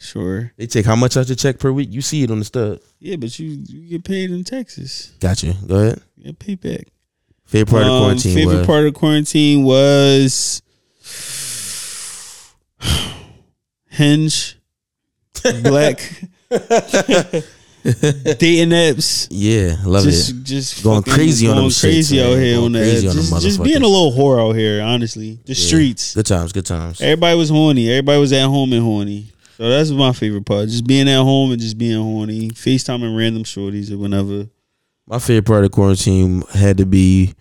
A: Sure.
B: They take how much out your check per week? You see it on the stud.
A: Yeah, but you, you get paid in Texas.
B: Gotcha. Go ahead.
A: You get paid back.
B: Favorite part of
A: Um,
B: quarantine
A: Favorite
B: was
A: part of quarantine was Hinge, Black, dating apps.
B: yeah, love
A: just,
B: it.
A: just
B: Going
A: fucking
B: crazy on
A: going
B: them shits,
A: crazy
B: man.
A: out here
B: Going
A: on the
B: crazy
A: apps.
B: on them
A: Just, just being a
B: motherfuckers.
A: little whore out here. Honestly, the streets.
B: Good times, good times.
A: Everybody was horny. Everybody was at home and horny. So that's my favorite part. Just being at home and just being horny. FaceTime and random shorties or whenever.
B: My favorite part of quarantine had to be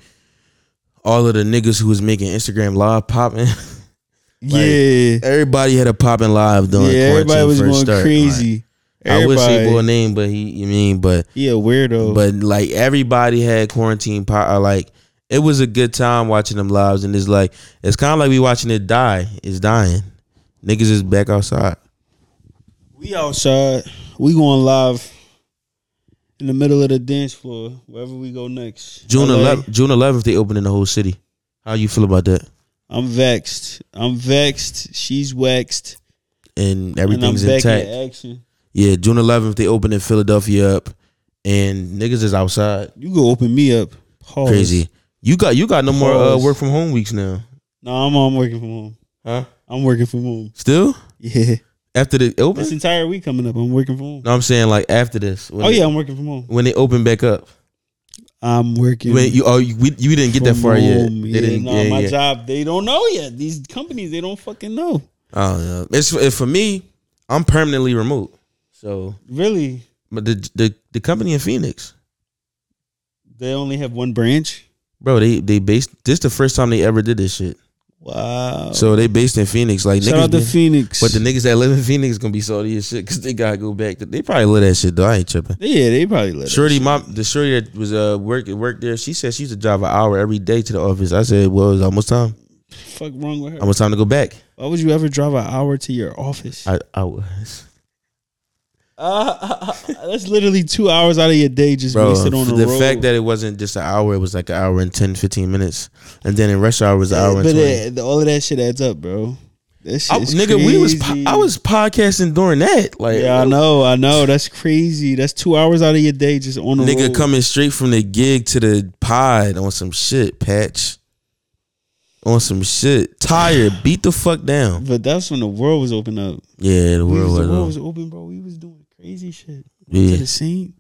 B: all of the niggas who was making Instagram live popping.
A: yeah.
B: everybody had a popping live during
A: Yeah,
B: quarantine.
A: everybody was
B: first
A: going
B: start. Like,
A: crazy.
B: I wish
A: everybody. Oh.
B: he boy name, but he you mean but
A: Yeah, weirdo.
B: but like everybody had quarantine power. Like it was a good time watching them lives, and it's like it's kind of like we watching it die. It's dying. Niggas is back outside.
A: we outside. We going live in the middle of the dance floor, wherever we go next.
B: June
A: LA.
B: 11th, June 11th, they open in the whole city. How you feel about that?
A: I'm vexed. I'm vexed. She's waxed.
B: And everything's
A: and I'm back
B: intact.
A: in action.
B: Yeah, June 11th, they open in Philadelphia up, and niggas is outside.
A: You go open me up. Pause.
B: Crazy. You got you got no more uh,
A: Oh. Pause.
B: work from home weeks now,
A: No, I'm I'm working from home.
B: huh?
A: I'm working from home.
B: Still
A: Yeah.
B: after the open?
A: This entire week coming up, I'm working from home.
B: No, I'm saying like after this. When
A: Oh
B: they-
A: yeah, I'm working from home.
B: when they open back up.
A: I'm working.
B: When you oh you, we, you didn't get that
A: from
B: far yet.
A: home.
B: They
A: Yeah,
B: didn't-
A: no,
B: yeah,
A: my
B: yeah.
A: job, they don't know yet. These companies, they don't fucking know.
B: I don't know. Oh, It's it, for me. I'm permanently remote. So,
A: Really,
B: but the the the company in Phoenix,
A: they only have one branch.
B: bro, they they based. This the first time they ever did this shit.
A: Wow.
B: So they based in Phoenix, like
A: Shout
B: niggas.
A: out to
B: been-
A: Phoenix.
B: but the niggas that live in Phoenix gonna be salty as shit because they gotta go back. To, they probably live that shit though. I ain't tripping.
A: yeah, they probably let
B: Shorty, my the shorty that was uh work worked there. She said she used to drive an hour every day to the office. I said, well, it's almost time.
A: it. Fuck wrong with her.
B: Almost time to go back.
A: Why would you ever drive an hour to your office?
B: I I was.
A: Uh, that's literally two hours out of your day just
B: Bro,
A: wasted on the,
B: the
A: road.
B: fact that it wasn't just an hour, it was like an hour and 10, 15 minutes. And then in rush hour, it was an hour and
A: but
B: 20.
A: it- all of that shit adds up, bro. That shit
B: I,
A: is
B: nigga, we was po-
A: crazy.
B: I was podcasting during that. Like,
A: Yeah, I know, I know. That's crazy. That's two hours out of your day just on the
B: nigga
A: road.
B: coming straight from the gig to the pod on some shit, Patch. On some shit. Tired. beat the fuck down.
A: But that's when the world was open up.
B: Yeah, the
A: We
B: world
A: was,
B: was
A: the world
B: on.
A: was open, bro. We was doing crazy shit. To
B: Yeah.
A: the scene,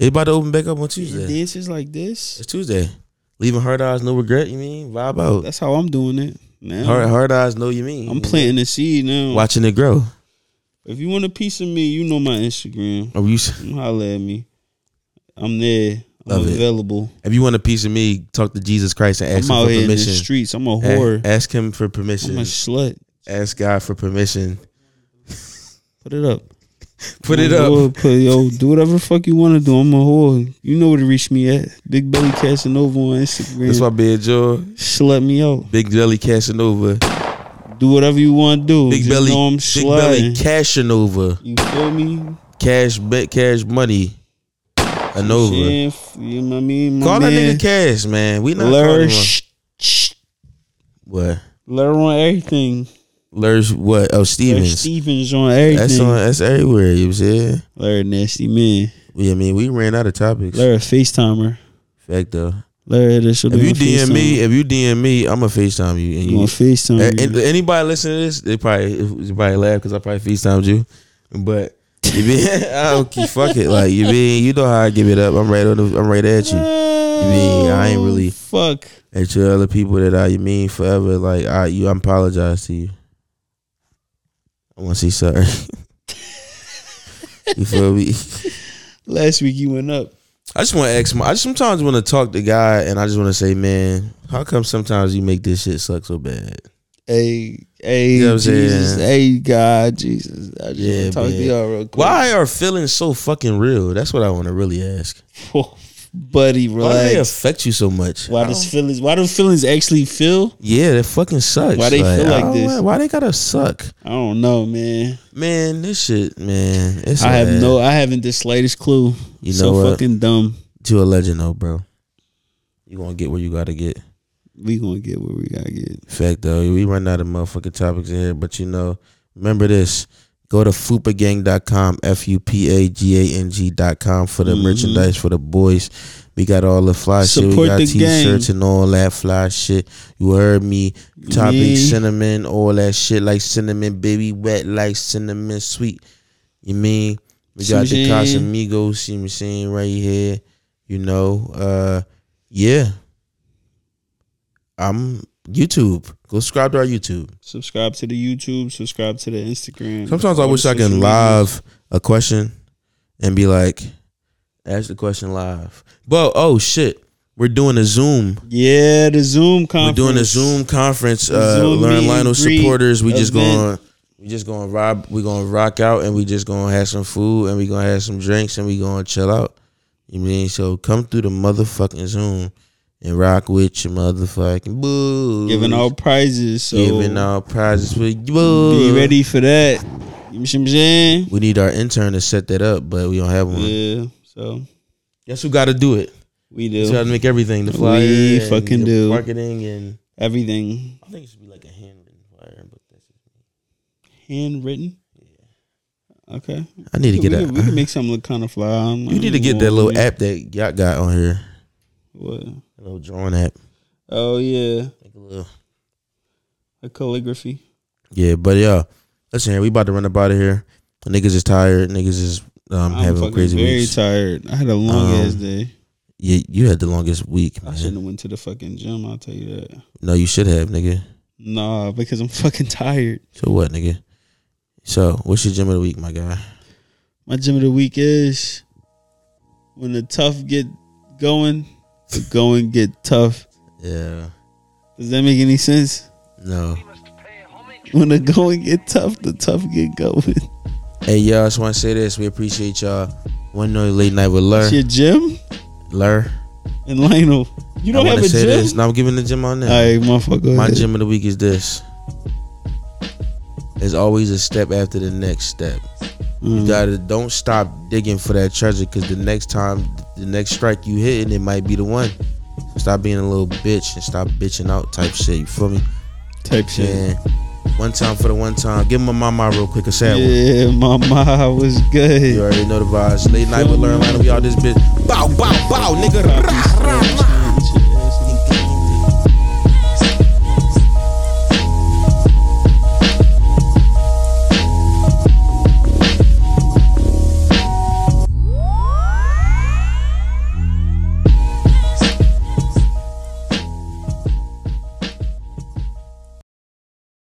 B: It about to open back up on
A: yeah.
B: Tuesday.
A: dances like this.
B: It's Tuesday. Leaving hard eyes, no regret, you mean? Vibe out.
A: That's how I'm doing it now.
B: Hard, hard eyes, no, you mean?
A: I'm planting the seed now.
B: Watching it grow.
A: If you want a piece of me, you know my Instagram.
B: Are Oh, you.
A: Come holler at me. I'm there. I'm
B: Love it.
A: available.
B: If you want a piece of me, talk to Jesus Christ and ask
A: I'm out
B: him for
A: here in the
B: permission.
A: streets. I'm a
B: A-
A: whore.
B: ask him for
A: I'm a
B: permission.
A: slut.
B: ask God for permission.
A: Put it up.
B: Put it
A: Yo,
B: up.
A: Put, yo, do whatever the fuck you want to do. I'm a whore. You know where to reach me at. Big Belly Casanova on Instagram.
B: That's my big jaw.
A: Slut me out.
B: Big belly Casanova.
A: Do whatever you want to do.
B: Big
A: Just
B: belly.
A: Know I'm
B: Big belly
A: sliding.
B: Casanova.
A: You feel me?
B: Cash bet cash money. Anova.
A: Shit, f- you know what I mean? My
B: Call that
A: man,
B: nigga cash, man. We not
A: Lur,
B: calling him.
A: sh- sh-
B: What?
A: Lur on everything.
B: Lur's what? Oh
A: Lur
B: Stevens.
A: Stevens on everything.
B: That's on that's everywhere, you see?
A: Larry a nasty man.
B: Yeah, I mean we ran out of topics.
A: Larry a FaceTimer.
B: Fact though.
A: Larry this should
B: If
A: be
B: you
A: on
B: DM
A: FaceTime.
B: me, if you DM me, I'ma FaceTime you and
A: you
B: you
A: on
B: A-
A: FaceTime.
B: and
A: you.
B: anybody listening to this, they probably they probably laugh because I probably FaceTimed you. But you be, I don't keep fuck it. Like you be, you know how I give it up. I'm right on. The, I'm right at you. mean, I ain't really-
A: Oh, fuck.
B: At your other people that I you mean forever. Like I you, I apologize to you. I want to say sorry. you feel me?
A: Last week you went up.
B: I just want to ask. My, I just sometimes want to talk to God, and I just want to say, man, how come sometimes you make this shit suck so bad?
A: Hey, hey,
B: know what I'm
A: Jesus,
B: saying?
A: hey, God, Jesus. I just
B: Yeah,
A: want to talk
B: man.
A: to y'all real quick.
B: Why are feelings so fucking real? That's what I want to really ask.
A: buddy?
B: Why do they
A: Relax.
B: affect you so much?
A: Why, does feelings? Why do feelings actually feel?
B: Yeah, that fucking sucks.
A: Why they feel
B: I
A: like
B: don't
A: this?
B: know Why they gotta suck?
A: I don't know, man.
B: Man, this shit, man. It's
A: I have
B: sad.
A: no. I haven't the slightest clue.
B: uh, You
A: so
B: know what?
A: fucking dumb.
B: You a legend though, bro. You gonna get where you gotta get.
A: We gonna get what we gotta get.
B: Fact though, we run out of motherfucking topics in here, but you know, remember this. Go to fupagang.com, F U P A G A N G.com
A: Mm-hmm.
B: for the merchandise for the boys. We got all the fly shit. We
A: Support
B: got
A: the
B: t shirts and all that fly shit. You heard me. Topic
A: Yeah.
B: cinnamon, all that shit like cinnamon, baby wet like cinnamon, sweet. You mean? We
A: See what
B: got the
A: I'm saying?
B: Casamigos, see me saying right here. You know, uh, yeah. I'm YouTube. Go subscribe to our YouTube.
A: Subscribe to the YouTube. Subscribe to the Instagram.
B: Sometimes I
A: All the
B: wish I
A: social
B: can
A: media.
B: live a question and be like, ask the question live. But oh shit, we're doing a Zoom.
A: Yeah, the Zoom
B: We're
A: conference.
B: doing a Zoom conference.
A: A
B: Uh,
A: Zoom meet
B: Learn
A: and
B: Lionel
A: greet
B: supporters. We just
A: event.
B: going. We just going to rob. We going to rock out, and we just going to have some food, and we going to have some drinks, and we going to chill out. You mean so? Come through the motherfucking Zoom and rock with your motherfucking boo.
A: Giving out prizes. So
B: giving out prizes for you.
A: be
B: boo.
A: ready for that. You know what I'm saying?
B: We need our intern to set that up, but we don't have one.
A: Yeah. So
B: Guess who got to do it?
A: we
B: Who's got
A: do
B: to make everything the flyer,
A: We
B: and
A: fucking
B: the
A: do.
B: marketing, and
A: everything
B: I think it should be like a handwritten flyer. But that's
A: handwritten. Okay.
B: I need to get
A: we,
B: a.
A: Can, we can make something look kind of fly. I'm-
B: You
A: I'm
B: need to get
A: more-
B: that little app that y'all got on here.
A: What?
B: A little drawing app.
A: Oh yeah,
B: Like a little.
A: a calligraphy.
B: Yeah, but yeah. Listen here, we about to run up out of here. Niggas is tired. Niggas is
A: I'm
B: um, having
A: fucking
B: crazy
A: very
B: weeks.
A: tired. I had a long ass
B: Um,
A: day.
B: yeah, you had the longest week,
A: I
B: man.
A: shouldn't have went to the fucking gym. I'll tell you that.
B: No, you should have, nigga.
A: Nah, because I'm fucking tired.
B: So what, nigga? So, what's your gym of the week, my guy?
A: My gym of the week is when the tough get going, the going get tough.
B: Yeah.
A: Does that make any sense?
B: No.
A: When the going get tough, the tough get going.
B: Hey, y'all, I just want to say this. We appreciate y'all. One night late night with Lur.
A: It's your gym
B: Lur.
A: and Lionel. You don't
B: I
A: have
B: want
A: a
B: to say
A: gym.
B: this. Now I'm giving the gym on
A: All
B: there.
A: right, motherfucker.
B: My gym of the week is this. There's always a step after the next step.
A: Mm.
B: You gotta don't stop digging for that treasure because the next time, the next strike you hitting, it might be the one. Stop being a little bitch and stop bitching out type shit. You feel me?
A: type shit.
B: And one time for the one time. Give my mama real quick a sad one.
A: Yeah, mama was good.
B: You already know the vibes. Late night with Learn Line. We all this bitch. Bow, bow, bow, nigga. Rah, rah, rah.